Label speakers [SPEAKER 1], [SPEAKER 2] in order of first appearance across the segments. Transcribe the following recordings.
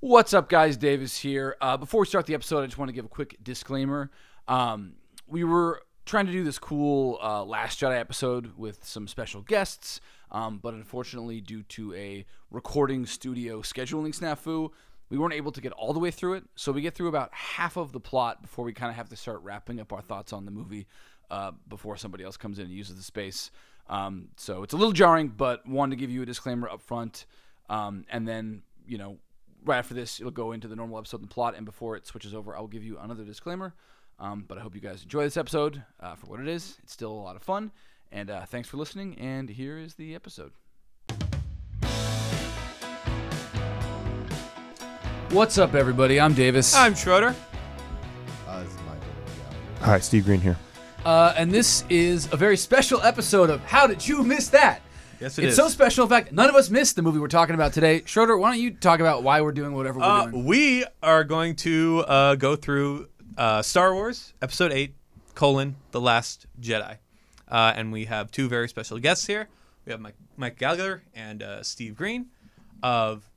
[SPEAKER 1] What's up, guys? Davis here. Uh, before we start the episode, I just want to give a quick disclaimer. Um, we were trying to do this cool uh, Last Jedi episode with some special guests, um, but unfortunately, due to a recording studio scheduling snafu, we weren't able to get all the way through it. So we get through about half of the plot before we kind of have to start wrapping up our thoughts on the movie uh, before somebody else comes in and uses the space. Um, so it's a little jarring, but wanted to give you a disclaimer up front. Um, and then, you know, right after this, it'll go into the normal episode and plot. And before it switches over, I'll give you another disclaimer. Um, but I hope you guys enjoy this episode uh, for what it is. It's still a lot of fun. And uh, thanks for listening. And here is the episode. What's up, everybody? I'm Davis.
[SPEAKER 2] I'm Schroeder.
[SPEAKER 3] Uh, this is my favorite
[SPEAKER 4] Hi, Steve Green here.
[SPEAKER 1] Uh, and this is a very special episode of How Did You Miss That?
[SPEAKER 2] Yes,
[SPEAKER 1] it's so special. In fact, none of us missed the movie we're talking about today. Schroeder, why don't you talk about why we're doing whatever we're
[SPEAKER 2] uh,
[SPEAKER 1] doing?
[SPEAKER 2] we are going to uh, go through uh, Star Wars Episode Eight: colon The Last Jedi, uh, and we have two very special guests here. We have Mike, Mike Gallagher and uh, Steve Green, of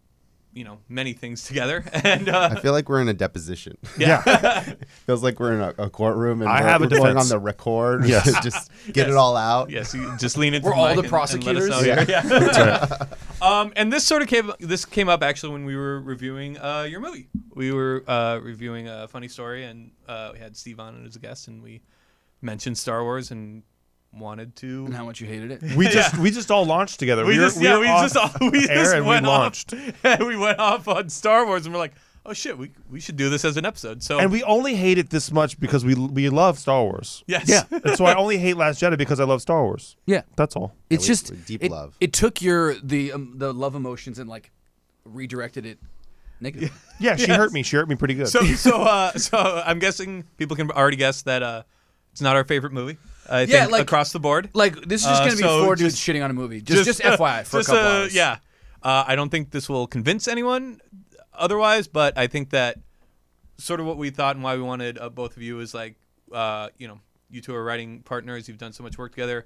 [SPEAKER 2] you know many things together, and
[SPEAKER 3] I
[SPEAKER 2] uh,
[SPEAKER 3] feel like we're in a deposition.
[SPEAKER 2] yeah,
[SPEAKER 3] Feels like we're in a, a courtroom and
[SPEAKER 4] I
[SPEAKER 3] we're,
[SPEAKER 4] have a
[SPEAKER 3] we're going on
[SPEAKER 4] defense.
[SPEAKER 3] the record.
[SPEAKER 4] Yes.
[SPEAKER 3] just get it all out.
[SPEAKER 2] Yes, you just lean into.
[SPEAKER 1] We're
[SPEAKER 2] the
[SPEAKER 1] all
[SPEAKER 2] mic
[SPEAKER 1] the
[SPEAKER 2] and- and let
[SPEAKER 1] prosecutors.
[SPEAKER 2] us know
[SPEAKER 1] Yeah.
[SPEAKER 2] here. Yeah. um, and this sort of came. This came up actually when we were reviewing uh, your movie. We were uh, reviewing a funny story, and uh, we had Steve on as a guest, and we mentioned Star Wars and wanted to.
[SPEAKER 1] And how much you hated it.
[SPEAKER 4] We just we just all launched together.
[SPEAKER 2] We
[SPEAKER 4] were-
[SPEAKER 2] just yeah,
[SPEAKER 4] were
[SPEAKER 2] we
[SPEAKER 4] off
[SPEAKER 2] just all- we
[SPEAKER 4] air
[SPEAKER 2] just
[SPEAKER 4] and
[SPEAKER 2] went
[SPEAKER 4] we launched,
[SPEAKER 2] off. and we went off on Star Wars, and we're like, oh shit, we we should do this as an episode. So
[SPEAKER 4] and we only hate it this much because we we love Star Wars.
[SPEAKER 2] Yes.
[SPEAKER 4] yeah. And so I only hate Last Jedi because I love Star Wars.
[SPEAKER 1] Yeah.
[SPEAKER 4] That's all.
[SPEAKER 1] It's
[SPEAKER 3] we-
[SPEAKER 1] just
[SPEAKER 3] we deep
[SPEAKER 1] it,
[SPEAKER 3] love.
[SPEAKER 1] It took your the um, the love emotions and like redirected it negatively.
[SPEAKER 4] Yeah, she hurt me. She hurt me pretty good.
[SPEAKER 2] so so uh, so I'm guessing people can already guess that uh, it's not our favorite movie. I
[SPEAKER 1] Yeah,
[SPEAKER 2] think
[SPEAKER 1] like-
[SPEAKER 2] across the board.
[SPEAKER 1] Like this is just
[SPEAKER 2] Uh,
[SPEAKER 1] gonna be
[SPEAKER 2] so
[SPEAKER 1] four
[SPEAKER 2] just-
[SPEAKER 1] dudes shitting on a movie. Just just, FYI for
[SPEAKER 2] just,
[SPEAKER 1] a couple
[SPEAKER 2] uh,
[SPEAKER 1] hours.
[SPEAKER 2] Yeah, uh, I don't think this will convince anyone otherwise, but I think that sort of what we thought and why we wanted uh, both of you is like, uh, you know, you two are writing partners. You've done so much work together.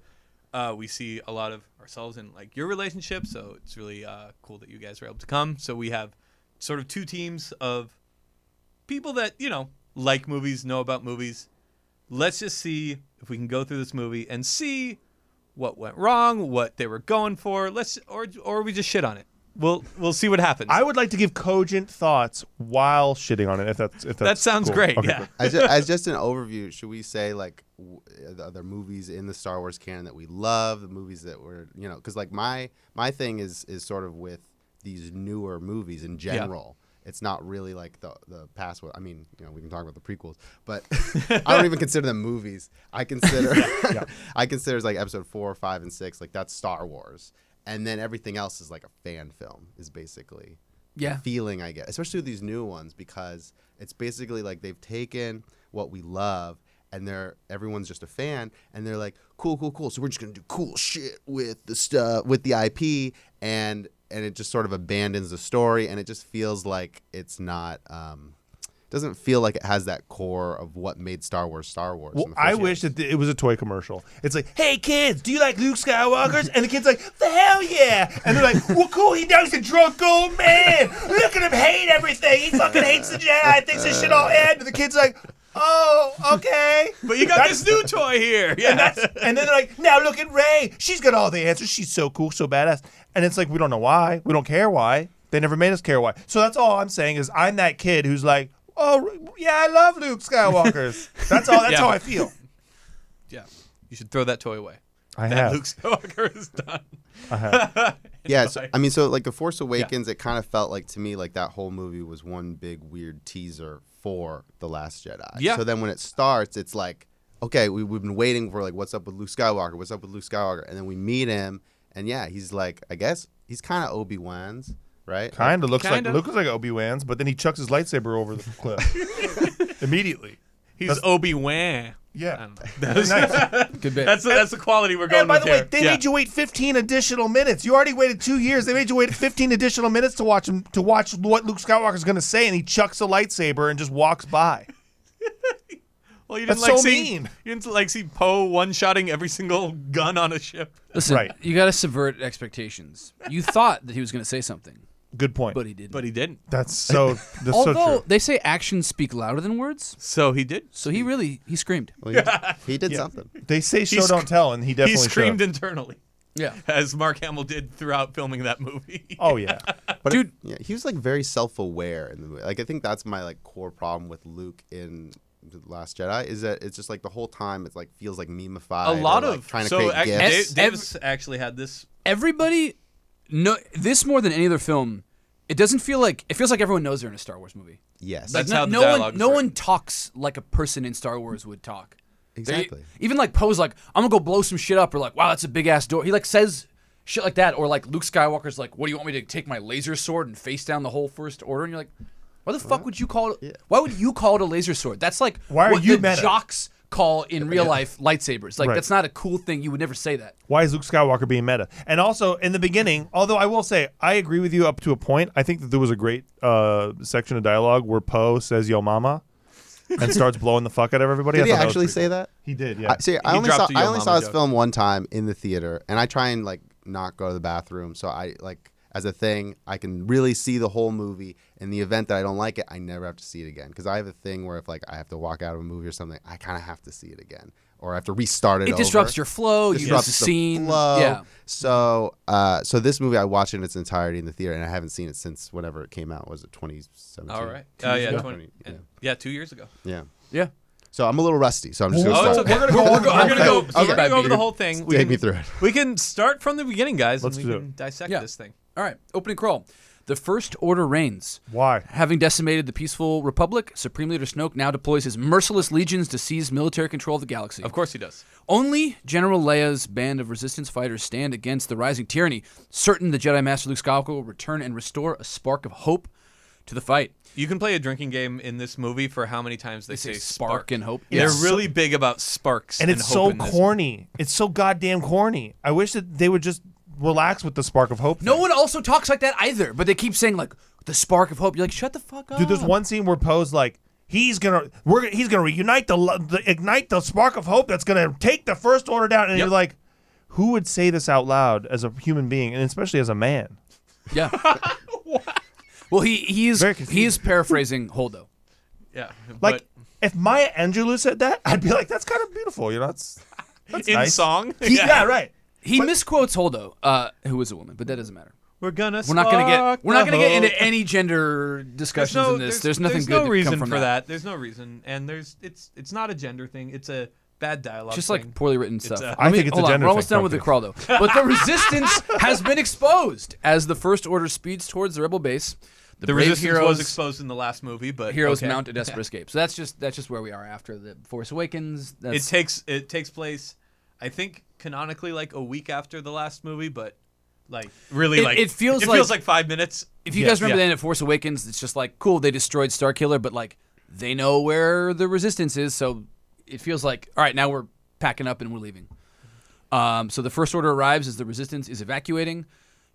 [SPEAKER 2] Uh, we see a lot of ourselves in like your relationship, so it's really uh, cool that you guys were able to come. So we have sort of two teams of people that you know like movies, know about movies. Let's just see if we can go through this movie and see what went wrong, what they were going for. Let's or or we just shit on it. We'll we'll see what happens.
[SPEAKER 4] I would like to give cogent thoughts while shitting on it. If that's if that's
[SPEAKER 2] that sounds
[SPEAKER 4] cool.
[SPEAKER 2] great.
[SPEAKER 4] Okay,
[SPEAKER 2] yeah.
[SPEAKER 4] good.
[SPEAKER 3] As, ju- as just an overview, should we say like w- the other movies in the Star Wars canon that we love, the movies that were you know, because like my my thing is is sort of with these newer movies in general. It's not really like the the past. What I mean, you know, we can talk about the prequels, but I don't even consider them movies. I consider I consider it's like episode four, five, and six. Like that's Star Wars, and then everything else is like a fan film. Is basically
[SPEAKER 1] Yeah.
[SPEAKER 3] feeling I get, especially with these new ones, because it's basically like they've taken what we love and they're everyone's just a fan and they're like, cool, cool, cool. So we're just gonna do cool shit with the stuff with the IP and and it just sort of abandons the story and it just feels like it's not um doesn't feel like it has that core of what made Star Wars Star Wars. in
[SPEAKER 4] Well,
[SPEAKER 3] the first
[SPEAKER 4] I
[SPEAKER 3] place.
[SPEAKER 4] wish that it was a toy commercial. It's like, hey kids, do you like Luke Skywalker's? And the kids like, the hell yeah! And they're like, well, cool. He knows a drunk old man. Look at him hate everything. He fucking hates the Jedi. Thinks this should all end. And the kids like, oh, okay.
[SPEAKER 2] Uh. But you got this new toy here. Yeah.
[SPEAKER 4] And then they're like, now look at Ray. She's got all the answers. She's so cool, so badass. And it's like, we don't know why. We don't care why. They never made us care why. So that's all I'm saying is I'm that kid who's like, oh yeah, I love Luke Skywalker's. that's all. That's
[SPEAKER 2] Yeah.
[SPEAKER 4] how I feel.
[SPEAKER 2] yeah. You should throw that toy away.
[SPEAKER 4] I
[SPEAKER 2] That
[SPEAKER 4] have.
[SPEAKER 2] Luke Skywalker is done.
[SPEAKER 3] Yeah, so,
[SPEAKER 2] Like-
[SPEAKER 3] I mean, so like the Force Awakens, it kind of felt like to me like that whole movie was one big weird teaser for the Last Jedi.
[SPEAKER 2] Yeah.
[SPEAKER 3] So then when it starts, it's like, okay, we, we've been waiting for like what's up with Luke Skywalker, what's up with Luke Skywalker, and then we meet him, and yeah, he's like, I guess he's kind of Obi Wan's, right?
[SPEAKER 4] Kind of looks
[SPEAKER 2] Kinda.
[SPEAKER 4] like looks like Obi Wan's, but then he chucks his lightsaber over the cliff immediately.
[SPEAKER 2] He's Obi Wan.
[SPEAKER 4] Yeah,
[SPEAKER 2] That's
[SPEAKER 4] nice.
[SPEAKER 1] Good bit.
[SPEAKER 2] that's the, that's the quality we're going
[SPEAKER 4] And by
[SPEAKER 2] with
[SPEAKER 4] the way,
[SPEAKER 2] here.
[SPEAKER 4] they
[SPEAKER 2] Yeah.
[SPEAKER 4] made you wait 15 additional minutes. You already waited two years. They made you wait 15 additional minutes to watch him to watch what Luke Skywalker's going to say, and he chucks a lightsaber and just walks by.
[SPEAKER 2] Well, you didn't
[SPEAKER 4] That's
[SPEAKER 2] like
[SPEAKER 4] so
[SPEAKER 2] seeing
[SPEAKER 4] mean.
[SPEAKER 2] you didn't like see Poe one-shotting every single gun on a ship.
[SPEAKER 1] Listen,
[SPEAKER 4] Right.
[SPEAKER 1] you gotta subvert expectations. You thought that he was gonna say something.
[SPEAKER 4] Good point.
[SPEAKER 1] but he didn't.
[SPEAKER 2] but he didn't.
[SPEAKER 4] that's so that's so
[SPEAKER 1] Although
[SPEAKER 4] true.
[SPEAKER 1] they say actions speak louder than words,
[SPEAKER 2] So he did.
[SPEAKER 1] so he really he screamed.
[SPEAKER 3] Well, he, he did
[SPEAKER 4] Yeah.
[SPEAKER 3] something.
[SPEAKER 4] They say show
[SPEAKER 2] sc-
[SPEAKER 4] don't tell, and he
[SPEAKER 2] He
[SPEAKER 4] definitely
[SPEAKER 2] screamed
[SPEAKER 4] showed.
[SPEAKER 2] internally,
[SPEAKER 1] Yeah,
[SPEAKER 2] as Mark Hamill did throughout filming that movie.
[SPEAKER 4] Oh yeah,
[SPEAKER 3] But
[SPEAKER 1] Dude.
[SPEAKER 3] it- yeah, he was like very self-aware in the movie. Like I think that's my like core problem with Luke in the Last Jedi is that it's just like the whole time it's like feels like memeified.
[SPEAKER 2] a lot
[SPEAKER 3] or, like,
[SPEAKER 2] of
[SPEAKER 3] trying to
[SPEAKER 2] so
[SPEAKER 3] create
[SPEAKER 2] ac- Da-
[SPEAKER 3] gifs.
[SPEAKER 1] Yes,
[SPEAKER 2] Davis actually had this.
[SPEAKER 1] everybody no this more than any other film. It doesn't feel like it feels like everyone knows they're in a Star Wars movie.
[SPEAKER 3] yes,
[SPEAKER 1] Like
[SPEAKER 2] That's
[SPEAKER 1] no,
[SPEAKER 2] how the
[SPEAKER 1] no
[SPEAKER 2] dialogue
[SPEAKER 1] one
[SPEAKER 2] is
[SPEAKER 1] no
[SPEAKER 2] written.
[SPEAKER 1] one talks like a person in Star Wars would talk. They-
[SPEAKER 3] exactly.
[SPEAKER 1] even like Poe's like, I'm gonna go blow some shit up, or like, wow, that's a big ass door. He like says shit like that, or like Luke Skywalker's like, what do you want me to take my laser sword and face down the whole first order? And you're like, why the fuck would you call it? Why would you call it a laser sword? That's like
[SPEAKER 4] Why are
[SPEAKER 1] what
[SPEAKER 4] you
[SPEAKER 1] the
[SPEAKER 4] meta?
[SPEAKER 1] jocks call in real life lightsabers. Like
[SPEAKER 4] Right.
[SPEAKER 1] that's not a cool thing. You would never say that.
[SPEAKER 4] why is Luke Skywalker being meta? And also in the beginning, although I will say I agree with you up to a point, I think that there was a great uh, section of dialogue where Poe says "Yo, mama," and starts blowing the fuck out of everybody.
[SPEAKER 3] Did
[SPEAKER 4] I
[SPEAKER 3] he
[SPEAKER 4] thought that was
[SPEAKER 3] actually
[SPEAKER 4] pretty
[SPEAKER 3] say that?
[SPEAKER 4] He did, yeah.
[SPEAKER 3] I, see, I only
[SPEAKER 2] dropped
[SPEAKER 3] saw
[SPEAKER 2] a Yo
[SPEAKER 3] I only
[SPEAKER 2] Mama
[SPEAKER 3] saw this
[SPEAKER 2] joke.
[SPEAKER 3] film one time in the theater, and I try and like not go to the bathroom, so I like as a thing I can really see the whole movie. In the event that I don't like it, I never have to see it again because I have a thing where if like I have to walk out of a movie or something, I kind of have to see it again, or I have to restart it.
[SPEAKER 1] It disrupts
[SPEAKER 3] over.
[SPEAKER 1] your flow. You lose
[SPEAKER 3] disrupts
[SPEAKER 1] the
[SPEAKER 3] the
[SPEAKER 1] scene.
[SPEAKER 3] flow.
[SPEAKER 1] Yeah.
[SPEAKER 3] So, uh, so this movie I watched in its entirety in the theater, and I haven't seen it since whenever it came out. Was it 2017?
[SPEAKER 2] All right. Oh yeah,
[SPEAKER 3] ago.
[SPEAKER 2] 20,
[SPEAKER 3] Yeah.
[SPEAKER 2] and- yeah, two years ago.
[SPEAKER 3] Yeah.
[SPEAKER 1] Yeah.
[SPEAKER 3] So I'm a little rusty. So I'm just gonna
[SPEAKER 2] Oh, it's
[SPEAKER 3] start.
[SPEAKER 2] okay. We're gonna go. We're gonna go.
[SPEAKER 1] Okay.
[SPEAKER 2] We're gonna go over
[SPEAKER 3] Okay.
[SPEAKER 2] the whole thing. We
[SPEAKER 3] Take
[SPEAKER 2] can-
[SPEAKER 3] me through it.
[SPEAKER 2] We can start from the beginning, guys.
[SPEAKER 4] Let's
[SPEAKER 2] and we
[SPEAKER 4] do
[SPEAKER 2] can
[SPEAKER 4] it.
[SPEAKER 2] dissect
[SPEAKER 1] Yeah.
[SPEAKER 2] this thing.
[SPEAKER 1] All right. Opening crawl. The First Order reigns.
[SPEAKER 4] Why?
[SPEAKER 1] Having decimated the peaceful Republic, Supreme Leader Snoke now deploys his merciless legions to seize military control of the galaxy.
[SPEAKER 2] Of course he does.
[SPEAKER 1] Only General Leia's band of resistance fighters stand against the rising tyranny, certain the Jedi Master Luke Skywalker will return and restore a spark of hope to the fight.
[SPEAKER 2] You can play a drinking game in this movie for how many times they,
[SPEAKER 1] They say spark,
[SPEAKER 2] spark.
[SPEAKER 1] and hope.
[SPEAKER 2] They're
[SPEAKER 1] Yeah.
[SPEAKER 2] really big about sparks,
[SPEAKER 4] and it's
[SPEAKER 2] hope
[SPEAKER 4] so
[SPEAKER 2] in this.
[SPEAKER 4] corny. It's so goddamn corny. I wish that they would just relax with the spark of hope.
[SPEAKER 1] No
[SPEAKER 4] thing.
[SPEAKER 1] one also talks like that either, but they keep saying like the spark of hope. You're like, shut the fuck up.
[SPEAKER 4] Dude, there's one scene where Poe's like, he's gonna, we're gonna, he's gonna reunite the, lo- the, ignite the spark of hope that's gonna take the first order down, and
[SPEAKER 2] Yep.
[SPEAKER 4] you're like, who would say this out loud as a human being, and especially as a man?
[SPEAKER 1] Yeah. Well, he he is
[SPEAKER 4] Very
[SPEAKER 1] he is paraphrasing Holdo.
[SPEAKER 2] Yeah,
[SPEAKER 4] Like, if Maya Angelou said that, I'd be like, that's kind of beautiful, you know? It's,
[SPEAKER 2] but in
[SPEAKER 4] nice.
[SPEAKER 2] song.
[SPEAKER 4] he, yeah. right.
[SPEAKER 1] He misquotes Holdo, uh, who is a woman, but that doesn't matter.
[SPEAKER 2] we're gonna. Spark
[SPEAKER 1] We're not gonna get we're not
[SPEAKER 2] the
[SPEAKER 1] gonna get into
[SPEAKER 2] hope.
[SPEAKER 1] any gender
[SPEAKER 2] There's
[SPEAKER 1] discussions
[SPEAKER 2] no,
[SPEAKER 1] in this.
[SPEAKER 2] there's,
[SPEAKER 1] There's, nothing
[SPEAKER 2] there's
[SPEAKER 1] good
[SPEAKER 2] no
[SPEAKER 1] that
[SPEAKER 2] reason
[SPEAKER 1] come from
[SPEAKER 2] for that. There's no reason, and there's it's it's not a gender thing. It's a bad dialogue.
[SPEAKER 1] just
[SPEAKER 2] thing. uh,
[SPEAKER 1] like poorly written stuff.
[SPEAKER 2] a-
[SPEAKER 4] I think it's a
[SPEAKER 1] hold on,
[SPEAKER 4] gender
[SPEAKER 1] we're almost
[SPEAKER 4] thing,
[SPEAKER 1] done with the crawl though. But the resistance has been exposed as the first order speeds towards the rebel base. The,
[SPEAKER 2] the
[SPEAKER 1] brave
[SPEAKER 2] resistance
[SPEAKER 1] heroes,
[SPEAKER 2] was exposed in the last movie, but
[SPEAKER 1] Heroes
[SPEAKER 2] okay.
[SPEAKER 1] mount a desperate escape. So that's just that's just where we are after the Force Awakens.
[SPEAKER 2] It
[SPEAKER 1] That's,
[SPEAKER 2] takes it takes place, I think, canonically like a week after the last movie, but like really
[SPEAKER 1] It-
[SPEAKER 2] like
[SPEAKER 1] it feels
[SPEAKER 2] it
[SPEAKER 1] like-
[SPEAKER 2] feels like five minutes.
[SPEAKER 1] if you
[SPEAKER 4] yeah,
[SPEAKER 1] guys remember the
[SPEAKER 2] yeah.
[SPEAKER 1] end of Force Awakens, it's just like cool. They destroyed Star Killer, but like they know where the resistance is, so it feels like all right. Now we're packing up and we're leaving. Um, so the first order arrives as the resistance is evacuating.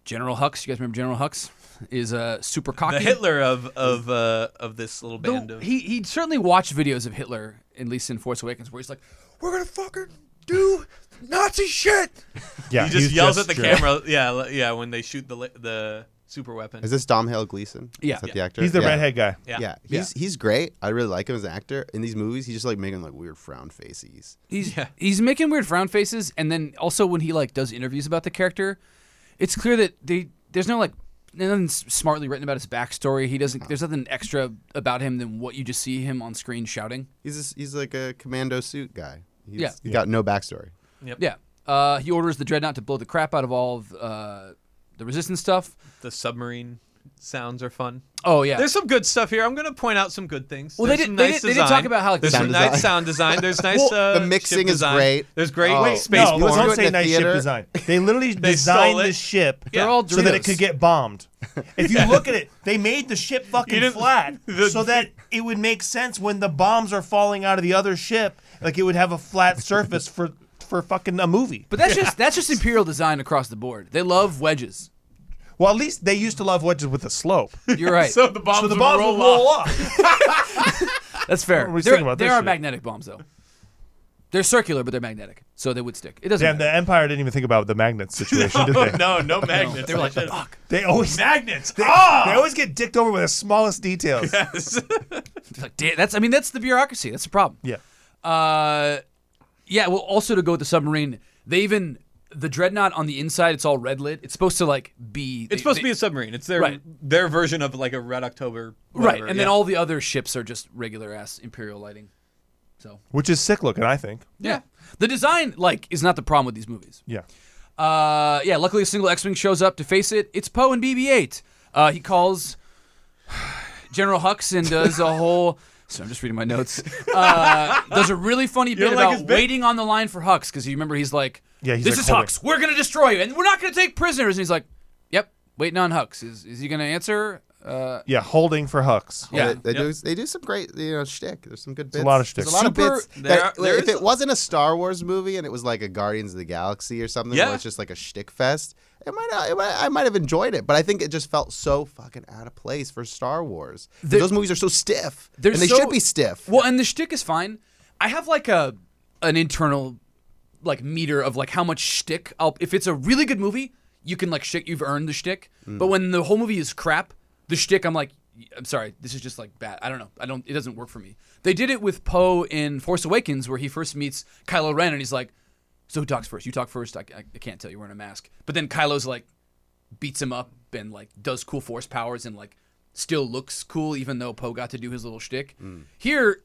[SPEAKER 1] General Hux, you guys remember General Hux, is uh, super cocky.
[SPEAKER 2] The Hitler of of uh, of this little
[SPEAKER 1] the-
[SPEAKER 2] band of
[SPEAKER 1] he he certainly watched videos of Hitler, at least in Force Awakens, where he's like, "We're gonna fucking do Nazi shit."
[SPEAKER 4] Yeah,
[SPEAKER 2] he just yells at the
[SPEAKER 4] camera.
[SPEAKER 2] camera. Yeah, li- yeah. When they shoot the li- the super weapon,
[SPEAKER 3] Is this Dom Hale Gleason?
[SPEAKER 1] Yeah.
[SPEAKER 3] Is that the actor?
[SPEAKER 4] He's the
[SPEAKER 3] Yeah.
[SPEAKER 4] redhead guy.
[SPEAKER 2] yeah,
[SPEAKER 3] Yeah, he's he's great. I really like him as an actor. In these movies, he's just like making like weird frown faces.
[SPEAKER 1] He's
[SPEAKER 2] Yeah.
[SPEAKER 1] he's making weird frown faces, and then also when he like does interviews about the character, it's clear that they there's no like nothing s- smartly written about his backstory. He doesn't. There's nothing extra about him than what you just see him on screen shouting.
[SPEAKER 3] He's just, he's like a commando suit guy. He's,
[SPEAKER 1] Yeah.
[SPEAKER 3] he's got no backstory.
[SPEAKER 1] Yeah. Uh, he orders the dreadnought to blow the crap out of all of uh, the resistance stuff.
[SPEAKER 2] The submarine sounds are fun.
[SPEAKER 1] Oh yeah.
[SPEAKER 2] There's some good stuff here. I'm gonna point out some good things.
[SPEAKER 1] Well, they
[SPEAKER 2] There's
[SPEAKER 1] did-
[SPEAKER 2] some
[SPEAKER 1] they
[SPEAKER 2] nice
[SPEAKER 1] did- they did talk
[SPEAKER 2] design.
[SPEAKER 1] about how
[SPEAKER 2] there's
[SPEAKER 3] Sound
[SPEAKER 2] some
[SPEAKER 3] design.
[SPEAKER 2] nice sound design. There's nice.
[SPEAKER 3] Well,
[SPEAKER 2] uh,
[SPEAKER 3] the
[SPEAKER 2] ship
[SPEAKER 3] mixing is
[SPEAKER 2] design.
[SPEAKER 3] great.
[SPEAKER 2] There's great
[SPEAKER 3] Oh. Wait,
[SPEAKER 2] space
[SPEAKER 4] no, let's
[SPEAKER 2] porn.
[SPEAKER 4] not
[SPEAKER 3] Doing
[SPEAKER 4] say
[SPEAKER 3] the
[SPEAKER 4] nice ship
[SPEAKER 3] theater.
[SPEAKER 4] design. They literally
[SPEAKER 2] stole
[SPEAKER 4] designed
[SPEAKER 2] it.
[SPEAKER 4] the ship
[SPEAKER 1] They're all
[SPEAKER 4] so that it
[SPEAKER 1] Doritos.
[SPEAKER 4] could get bombed. If you look at it, they made the ship fucking
[SPEAKER 2] didn't-
[SPEAKER 4] flat
[SPEAKER 2] the-
[SPEAKER 4] so that it would make sense when the bombs are falling out of the other ship, like it would have a flat surface for for fucking a movie.
[SPEAKER 1] but that's just that's just imperial design across the board. They love wedges.
[SPEAKER 4] Well, at least they used to love wedges with a slope.
[SPEAKER 1] You're right.
[SPEAKER 2] So the bombs,
[SPEAKER 4] So the
[SPEAKER 2] would
[SPEAKER 4] bombs
[SPEAKER 2] roll
[SPEAKER 4] would roll
[SPEAKER 2] off.
[SPEAKER 4] off.
[SPEAKER 1] That's fair.
[SPEAKER 4] What were we
[SPEAKER 1] They're-
[SPEAKER 4] thinking about
[SPEAKER 1] There
[SPEAKER 4] this
[SPEAKER 1] are
[SPEAKER 4] shit?
[SPEAKER 1] magnetic bombs though. They're circular, but they're magnetic, so they would stick. It doesn't
[SPEAKER 4] Damn,
[SPEAKER 1] matter.
[SPEAKER 4] the Empire didn't even think about the magnet situation, did they?
[SPEAKER 2] no, no magnets.
[SPEAKER 1] They were like,
[SPEAKER 2] That
[SPEAKER 3] oh,
[SPEAKER 2] shit-
[SPEAKER 1] fuck.
[SPEAKER 4] They always
[SPEAKER 2] magnets.
[SPEAKER 4] they,
[SPEAKER 2] Ah!
[SPEAKER 4] they always get dicked over with the smallest details.
[SPEAKER 2] Yes.
[SPEAKER 1] They're like, "Damn, that's. I mean, that's the bureaucracy. That's the problem.
[SPEAKER 4] Yeah.
[SPEAKER 1] Uh, yeah. Well, also to go with the submarine, they even the dreadnought on the inside. It's all red lit. It's supposed to like be.
[SPEAKER 2] It's supposed to be a submarine. It's their
[SPEAKER 1] Right.
[SPEAKER 2] their version of like a Red October.
[SPEAKER 1] right,
[SPEAKER 2] whatever,
[SPEAKER 1] and then
[SPEAKER 2] yeah.
[SPEAKER 1] all the other ships are just regular ass imperial lighting.
[SPEAKER 4] Which is sick looking, I think.
[SPEAKER 1] Yeah. The design like is not the problem with these movies.
[SPEAKER 4] Yeah.
[SPEAKER 1] Uh, yeah. Luckily, a single X-wing shows up to face it. It's Poe and BB-8. Uh, he calls General Hux and does a whole. So I'm just reading my notes. Uh, does a really funny bit
[SPEAKER 2] like his
[SPEAKER 1] about
[SPEAKER 2] bit?
[SPEAKER 1] waiting on the line for Hux because you remember he's like,
[SPEAKER 4] Yeah, he's
[SPEAKER 1] this
[SPEAKER 4] like
[SPEAKER 1] is
[SPEAKER 4] holding-
[SPEAKER 1] Hux. We're gonna destroy you, and we're not gonna take prisoners." And he's like, "Yep, waiting on Hux. Is is he gonna answer?" Uh,
[SPEAKER 4] Yeah, holding for Hux.
[SPEAKER 1] yeah.
[SPEAKER 3] They, they do. They do some great, you know, shtick. There's some good bits.
[SPEAKER 4] a lot of shtick.
[SPEAKER 3] There's a lot
[SPEAKER 1] Super-
[SPEAKER 3] of bits.
[SPEAKER 2] There
[SPEAKER 3] that-
[SPEAKER 2] are- there
[SPEAKER 3] if
[SPEAKER 2] is-
[SPEAKER 3] it wasn't a Star Wars movie and it was like a Guardians of the Galaxy or something,
[SPEAKER 2] Yeah.
[SPEAKER 3] where it's just like a shtick fest, it might, it might, I might have enjoyed it. But I think it just felt so fucking out of place for Star Wars. 'Cause
[SPEAKER 1] There-
[SPEAKER 3] Those movies are so stiff,
[SPEAKER 1] They're
[SPEAKER 3] and they
[SPEAKER 1] so-
[SPEAKER 3] should be stiff.
[SPEAKER 1] Well, and the shtick is fine. I have like a an internal like meter of like how much shtick I'll if it's a really good movie, you can like shtick you've earned the shtick. But when the whole movie is crap, the shtick I'm like I'm sorry, this is just like bad. I don't know. I don't it doesn't work for me. They did it with Poe in Force Awakens where he first meets Kylo Ren and he's like, So who talks first? You talk first, I, I, I can't tell you wearing a mask. But then Kylo's like beats him up and like does cool force powers and like still looks cool even though Poe got to do his little shtick. Here,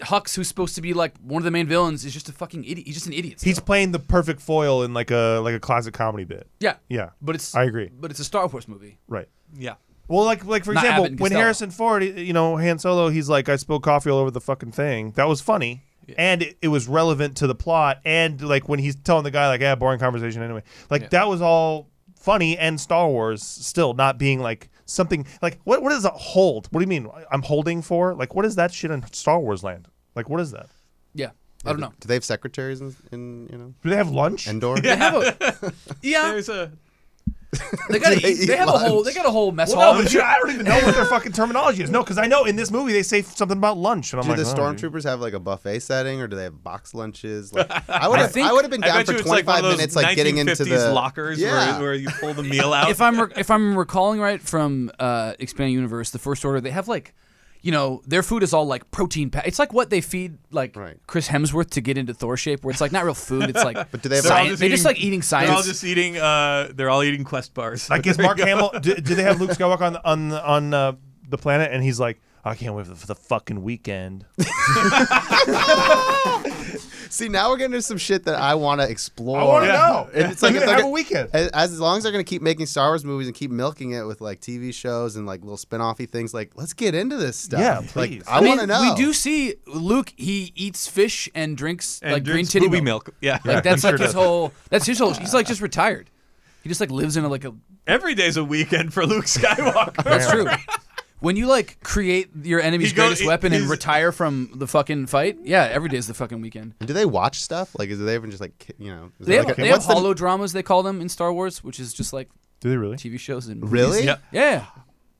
[SPEAKER 1] Hux, who's supposed to be like one of the main villains, is just a fucking idiot. He's just an idiot.
[SPEAKER 4] He's playing the perfect foil in like a like a classic comedy bit.
[SPEAKER 1] yeah,
[SPEAKER 4] Yeah.
[SPEAKER 1] But it's
[SPEAKER 4] I agree.
[SPEAKER 1] But it's a Star Wars movie.
[SPEAKER 4] Right.
[SPEAKER 2] yeah.
[SPEAKER 4] Well, like like for
[SPEAKER 1] Not
[SPEAKER 4] example,
[SPEAKER 1] Abbott and
[SPEAKER 4] when
[SPEAKER 1] Costello.
[SPEAKER 4] Harrison Ford, he- you know, Han Solo, he's like, I spilled coffee all over the fucking thing. That was funny, and it, it was relevant to the plot. And like when he's telling the guy, like, yeah, boring conversation anyway. Like that was all funny and Star Wars still not being like something like what what is a hold? What do you mean? I'm holding for like what is that shit in Star Wars land? Like what is that?
[SPEAKER 1] Yeah, I don't know.
[SPEAKER 3] Do they have secretaries in, in you know
[SPEAKER 4] Do they have lunch?
[SPEAKER 3] Endor?
[SPEAKER 1] They have a yeah.
[SPEAKER 2] There's a
[SPEAKER 1] They got
[SPEAKER 3] Do they
[SPEAKER 1] they,
[SPEAKER 3] eat
[SPEAKER 1] have a whole
[SPEAKER 3] lunch?
[SPEAKER 1] they got a whole mess
[SPEAKER 4] well,
[SPEAKER 1] hall.
[SPEAKER 4] no, but you- I don't even know what their fucking terminology is. No, because I know in this movie they say something about lunch, and I'm
[SPEAKER 3] Do
[SPEAKER 4] like,
[SPEAKER 3] the
[SPEAKER 4] oh, dude.
[SPEAKER 3] stormtroopers have like a buffet setting, or do they have box lunches? Like, I would have,
[SPEAKER 1] think-
[SPEAKER 3] I would have been
[SPEAKER 2] I
[SPEAKER 3] down
[SPEAKER 2] bet
[SPEAKER 3] for
[SPEAKER 2] you it's
[SPEAKER 3] 25
[SPEAKER 2] like one of those
[SPEAKER 3] minutes, like getting into
[SPEAKER 2] 1950s
[SPEAKER 3] the
[SPEAKER 2] lockers
[SPEAKER 3] Yeah,
[SPEAKER 2] where, where you pull the meal out.
[SPEAKER 1] if I'm re- if I'm recalling right from uh, Expanding Universe, the First Order, they have like, you know, their food is all like protein. Pa- it's like what they feed like
[SPEAKER 3] Right.
[SPEAKER 1] Chris Hemsworth to get into Thor shape, where it's like not real food. It's like but
[SPEAKER 3] do they have-
[SPEAKER 1] science.
[SPEAKER 3] They're
[SPEAKER 1] they
[SPEAKER 3] all
[SPEAKER 1] just like eating
[SPEAKER 2] They're all
[SPEAKER 1] science.
[SPEAKER 2] just eating. Uh, they're all eating quest bars.
[SPEAKER 4] Like, is Mark Hamill? Do, do they have Luke Skywalker on the- on the- on uh, the planet? And he's like, I can't wait for the, for the fucking weekend.
[SPEAKER 3] See, now we're getting into some shit that I want to explore.
[SPEAKER 4] I want to know.
[SPEAKER 3] And it's like,
[SPEAKER 4] We're
[SPEAKER 3] it's
[SPEAKER 4] gonna
[SPEAKER 3] like
[SPEAKER 4] have a weekend.
[SPEAKER 3] As, as long as they're going to keep making Star Wars movies and keep milking it with like TV shows and like little spin offy things, like let's get into this stuff.
[SPEAKER 4] Yeah,
[SPEAKER 3] Like,
[SPEAKER 4] please.
[SPEAKER 3] I,
[SPEAKER 1] mean,
[SPEAKER 3] want to know.
[SPEAKER 1] We do see Luke. He eats fish and drinks
[SPEAKER 2] and
[SPEAKER 1] like green
[SPEAKER 2] drinks
[SPEAKER 1] titty
[SPEAKER 2] booby milk. Yeah.
[SPEAKER 1] Like that's
[SPEAKER 4] sure
[SPEAKER 1] like his
[SPEAKER 4] does.
[SPEAKER 1] whole. That's his whole. He's like just retired. He just like lives in a, like a.
[SPEAKER 2] Every day's a weekend for Luke Skywalker.
[SPEAKER 1] That's true. When you like create your enemy's
[SPEAKER 2] He go-
[SPEAKER 1] greatest
[SPEAKER 2] he-
[SPEAKER 1] weapon and
[SPEAKER 2] he's-
[SPEAKER 1] retire from the fucking fight, yeah, every day is the fucking weekend.
[SPEAKER 3] Do they watch stuff? Like, is they even just like, ki- you know, is
[SPEAKER 1] They
[SPEAKER 3] there
[SPEAKER 1] have,
[SPEAKER 3] like a-
[SPEAKER 1] they have
[SPEAKER 3] what's the-
[SPEAKER 1] holodramas, they call them in Star Wars, which is just like
[SPEAKER 4] Do they really?
[SPEAKER 1] TV shows and movies.
[SPEAKER 3] Really?
[SPEAKER 2] Yeah.
[SPEAKER 1] Yeah,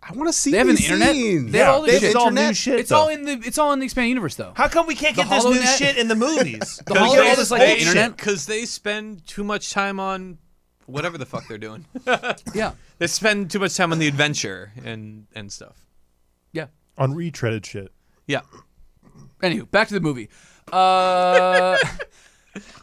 [SPEAKER 3] I want to see.
[SPEAKER 1] They have an
[SPEAKER 3] these
[SPEAKER 1] internet?
[SPEAKER 3] scenes.
[SPEAKER 1] They have all this
[SPEAKER 3] have
[SPEAKER 1] shit. It's
[SPEAKER 4] all new
[SPEAKER 3] internet.
[SPEAKER 4] shit.
[SPEAKER 1] it's all in the it's all in the expanded universe though.
[SPEAKER 4] How come we can't
[SPEAKER 1] The
[SPEAKER 4] get this new
[SPEAKER 1] HoloNet?
[SPEAKER 4] shit in the movies?
[SPEAKER 1] The All HoloNet this, like,
[SPEAKER 2] they,
[SPEAKER 1] internet?
[SPEAKER 2] Because they spend too much time on whatever the fuck they're doing.
[SPEAKER 1] Yeah,
[SPEAKER 2] they spend too much time on the adventure and and stuff.
[SPEAKER 1] yeah.
[SPEAKER 4] on retreaded shit.
[SPEAKER 2] Yeah.
[SPEAKER 1] Anywho, back to the movie. Uh,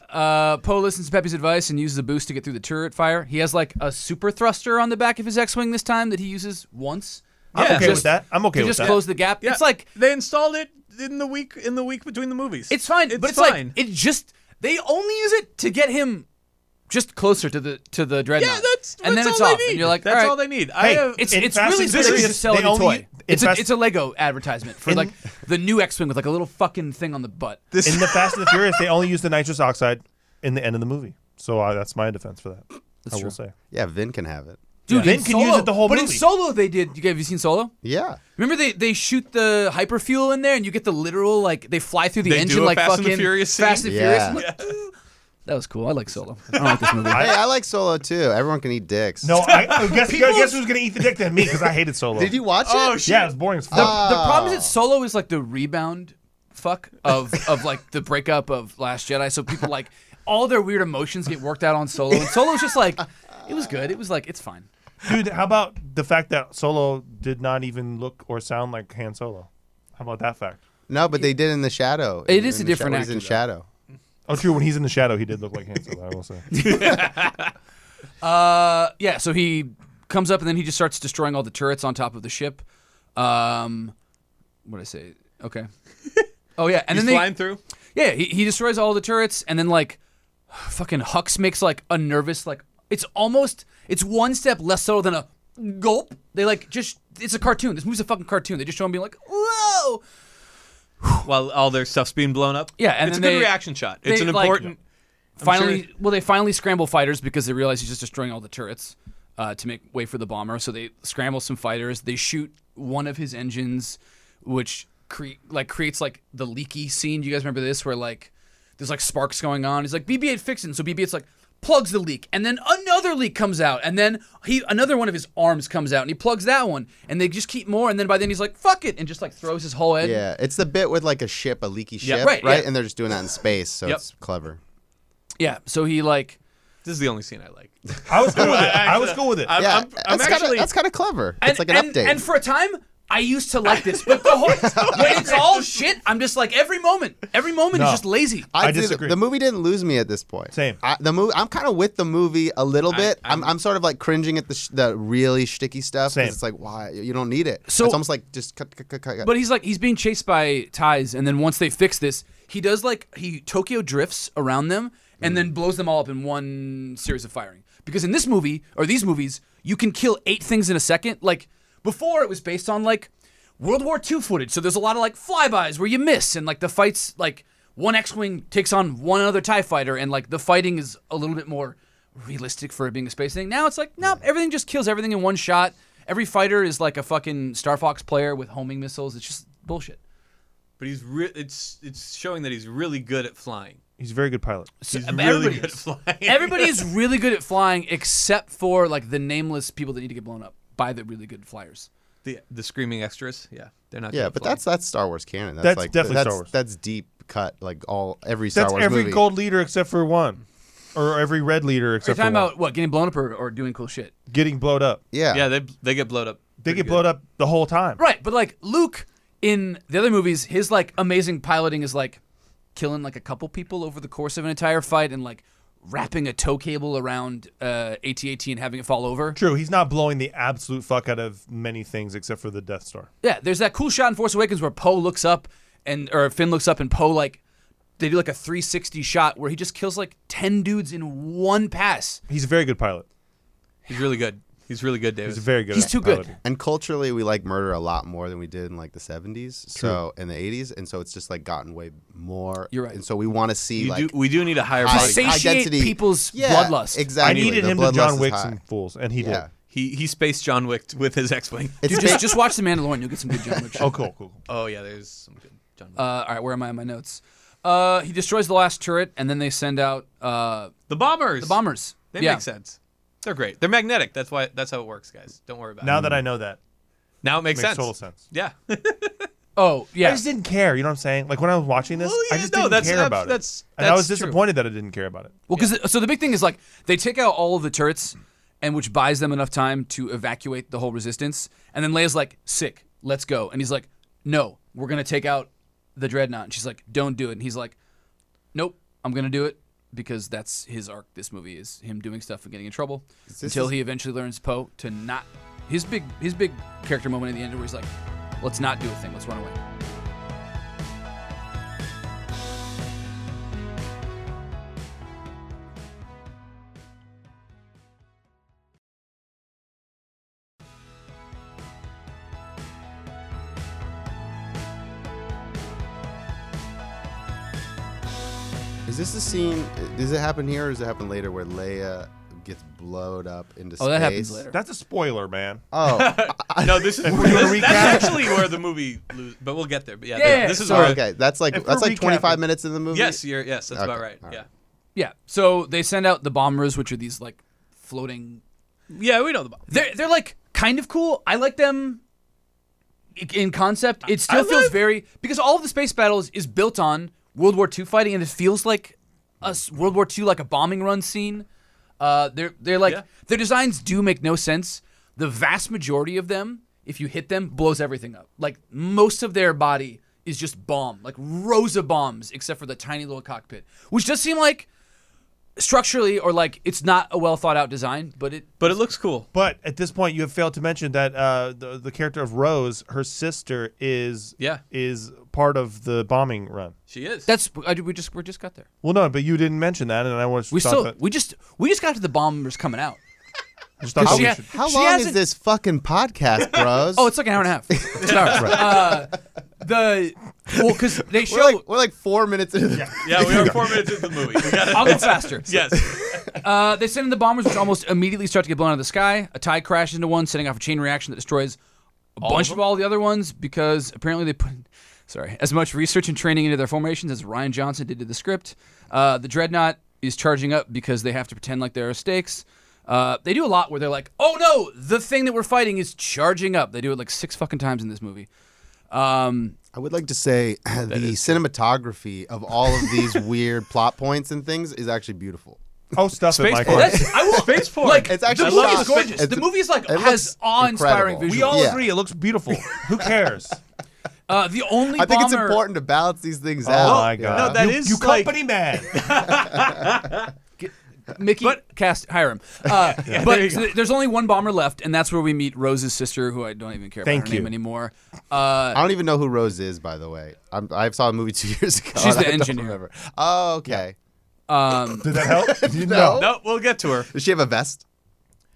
[SPEAKER 1] uh, Poe listens to Pepe's advice and uses a boost to get through the turret fire. He has like a super thruster on the back of his X-wing this time that he uses once.
[SPEAKER 4] I'm
[SPEAKER 2] Yeah.
[SPEAKER 4] okay
[SPEAKER 2] Just-
[SPEAKER 4] with that. I'm okay
[SPEAKER 1] to
[SPEAKER 4] with
[SPEAKER 1] just
[SPEAKER 4] that.
[SPEAKER 1] close the gap.
[SPEAKER 2] Yeah.
[SPEAKER 1] It's like
[SPEAKER 2] they installed it in the week in the week between the movies.
[SPEAKER 1] It's fine,
[SPEAKER 2] It's
[SPEAKER 1] but it's
[SPEAKER 2] fine.
[SPEAKER 1] like it just they only use it to get him just closer to the to the dreadnought.
[SPEAKER 2] yeah, that's
[SPEAKER 1] and then
[SPEAKER 2] that's
[SPEAKER 1] it's
[SPEAKER 2] all
[SPEAKER 1] off,
[SPEAKER 2] they need.
[SPEAKER 1] and you're like,
[SPEAKER 2] that's
[SPEAKER 1] all right,
[SPEAKER 2] all they need. I
[SPEAKER 4] Hey,
[SPEAKER 2] have,
[SPEAKER 1] It's
[SPEAKER 4] In
[SPEAKER 1] it's
[SPEAKER 4] Fast
[SPEAKER 1] really
[SPEAKER 4] and
[SPEAKER 1] silly
[SPEAKER 4] Furious,
[SPEAKER 1] to sell
[SPEAKER 4] they
[SPEAKER 1] you a
[SPEAKER 4] only-
[SPEAKER 1] toy.
[SPEAKER 4] in
[SPEAKER 1] It's a,
[SPEAKER 4] Fast-
[SPEAKER 1] it's a Lego advertisement for like the new X-wing with like a little fucking thing on the butt.
[SPEAKER 4] in the Fast and the Furious, they only use the nitrous oxide in the end of the movie. So uh, that's my defense for that. I will say.
[SPEAKER 3] Yeah, Vin can have it.
[SPEAKER 1] Dude,
[SPEAKER 4] Vin
[SPEAKER 1] in
[SPEAKER 4] can use
[SPEAKER 1] Solo-
[SPEAKER 4] it the whole
[SPEAKER 1] but
[SPEAKER 4] movie.
[SPEAKER 1] in Solo they did. You guys have you seen Solo?
[SPEAKER 3] Yeah.
[SPEAKER 1] Remember they, they shoot the hyperfuel in there and you get the literal like they fly through the
[SPEAKER 2] They
[SPEAKER 1] engine
[SPEAKER 2] do a
[SPEAKER 1] like
[SPEAKER 2] Fast and
[SPEAKER 1] fucking
[SPEAKER 2] the Furious scene?
[SPEAKER 1] Fast and
[SPEAKER 3] Yeah.
[SPEAKER 1] Furious. I'm like, "Ooh." That was cool. I like Solo. I don't like this movie.
[SPEAKER 3] Hey, I like Solo too. Everyone can eat dicks.
[SPEAKER 4] No, I, I guess, guess who's gonna eat the dick then? Me, because I hated Solo.
[SPEAKER 3] Did you Uh, watch it?
[SPEAKER 2] oh shit.
[SPEAKER 4] Yeah, it was boring as fuck.
[SPEAKER 1] The problem is that Solo is like the rebound fuck of of like the breakup of Last Jedi. So people like all their weird emotions get worked out on Solo, and Solo's just like, it was good. It was like it's fine.
[SPEAKER 5] Dude, how about the fact that Solo did not even look or sound like Han Solo? How about that fact?
[SPEAKER 3] No, but they did in the shadow.
[SPEAKER 1] It
[SPEAKER 3] in,
[SPEAKER 1] is
[SPEAKER 3] in
[SPEAKER 1] a
[SPEAKER 3] the
[SPEAKER 1] different
[SPEAKER 3] shadow. He's in
[SPEAKER 1] actor, though.
[SPEAKER 3] shadow.
[SPEAKER 5] Oh, true. When he's in the shadow, he did look like Han Solo. I will say.
[SPEAKER 1] Uh, yeah. So he comes up and then he just starts destroying all the turrets on top of the ship. Um, what I say? Okay. Oh yeah, and
[SPEAKER 2] He's
[SPEAKER 1] then they,
[SPEAKER 2] flying through.
[SPEAKER 1] Yeah, he, he destroys all the turrets, and then like, fucking Hux makes like a nervous like it's almost it's one step less subtle than a gulp. They like just it's a cartoon. This movie's a fucking cartoon. They just show him being like, whoa.
[SPEAKER 2] while all their stuff's being blown up.
[SPEAKER 1] Yeah, and
[SPEAKER 2] it's
[SPEAKER 1] then
[SPEAKER 2] a good
[SPEAKER 1] they-
[SPEAKER 2] reaction shot. It's
[SPEAKER 1] they,
[SPEAKER 2] an
[SPEAKER 1] like-
[SPEAKER 2] important.
[SPEAKER 1] finally,
[SPEAKER 2] sure-
[SPEAKER 1] well, they finally scramble fighters because they realize he's just destroying all the turrets uh, to make way for the bomber. So they scramble some fighters. They shoot one of his engines, which cre- like creates like the leaky scene. Do you guys remember this? Where like there's like sparks going on. He's like BB-8 fixing. So BB-8's like plugs the leak, and then another leak comes out, and then he another one of his arms comes out, and he plugs that one, and they just keep more, and then by then he's like fuck it, and just like throws his whole head.
[SPEAKER 3] Yeah, it's the bit with like a ship, a leaky ship,
[SPEAKER 1] right,
[SPEAKER 3] right?
[SPEAKER 1] yeah.
[SPEAKER 3] And they're just doing that in space, so
[SPEAKER 1] Yep.
[SPEAKER 3] it's clever.
[SPEAKER 1] yeah. So he like.
[SPEAKER 2] This is the only scene I like.
[SPEAKER 5] I was cool with it. I was cool with it.
[SPEAKER 2] I'm,
[SPEAKER 3] Yeah,
[SPEAKER 2] I'm, I'm
[SPEAKER 3] that's kind
[SPEAKER 2] actually.
[SPEAKER 3] of that's kind of clever. it's like an
[SPEAKER 1] and,
[SPEAKER 3] update.
[SPEAKER 1] and for a time, I used to like this, but the whole when it's all shit, I'm just like every moment, every moment
[SPEAKER 5] No.
[SPEAKER 1] is just lazy.
[SPEAKER 5] I
[SPEAKER 3] did-
[SPEAKER 5] disagree.
[SPEAKER 3] The movie didn't lose me at this point.
[SPEAKER 5] Same.
[SPEAKER 3] I, the movie, I'm kind of with the movie a little bit. I, am I'm sort of like cringing at the sh- the really shticky stuff. 'cause
[SPEAKER 5] Same.
[SPEAKER 3] It's like why you don't need it.
[SPEAKER 1] So-
[SPEAKER 3] it's almost like just cut, cut, cut, cut. cut.
[SPEAKER 1] But he's like he's being chased by ties, and then once they fix this, he does like he Tokyo drifts around them and then blows them all up in one series of firing. Because in this movie or these movies, you can kill eight things in a second. Like before, it was based on like World War II footage, so there's a lot of like flybys where you miss, and like the fights like one X-wing takes on one other Tie fighter, and like the fighting is a little bit more realistic for it being a space thing. Now it's like, nope, everything just kills everything in one shot. Every fighter is like a fucking Star Fox player with homing missiles. It's just bullshit.
[SPEAKER 2] But he's re- it's it's showing that he's really good at flying.
[SPEAKER 5] He's a very good pilot.
[SPEAKER 2] He's
[SPEAKER 1] but
[SPEAKER 2] really
[SPEAKER 1] everybody
[SPEAKER 2] good at
[SPEAKER 1] is.
[SPEAKER 2] flying.
[SPEAKER 1] Everybody is really good at flying except for like the nameless people that need to get blown up by the really good flyers.
[SPEAKER 2] the, the screaming extras. Yeah, they're not. good
[SPEAKER 3] yeah,
[SPEAKER 2] at
[SPEAKER 3] but
[SPEAKER 2] flying.
[SPEAKER 3] that's that's Star Wars canon. That's,
[SPEAKER 5] That's
[SPEAKER 3] like,
[SPEAKER 5] definitely
[SPEAKER 3] that's,
[SPEAKER 5] Star Wars.
[SPEAKER 3] That's deep cut. Like all every Star
[SPEAKER 5] That's
[SPEAKER 3] Wars
[SPEAKER 5] every
[SPEAKER 3] movie.
[SPEAKER 5] gold leader except for one, or every red leader
[SPEAKER 1] Are you
[SPEAKER 5] except for
[SPEAKER 1] talking
[SPEAKER 5] one.
[SPEAKER 1] about what getting blown up or, or doing cool shit?
[SPEAKER 5] getting blowed up.
[SPEAKER 3] yeah.
[SPEAKER 2] yeah. They they get blowed up.
[SPEAKER 5] They
[SPEAKER 2] pretty
[SPEAKER 5] get blowed
[SPEAKER 2] good.
[SPEAKER 5] up the whole time.
[SPEAKER 1] Right, but like Luke in the other movies, his like amazing piloting is like killing like a couple people over the course of an entire fight and like wrapping a tow cable around uh, AT-AT and having it fall over.
[SPEAKER 5] True. He's not blowing the absolute fuck out of many things except for the Death Star.
[SPEAKER 1] Yeah, there's that cool shot in Force Awakens where Poe looks up and or Finn looks up and Poe like they do like a 360 shot where he just kills like 10 dudes in one pass.
[SPEAKER 5] He's a very good pilot.
[SPEAKER 2] He's really good. He's really good, Davis.
[SPEAKER 5] He's very good.
[SPEAKER 1] He's
[SPEAKER 5] at
[SPEAKER 1] too good.
[SPEAKER 5] piloting.
[SPEAKER 3] And culturally, we like murder a lot more than we did in like the 70s, so in the 80s, and so it's just like gotten way more.
[SPEAKER 1] You're right.
[SPEAKER 3] And so we want to see
[SPEAKER 2] You
[SPEAKER 3] like
[SPEAKER 2] do, we do need a higher
[SPEAKER 3] high,
[SPEAKER 2] body.
[SPEAKER 1] Satiate
[SPEAKER 3] high density
[SPEAKER 1] people's
[SPEAKER 3] yeah,
[SPEAKER 1] bloodlust.
[SPEAKER 5] I
[SPEAKER 3] Exactly.
[SPEAKER 5] needed
[SPEAKER 3] The
[SPEAKER 5] him to
[SPEAKER 3] bloodlust
[SPEAKER 5] John
[SPEAKER 3] is
[SPEAKER 5] Wick
[SPEAKER 3] high.
[SPEAKER 5] some fools, and he
[SPEAKER 3] Yeah.
[SPEAKER 5] did.
[SPEAKER 2] He he spaced John Wick with his X-wing.
[SPEAKER 3] It's
[SPEAKER 1] Dude, just
[SPEAKER 3] ba-
[SPEAKER 1] just watch The Mandalorian, you'll get some good John Wick. shit.
[SPEAKER 5] Oh, cool, cool. cool.
[SPEAKER 2] oh yeah, there's some good John Wick.
[SPEAKER 1] Uh, all right, where am I in my notes? Uh, he destroys the last turret and then they send out uh,
[SPEAKER 2] the bombers. The
[SPEAKER 1] bombers.
[SPEAKER 2] They
[SPEAKER 1] yeah.
[SPEAKER 2] make sense. They're great. They're magnetic. That's why. That's how it works, guys. Don't worry about
[SPEAKER 5] Now
[SPEAKER 2] it.
[SPEAKER 5] that I know that,
[SPEAKER 2] Now it makes,
[SPEAKER 5] makes
[SPEAKER 2] sense.
[SPEAKER 5] total sense.
[SPEAKER 2] Yeah.
[SPEAKER 1] Oh, yeah.
[SPEAKER 5] I just didn't care. You know what I'm saying? Like when I was watching this,
[SPEAKER 2] Well, yeah,
[SPEAKER 5] I just
[SPEAKER 2] no,
[SPEAKER 5] didn't
[SPEAKER 2] that's
[SPEAKER 5] care
[SPEAKER 2] abs-
[SPEAKER 5] about
[SPEAKER 2] that's-
[SPEAKER 5] it. and I was
[SPEAKER 2] that's true.
[SPEAKER 5] disappointed that I didn't care about it.
[SPEAKER 1] Well, because so the big thing is like they take out all of the turrets, and which buys them enough time to evacuate the whole resistance. And then Leia's like, "Sick, let's go," and he's like, "No, we're gonna take out the dreadnought." And she's like, "Don't do it," and he's like, "Nope, I'm gonna do it." Because that's his arc. This movie is him doing stuff and getting in trouble until he eventually learns Poe to not his big his big character moment in the end where he's like, "Let's not do a thing. Let's run away."
[SPEAKER 3] Is this the scene? Does it happen here, or does it happen later, where Leia gets blowed up into space?
[SPEAKER 1] Oh, that happens later.
[SPEAKER 5] That's a spoiler, man.
[SPEAKER 3] Oh,
[SPEAKER 2] No, this is
[SPEAKER 5] recap?
[SPEAKER 2] this, that's actually where the movie. Lo- but we'll get there. But yeah,
[SPEAKER 1] Yeah,
[SPEAKER 2] this is
[SPEAKER 1] so-
[SPEAKER 2] where.
[SPEAKER 3] okay. That's like
[SPEAKER 5] If
[SPEAKER 3] that's
[SPEAKER 5] we're
[SPEAKER 3] like 25
[SPEAKER 5] recapping-
[SPEAKER 3] minutes in the movie.
[SPEAKER 2] Yes, you're. Yes, that's about
[SPEAKER 3] Okay,
[SPEAKER 2] right.
[SPEAKER 3] all
[SPEAKER 2] Yeah.
[SPEAKER 3] right.
[SPEAKER 1] Yeah. So they send out the bombers, which are these like floating
[SPEAKER 2] Yeah, we know the bomb.
[SPEAKER 1] They're they're like kind of cool. I like them in concept, it still feels very because all of the space battles is built on World War II fighting, and it feels like a s- World War II like a bombing run scene. Uh, they're they're like
[SPEAKER 2] Yeah.
[SPEAKER 1] their designs do make no sense. The vast majority of them, if you hit them, blows everything up. Like most of their body is just bomb, like rows of bombs, except for the tiny little cockpit, which does seem like structurally or like it's not a well thought out design, but it
[SPEAKER 2] But it looks cool.
[SPEAKER 4] But at this point, you have failed to mention that uh, the, the character of Rose, her sister, is
[SPEAKER 2] Yeah.
[SPEAKER 4] is part of the bombing run.
[SPEAKER 2] She is.
[SPEAKER 1] that's I, we just we just got there.
[SPEAKER 4] Well, no, but you didn't mention that, and I want to
[SPEAKER 1] We
[SPEAKER 4] thought
[SPEAKER 1] still
[SPEAKER 4] that,
[SPEAKER 1] we just we just got to the bombers coming out.
[SPEAKER 4] just thought
[SPEAKER 1] Cause
[SPEAKER 4] that
[SPEAKER 1] she
[SPEAKER 4] we
[SPEAKER 1] had-
[SPEAKER 4] should-
[SPEAKER 3] How
[SPEAKER 1] She
[SPEAKER 3] long is
[SPEAKER 1] hasn't-
[SPEAKER 3] this fucking podcast, bros?
[SPEAKER 1] Oh, it's like an hour and a half. It's an hour. uh, the well, because they show.
[SPEAKER 3] we're like we're like four minutes into the
[SPEAKER 2] yeah, we are four minutes into the movie. We gotta,
[SPEAKER 1] I'll go faster.
[SPEAKER 2] yes.
[SPEAKER 1] Uh, they send in the bombers, which almost immediately start to get blown out of the sky. A tie crashes into one, setting off a chain reaction that destroys a bunch of, all the other ones because apparently they put, sorry, as much research and training into their formations as Ryan Johnson did to the script. Uh, the dreadnought is charging up because they have to pretend like there are stakes. Uh, they do a lot where they're like, "Oh no, the thing that we're fighting is charging up." They do it like six fucking times in this movie. Um,
[SPEAKER 3] I would like to say uh, the cinematography of all of these weird plot points and things is actually beautiful.
[SPEAKER 4] oh, stuff it,
[SPEAKER 2] Space
[SPEAKER 4] Michael.
[SPEAKER 2] Force.
[SPEAKER 1] that's I will
[SPEAKER 2] Space Force.
[SPEAKER 1] Like
[SPEAKER 3] It's actually
[SPEAKER 1] the movie
[SPEAKER 3] shot-
[SPEAKER 1] is gorgeous.
[SPEAKER 3] it's-
[SPEAKER 1] the movie is like
[SPEAKER 3] it
[SPEAKER 1] has
[SPEAKER 3] looks
[SPEAKER 1] awe-inspiring visuals.
[SPEAKER 3] incredible.
[SPEAKER 4] We all
[SPEAKER 3] Yeah.
[SPEAKER 4] agree it looks beautiful. Who cares?
[SPEAKER 1] Uh, the only
[SPEAKER 3] I think it's
[SPEAKER 1] bomber-
[SPEAKER 3] important to balance these things out.
[SPEAKER 4] Oh my
[SPEAKER 3] you
[SPEAKER 4] God.
[SPEAKER 3] know?
[SPEAKER 2] No, that
[SPEAKER 4] you,
[SPEAKER 2] is
[SPEAKER 4] you
[SPEAKER 2] like-
[SPEAKER 4] company man.
[SPEAKER 1] Mickey cast Hiram. Uh, but
[SPEAKER 2] there you
[SPEAKER 1] so th- there's only one bomber left, and that's where we meet Rose's sister, who I don't even care
[SPEAKER 4] Thank
[SPEAKER 1] about her
[SPEAKER 4] you.
[SPEAKER 1] name anymore. Uh,
[SPEAKER 3] I don't even know who Rose is, by the way. I'm, I saw a movie two years ago.
[SPEAKER 1] She's
[SPEAKER 3] and
[SPEAKER 1] the
[SPEAKER 3] I don't
[SPEAKER 1] engineer.
[SPEAKER 3] remember. Oh, okay.
[SPEAKER 1] um,
[SPEAKER 4] Did that help?
[SPEAKER 3] No.
[SPEAKER 2] No, we'll get to her.
[SPEAKER 3] Does she have a vest?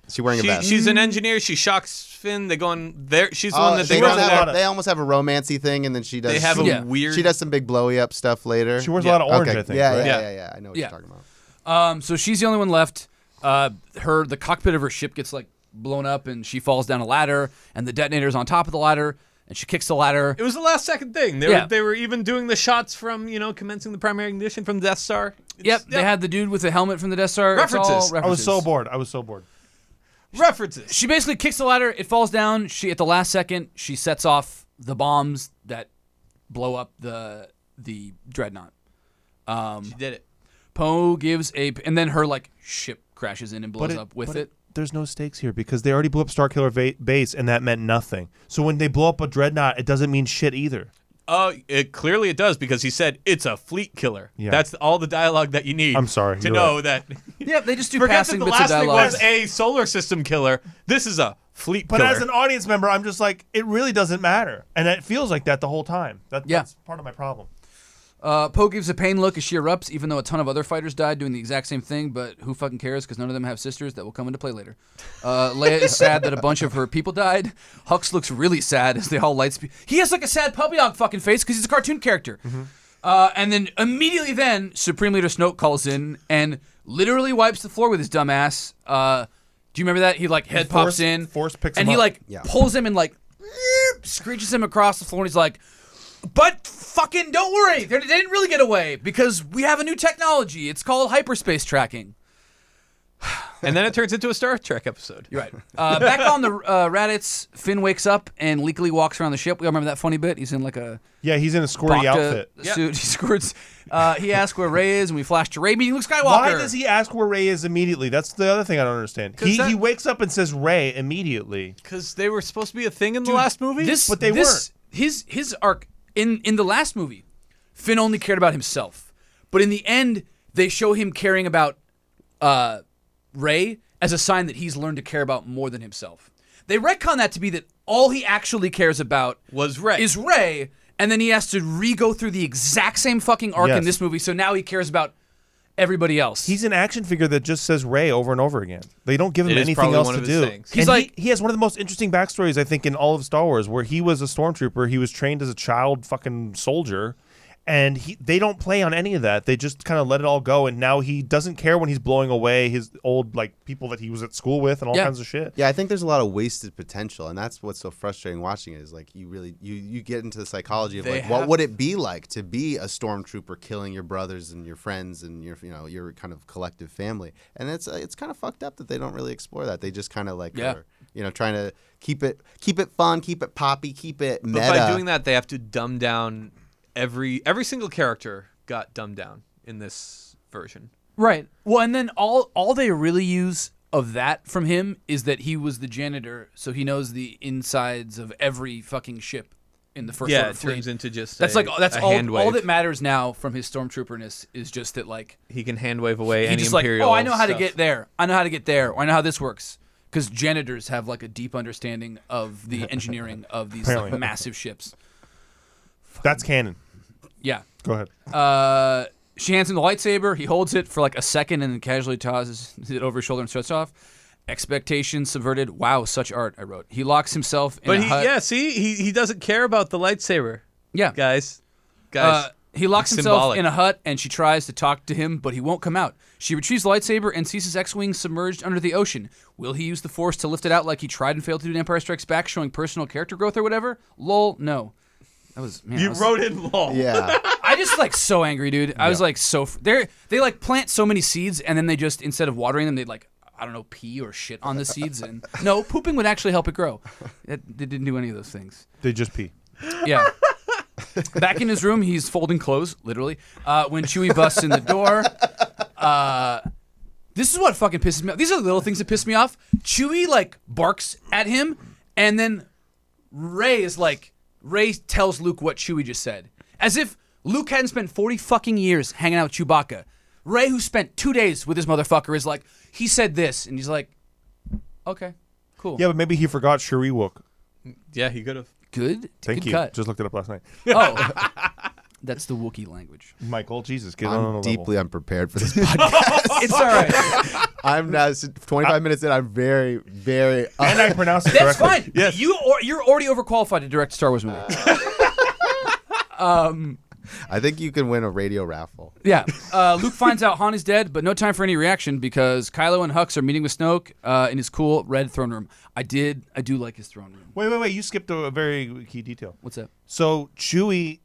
[SPEAKER 3] Is she wearing
[SPEAKER 2] She,
[SPEAKER 3] a vest?
[SPEAKER 2] she's an engineer. She shocks Finn. They go on there. She's the
[SPEAKER 3] Oh,
[SPEAKER 2] one that
[SPEAKER 3] they,
[SPEAKER 2] they
[SPEAKER 4] go
[SPEAKER 2] go
[SPEAKER 3] don't
[SPEAKER 2] to
[SPEAKER 4] on
[SPEAKER 3] have,
[SPEAKER 2] there.
[SPEAKER 4] Uh, that-
[SPEAKER 3] they almost have a romancy thing, and then she does.
[SPEAKER 2] They have a
[SPEAKER 1] Yeah.
[SPEAKER 2] weird.
[SPEAKER 3] She does some big blowy up stuff later.
[SPEAKER 4] She wears
[SPEAKER 2] Yeah.
[SPEAKER 4] a lot of orange,
[SPEAKER 3] okay.
[SPEAKER 4] I think.
[SPEAKER 3] yeah,
[SPEAKER 4] right?
[SPEAKER 3] yeah,
[SPEAKER 2] Yeah.
[SPEAKER 3] yeah, yeah. I know what
[SPEAKER 1] Yeah.
[SPEAKER 3] you're talking about.
[SPEAKER 1] um, so she's the only one left. Uh, her the cockpit of her ship gets like blown up, and she falls down a ladder, and the detonator's on top of the ladder, and she kicks the ladder.
[SPEAKER 2] It was the last second thing. They,
[SPEAKER 1] Yeah.
[SPEAKER 2] were, they were even doing the shots from, you know, commencing the primary ignition from Death Star. It's-
[SPEAKER 1] Yep, they had the dude with the helmet from the Death Star. It's all
[SPEAKER 2] References. I
[SPEAKER 4] I was
[SPEAKER 1] references.
[SPEAKER 4] so bored. I was so bored.
[SPEAKER 2] references.
[SPEAKER 1] she basically kicks the ladder. It falls down. She at the last second she sets off the bombs that blow up the the dreadnought.
[SPEAKER 2] She did it.
[SPEAKER 1] Poe gives a and then her like ship crashes in and blows up with
[SPEAKER 4] but
[SPEAKER 1] it.
[SPEAKER 4] There's no stakes here because they already blew up Starkiller va- Base and that meant nothing. So when they blow up a dreadnought, it doesn't mean shit either.
[SPEAKER 2] Oh, it clearly it does because he said it's a fleet killer.
[SPEAKER 4] Yeah.
[SPEAKER 2] That's all the dialogue that you need.
[SPEAKER 4] I'm sorry,
[SPEAKER 2] to
[SPEAKER 4] you're
[SPEAKER 2] know that.
[SPEAKER 1] Yeah, they just do
[SPEAKER 2] Forget that
[SPEAKER 1] passing
[SPEAKER 2] the
[SPEAKER 1] bits of
[SPEAKER 2] last thing
[SPEAKER 1] dialogue.
[SPEAKER 2] was a solar system killer. This is a fleet
[SPEAKER 4] But
[SPEAKER 2] killer.
[SPEAKER 4] as an audience member, I'm just like, it really doesn't matter, and it feels like that the whole time. That,
[SPEAKER 1] Yeah.
[SPEAKER 4] That's part of my problem.
[SPEAKER 1] Uh, Poe gives a pain look as she erupts, even though a ton of other fighters died doing the exact same thing. But who fucking cares? Because none of them have sisters that will come into play later. Uh, Leia is sad that a bunch of her people died. Hux looks really sad as they all lightspeed. He has like a sad puppy dog fucking face because he's a cartoon character. Uh, and then immediately, then Supreme Leader Snoke calls in and literally wipes the floor with his dumb ass. Uh, do you remember that? He like head pops
[SPEAKER 4] Force-
[SPEAKER 1] in,
[SPEAKER 4] Force picks
[SPEAKER 1] and
[SPEAKER 4] him
[SPEAKER 1] he
[SPEAKER 4] up.
[SPEAKER 1] like
[SPEAKER 3] Yeah.
[SPEAKER 1] pulls him and like screeches him across the floor. And he's like, but fucking don't worry. They they didn't really get away because we have a new technology. It's called hyperspace tracking.
[SPEAKER 2] and then it turns into a Star Trek episode.
[SPEAKER 1] You're right. Uh, back on the uh, Raditz, Finn wakes up and leakily walks around the ship. We all remember that funny bit. He's in like a
[SPEAKER 4] Yeah, he's in a squirty
[SPEAKER 1] Bacta
[SPEAKER 4] outfit.
[SPEAKER 1] suit. He squirts. Uh, he asks where Ray is, and we flash to Ray meeting Luke Skywalker.
[SPEAKER 4] Why does he ask where Ray is immediately? That's the other thing I don't understand. He,
[SPEAKER 2] that-
[SPEAKER 4] he wakes up and says Ray immediately.
[SPEAKER 2] Because they were supposed to be a thing in the last movie.
[SPEAKER 1] This,
[SPEAKER 4] But they
[SPEAKER 1] this, His his arc in in the last movie, Finn only cared about himself, but in the end, they show him caring about uh, Ray as a sign that he's learned to care about more than himself. They retcon that to be that all he actually cares about
[SPEAKER 2] Was Rey.
[SPEAKER 1] Is Ray, and then he has to re go through the exact same fucking arc in
[SPEAKER 4] Yes.
[SPEAKER 1] this movie. So now he cares about everybody else.
[SPEAKER 4] He's an action figure that just says Ray over and over again. They don't give him
[SPEAKER 2] It is
[SPEAKER 4] anything
[SPEAKER 2] probably
[SPEAKER 4] else
[SPEAKER 2] one
[SPEAKER 4] to
[SPEAKER 2] of
[SPEAKER 4] do.
[SPEAKER 2] his things.
[SPEAKER 1] He's
[SPEAKER 4] And
[SPEAKER 1] like-
[SPEAKER 4] he, he has one of the most interesting backstories I think in all of Star Wars, where he was a stormtrooper. He was trained as a child fucking soldier, and he they don't play on any of that. They just kind of let it all go, and now he doesn't care when he's blowing away his old like people that he was at school with and all
[SPEAKER 1] Yeah.
[SPEAKER 4] kinds of shit.
[SPEAKER 3] Yeah, I think there's a lot of wasted potential, and that's what's so frustrating watching it. Is like you really you you get into the psychology of
[SPEAKER 1] They
[SPEAKER 3] like
[SPEAKER 1] have-
[SPEAKER 3] what would it be like to be a stormtrooper killing your brothers and your friends and your you know your kind of collective family, and it's uh, it's kind of fucked up that they don't really explore that. They just kind of like
[SPEAKER 1] Yeah.
[SPEAKER 3] are You know, trying to keep it keep it fun, keep it poppy, keep it meta.
[SPEAKER 2] But by doing that, they have to dumb down every every single character got dumbed down in this version.
[SPEAKER 1] Right. Well, and then all all they really use of that from him is that he was the janitor, so he knows the insides of every fucking ship in the first.
[SPEAKER 2] yeah,
[SPEAKER 1] order
[SPEAKER 2] it
[SPEAKER 1] fleet.
[SPEAKER 2] turns into just
[SPEAKER 1] that's
[SPEAKER 2] a-
[SPEAKER 1] like that's
[SPEAKER 2] a
[SPEAKER 1] all
[SPEAKER 2] hand
[SPEAKER 1] all
[SPEAKER 2] wave.
[SPEAKER 1] that matters now from his stormtrooperness is just that like
[SPEAKER 2] he can hand wave away
[SPEAKER 1] he
[SPEAKER 2] any
[SPEAKER 1] just like
[SPEAKER 2] imperial.
[SPEAKER 1] oh I know how to
[SPEAKER 2] stuff.
[SPEAKER 1] get there, I know how to get there, or I know how this works. Because janitors have like a deep understanding of the engineering of these like,
[SPEAKER 4] Apparently.
[SPEAKER 1] massive ships.
[SPEAKER 4] That's canon.
[SPEAKER 1] Yeah.
[SPEAKER 4] Go ahead.
[SPEAKER 1] Uh, she hands him the lightsaber. He holds it for like a second and then casually tosses it over his shoulder and shuts off. Expectations subverted. Wow, such art. I wrote. He locks himself in
[SPEAKER 2] But
[SPEAKER 1] a
[SPEAKER 2] he,
[SPEAKER 1] hut.
[SPEAKER 2] yeah, see, he he doesn't care about the lightsaber,
[SPEAKER 1] yeah.
[SPEAKER 2] guys. Guys,
[SPEAKER 1] Uh, he locks
[SPEAKER 2] it's
[SPEAKER 1] himself
[SPEAKER 2] symbolic.
[SPEAKER 1] in a hut and she tries to talk to him, but he won't come out. She retrieves the lightsaber and sees his X-wing submerged under the ocean. Will he use the Force to lift it out like he tried and failed to do in Empire Strikes Back, showing personal character growth or whatever? Lol, no. That was man, I
[SPEAKER 2] you
[SPEAKER 1] was-
[SPEAKER 2] wrote in law.
[SPEAKER 3] yeah.
[SPEAKER 1] I just like so angry, dude. I was like so f- they they like plant so many seeds and then they just instead of watering them, they like I don't know pee or shit on the seeds and no pooping would actually help it grow. It, they didn't do any of those things.
[SPEAKER 4] They just pee.
[SPEAKER 1] Yeah. Back in his room, he's folding clothes, literally. Uh, when Chewie busts in the door, uh, this is what fucking pisses me off. These are the little things that piss me off. Chewie like barks at him, and then Ray is like, Ray tells Luke what Chewie just said, as if Luke hadn't spent forty fucking years hanging out with Chewbacca. Ray, who spent two days with this motherfucker, is like, he said this, and he's like, okay, cool,
[SPEAKER 4] Yeah, but maybe he forgot Cherie Wook.
[SPEAKER 2] yeah, he could have.
[SPEAKER 1] good,
[SPEAKER 4] Thank
[SPEAKER 1] good
[SPEAKER 4] you.
[SPEAKER 1] cut.
[SPEAKER 4] Just looked it up last night.
[SPEAKER 1] Oh, that's the Wookiee language.
[SPEAKER 4] Michael, Jesus, get on
[SPEAKER 3] I'm
[SPEAKER 4] a
[SPEAKER 3] deeply
[SPEAKER 4] level.
[SPEAKER 3] unprepared for this podcast.
[SPEAKER 1] It's all right.
[SPEAKER 3] I'm now s- 25 minutes in. I'm very, very. uh,
[SPEAKER 4] And I pronounced it
[SPEAKER 1] That's
[SPEAKER 4] correctly.
[SPEAKER 1] fine. You or, you're already overqualified to direct a Star Wars movie.
[SPEAKER 4] Uh.
[SPEAKER 3] I think you can win a radio raffle.
[SPEAKER 1] yeah. Uh, Luke finds out Han is dead, but no time for any reaction because Kylo and Hux are meeting with Snoke uh, in his cool red throne room. I did. I do like his throne room.
[SPEAKER 4] Wait, wait, wait. You skipped a, a very key detail.
[SPEAKER 1] What's up?
[SPEAKER 4] So Chewie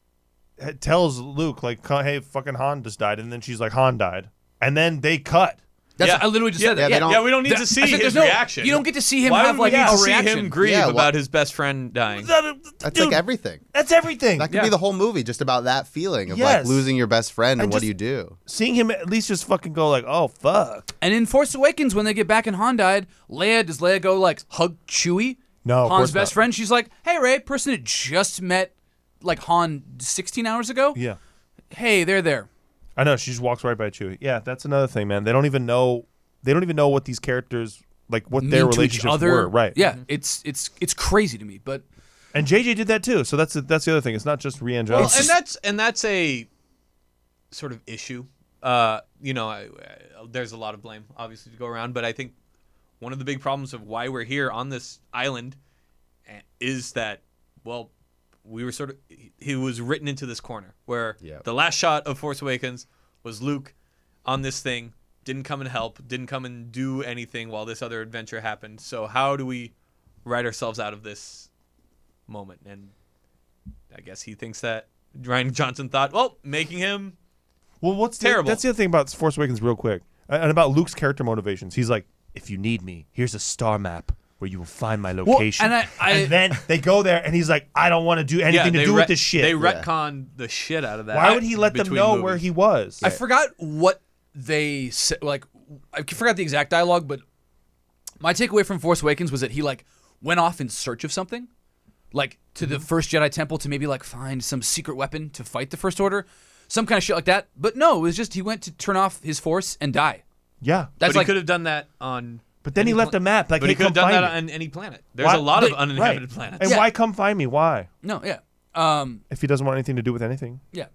[SPEAKER 4] ha- tells Luke, like, hey, fucking Han just died. And then she's like, Han died. And then they cut.
[SPEAKER 1] That's,
[SPEAKER 2] Yeah.
[SPEAKER 1] I literally just
[SPEAKER 2] Yeah,
[SPEAKER 1] said
[SPEAKER 3] yeah,
[SPEAKER 1] that.
[SPEAKER 3] they
[SPEAKER 1] Yeah.
[SPEAKER 3] don't-
[SPEAKER 2] Yeah, we don't need
[SPEAKER 1] That-
[SPEAKER 2] to
[SPEAKER 1] I
[SPEAKER 2] see
[SPEAKER 1] said,
[SPEAKER 2] his
[SPEAKER 1] there's no-
[SPEAKER 2] reaction.
[SPEAKER 1] you don't get to see him
[SPEAKER 2] Why
[SPEAKER 1] have
[SPEAKER 2] would we
[SPEAKER 1] like
[SPEAKER 2] need
[SPEAKER 1] a
[SPEAKER 2] to see
[SPEAKER 1] reaction.
[SPEAKER 2] him grieve
[SPEAKER 3] Yeah, why-
[SPEAKER 2] about his best friend dying.
[SPEAKER 3] That's
[SPEAKER 4] uh, Dude,
[SPEAKER 3] like everything.
[SPEAKER 4] that's everything.
[SPEAKER 3] That could
[SPEAKER 2] Yeah.
[SPEAKER 3] be the whole movie, just about that feeling of
[SPEAKER 4] Yes.
[SPEAKER 3] like losing your best friend and,
[SPEAKER 4] And
[SPEAKER 3] what
[SPEAKER 4] just-
[SPEAKER 3] do you do?
[SPEAKER 4] Seeing him at least just fucking go like, oh, fuck.
[SPEAKER 1] And in Force Awakens, when they get back and Han died, Leia does Leia go like hug Chewie?
[SPEAKER 4] No, of
[SPEAKER 1] Han's
[SPEAKER 4] course
[SPEAKER 1] best
[SPEAKER 4] not.
[SPEAKER 1] friend. She's like, "Hey, Ray, person that just met like Han 16 hours ago.
[SPEAKER 4] Yeah.
[SPEAKER 1] Hey, they're there.
[SPEAKER 4] I know. She just walks right by Chewie. Yeah, that's another thing, man. They don't even know. They don't even know what these characters like, what their
[SPEAKER 1] mean to
[SPEAKER 4] relationships
[SPEAKER 1] each other.
[SPEAKER 4] were, right? Mm-hmm.
[SPEAKER 1] Yeah, it's it's it's crazy to me, but
[SPEAKER 4] And JJ did that too. So that's the, that's the other thing. It's not just Rian Johnson.
[SPEAKER 2] Well, and that's and that's a sort of issue. Uh, you know, I, I, there's a lot of blame obviously to go around, but I think one of the big problems of why we're here on this island eh, is that well, we were sort of he- he was written into this corner where
[SPEAKER 3] Yeah.
[SPEAKER 2] the last shot of Force Awakens was Luke on this thing didn't come and help, didn't come and do anything while this other adventure happened. So how do we write ourselves out of this moment? And I guess he thinks that Ryan Johnson thought, well, making him
[SPEAKER 4] Well, what's the-
[SPEAKER 2] Terrible.
[SPEAKER 4] that's the other thing about Force Awakens, real quick, uh, and about Luke's character motivations. He's like, if you need me, here's a star map where you will find my location.
[SPEAKER 1] and I- I-
[SPEAKER 4] And then they go there, and he's like, I don't want to do anything to
[SPEAKER 2] they
[SPEAKER 4] do
[SPEAKER 2] ret-
[SPEAKER 4] with this shit.
[SPEAKER 2] They retconned the shit out of that.
[SPEAKER 4] Why would he let them
[SPEAKER 2] between
[SPEAKER 4] know
[SPEAKER 2] movies.
[SPEAKER 4] where he was?
[SPEAKER 1] I forgot what they said. Like, I forgot the exact dialogue, but my takeaway from Force Awakens was that he like went off in search of something, like to the first Jedi Temple to maybe like find some secret weapon to fight the First Order, some kind of shit like that. But no, it was just he went to turn off his Force and die.
[SPEAKER 4] yeah,
[SPEAKER 1] That's
[SPEAKER 2] But he
[SPEAKER 1] like
[SPEAKER 2] could have done that on.
[SPEAKER 4] but then he
[SPEAKER 2] any
[SPEAKER 4] left
[SPEAKER 2] pla-
[SPEAKER 4] a map. Like,
[SPEAKER 2] But
[SPEAKER 4] hey,
[SPEAKER 2] he could have
[SPEAKER 4] come
[SPEAKER 2] done that
[SPEAKER 4] find me.
[SPEAKER 2] on any planet. There's
[SPEAKER 4] Why-
[SPEAKER 2] a lot of
[SPEAKER 1] Right.
[SPEAKER 2] uninhabited
[SPEAKER 4] right.
[SPEAKER 2] planets.
[SPEAKER 4] And
[SPEAKER 1] Yeah.
[SPEAKER 4] why come find me? Why?
[SPEAKER 1] no, yeah, um,
[SPEAKER 4] If he doesn't want anything to do with anything.
[SPEAKER 1] yeah.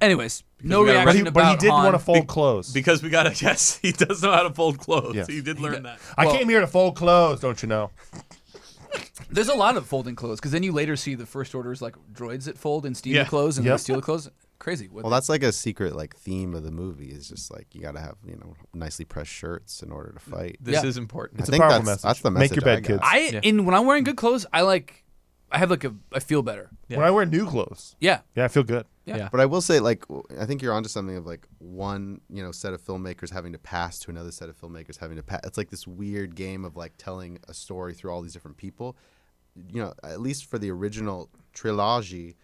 [SPEAKER 1] Anyways, no
[SPEAKER 2] we gotta-
[SPEAKER 1] reaction
[SPEAKER 4] But he,
[SPEAKER 1] about
[SPEAKER 4] but he did
[SPEAKER 1] Han.
[SPEAKER 4] want to fold clothes.
[SPEAKER 2] Because we gotta guess he does know how to fold clothes.
[SPEAKER 4] Yes.
[SPEAKER 2] He did learn that.
[SPEAKER 4] I
[SPEAKER 1] well-
[SPEAKER 4] came here to fold clothes, don't you know?
[SPEAKER 1] There's a lot of folding clothes because then you later see the first orders like droids that fold and steal
[SPEAKER 2] Yeah.
[SPEAKER 1] the clothes and
[SPEAKER 4] Yep.
[SPEAKER 1] then steal the clothes. Crazy. What
[SPEAKER 3] Well, that's like a secret like theme of the movie is just like you got to have you know nicely pressed shirts in order to fight.
[SPEAKER 2] This
[SPEAKER 1] Yeah.
[SPEAKER 2] is important.
[SPEAKER 3] I
[SPEAKER 4] a
[SPEAKER 3] think
[SPEAKER 4] powerful
[SPEAKER 3] that's,
[SPEAKER 4] message.
[SPEAKER 3] that's the
[SPEAKER 4] Make
[SPEAKER 3] message.
[SPEAKER 4] your bed,
[SPEAKER 3] I got.
[SPEAKER 4] kids.
[SPEAKER 1] I in when I'm wearing good clothes, I like I have like a I feel better.
[SPEAKER 2] Yeah.
[SPEAKER 4] When I wear new clothes,
[SPEAKER 1] Yeah.
[SPEAKER 4] yeah, I feel good.
[SPEAKER 1] Yeah.
[SPEAKER 2] Yeah.
[SPEAKER 3] But I will say, like, w- I think you're onto something of like one, you know, set of filmmakers having to pass to another set of filmmakers having to pass. It's like this weird game of like telling a story through all these different people. You know, at least for the original trilogy,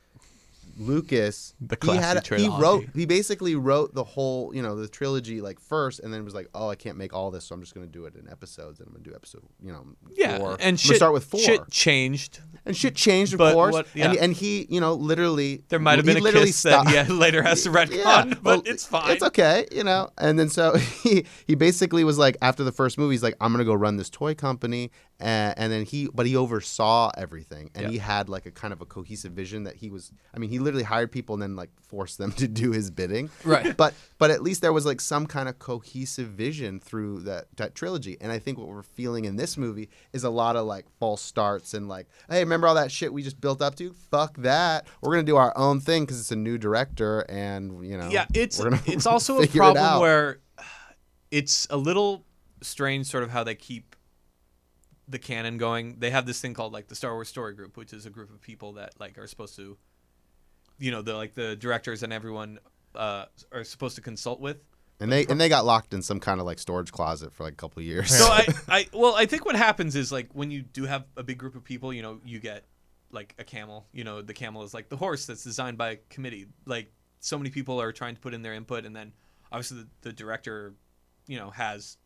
[SPEAKER 3] Lucas,
[SPEAKER 2] The
[SPEAKER 3] he had
[SPEAKER 2] classy
[SPEAKER 3] a- he
[SPEAKER 2] trilogy.
[SPEAKER 3] wrote he basically wrote the whole, you know, the trilogy like first, and then was like, oh, I can't make all this, so I'm just gonna do it in episodes, and I'm gonna do episode, you know,
[SPEAKER 2] yeah,
[SPEAKER 3] four. I'm gonna
[SPEAKER 2] and shit,
[SPEAKER 3] start with four
[SPEAKER 2] shit changed.
[SPEAKER 3] and shit changed, of
[SPEAKER 2] But
[SPEAKER 3] course.
[SPEAKER 2] what-
[SPEAKER 3] and,
[SPEAKER 2] yeah.
[SPEAKER 3] and he, you know, literally
[SPEAKER 2] There might have
[SPEAKER 3] he
[SPEAKER 2] been a
[SPEAKER 3] literally
[SPEAKER 2] kiss that
[SPEAKER 3] stopped-
[SPEAKER 2] yeah later has to retcon,
[SPEAKER 3] Yeah,
[SPEAKER 2] but
[SPEAKER 3] well,
[SPEAKER 2] it's fine.
[SPEAKER 3] It's okay, you know. And then so he he basically was like, after the first movie, he's like, I'm gonna go run this toy company, and, and then he, but he oversaw everything, and he had like a kind of a cohesive vision that he was. I mean, he literally hired people and then like forced them to do his bidding.
[SPEAKER 1] Right.
[SPEAKER 3] But but at least there was like some kind of cohesive vision through that that trilogy, and I think what we're feeling in this movie is a lot of like false starts and like, hey, remember all that shit we just built up to? Fuck that. We're gonna do our own thing because it's a new director, and you know.
[SPEAKER 2] Yeah, it's
[SPEAKER 3] We're gonna
[SPEAKER 2] it's also a
[SPEAKER 3] figure it
[SPEAKER 2] problem
[SPEAKER 3] out.
[SPEAKER 2] where it's a little strange, sort of how they keep the canon going. They have this thing called like the Star Wars Story Group, which is a group of people that like are supposed to, you know, the like the directors and everyone uh, are supposed to consult with.
[SPEAKER 3] and they and they got locked in some kind of like storage closet for like a couple of years.
[SPEAKER 2] So uh, I, I well, I think what happens is like when you do have a big group of people, you know, you get like a camel. You know, the camel is like the horse that's designed by a committee. Like so many people are trying to put in their input, and then obviously the, the director, you know, has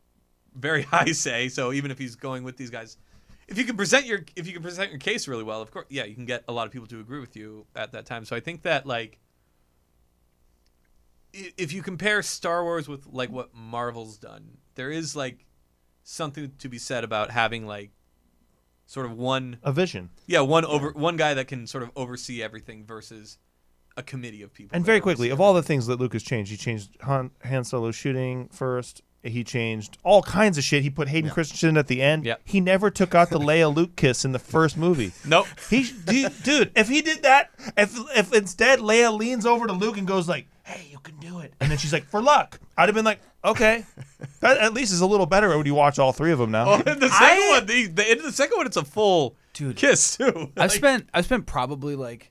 [SPEAKER 2] very high say. So even if he's going with these guys, if you can present your if you can present your case really well, of course, yeah, you can get a lot of people to agree with you at that time. So I think that like i- if you compare Star Wars with like what Marvel's done, there is like something to be said about having like sort of one
[SPEAKER 4] A vision.
[SPEAKER 2] yeah one over one guy that can sort of oversee everything versus a committee of people.
[SPEAKER 4] And
[SPEAKER 2] that
[SPEAKER 4] very
[SPEAKER 2] oversee
[SPEAKER 4] quickly,
[SPEAKER 2] it.
[SPEAKER 4] of all the things that Lucas changed, he changed Han, Han Solo shooting first. He changed all kinds of shit. He put Hayden Christensen at the end.
[SPEAKER 2] Yeah.
[SPEAKER 4] He never took out the Leia Luke kiss in the first movie.
[SPEAKER 2] nope.
[SPEAKER 4] He, dude, dude, if he did that, if if instead Leia leans over to Luke and goes like, "Hey, you can do it," and then she's like, "For luck," I'd have been like, "Okay, that at least is a little better." When you watch all three of them now,
[SPEAKER 2] And the second
[SPEAKER 1] I-
[SPEAKER 2] one, the, the end of the second one, it's a full
[SPEAKER 1] Dude.
[SPEAKER 2] kiss too.
[SPEAKER 1] I've spent I've spent probably like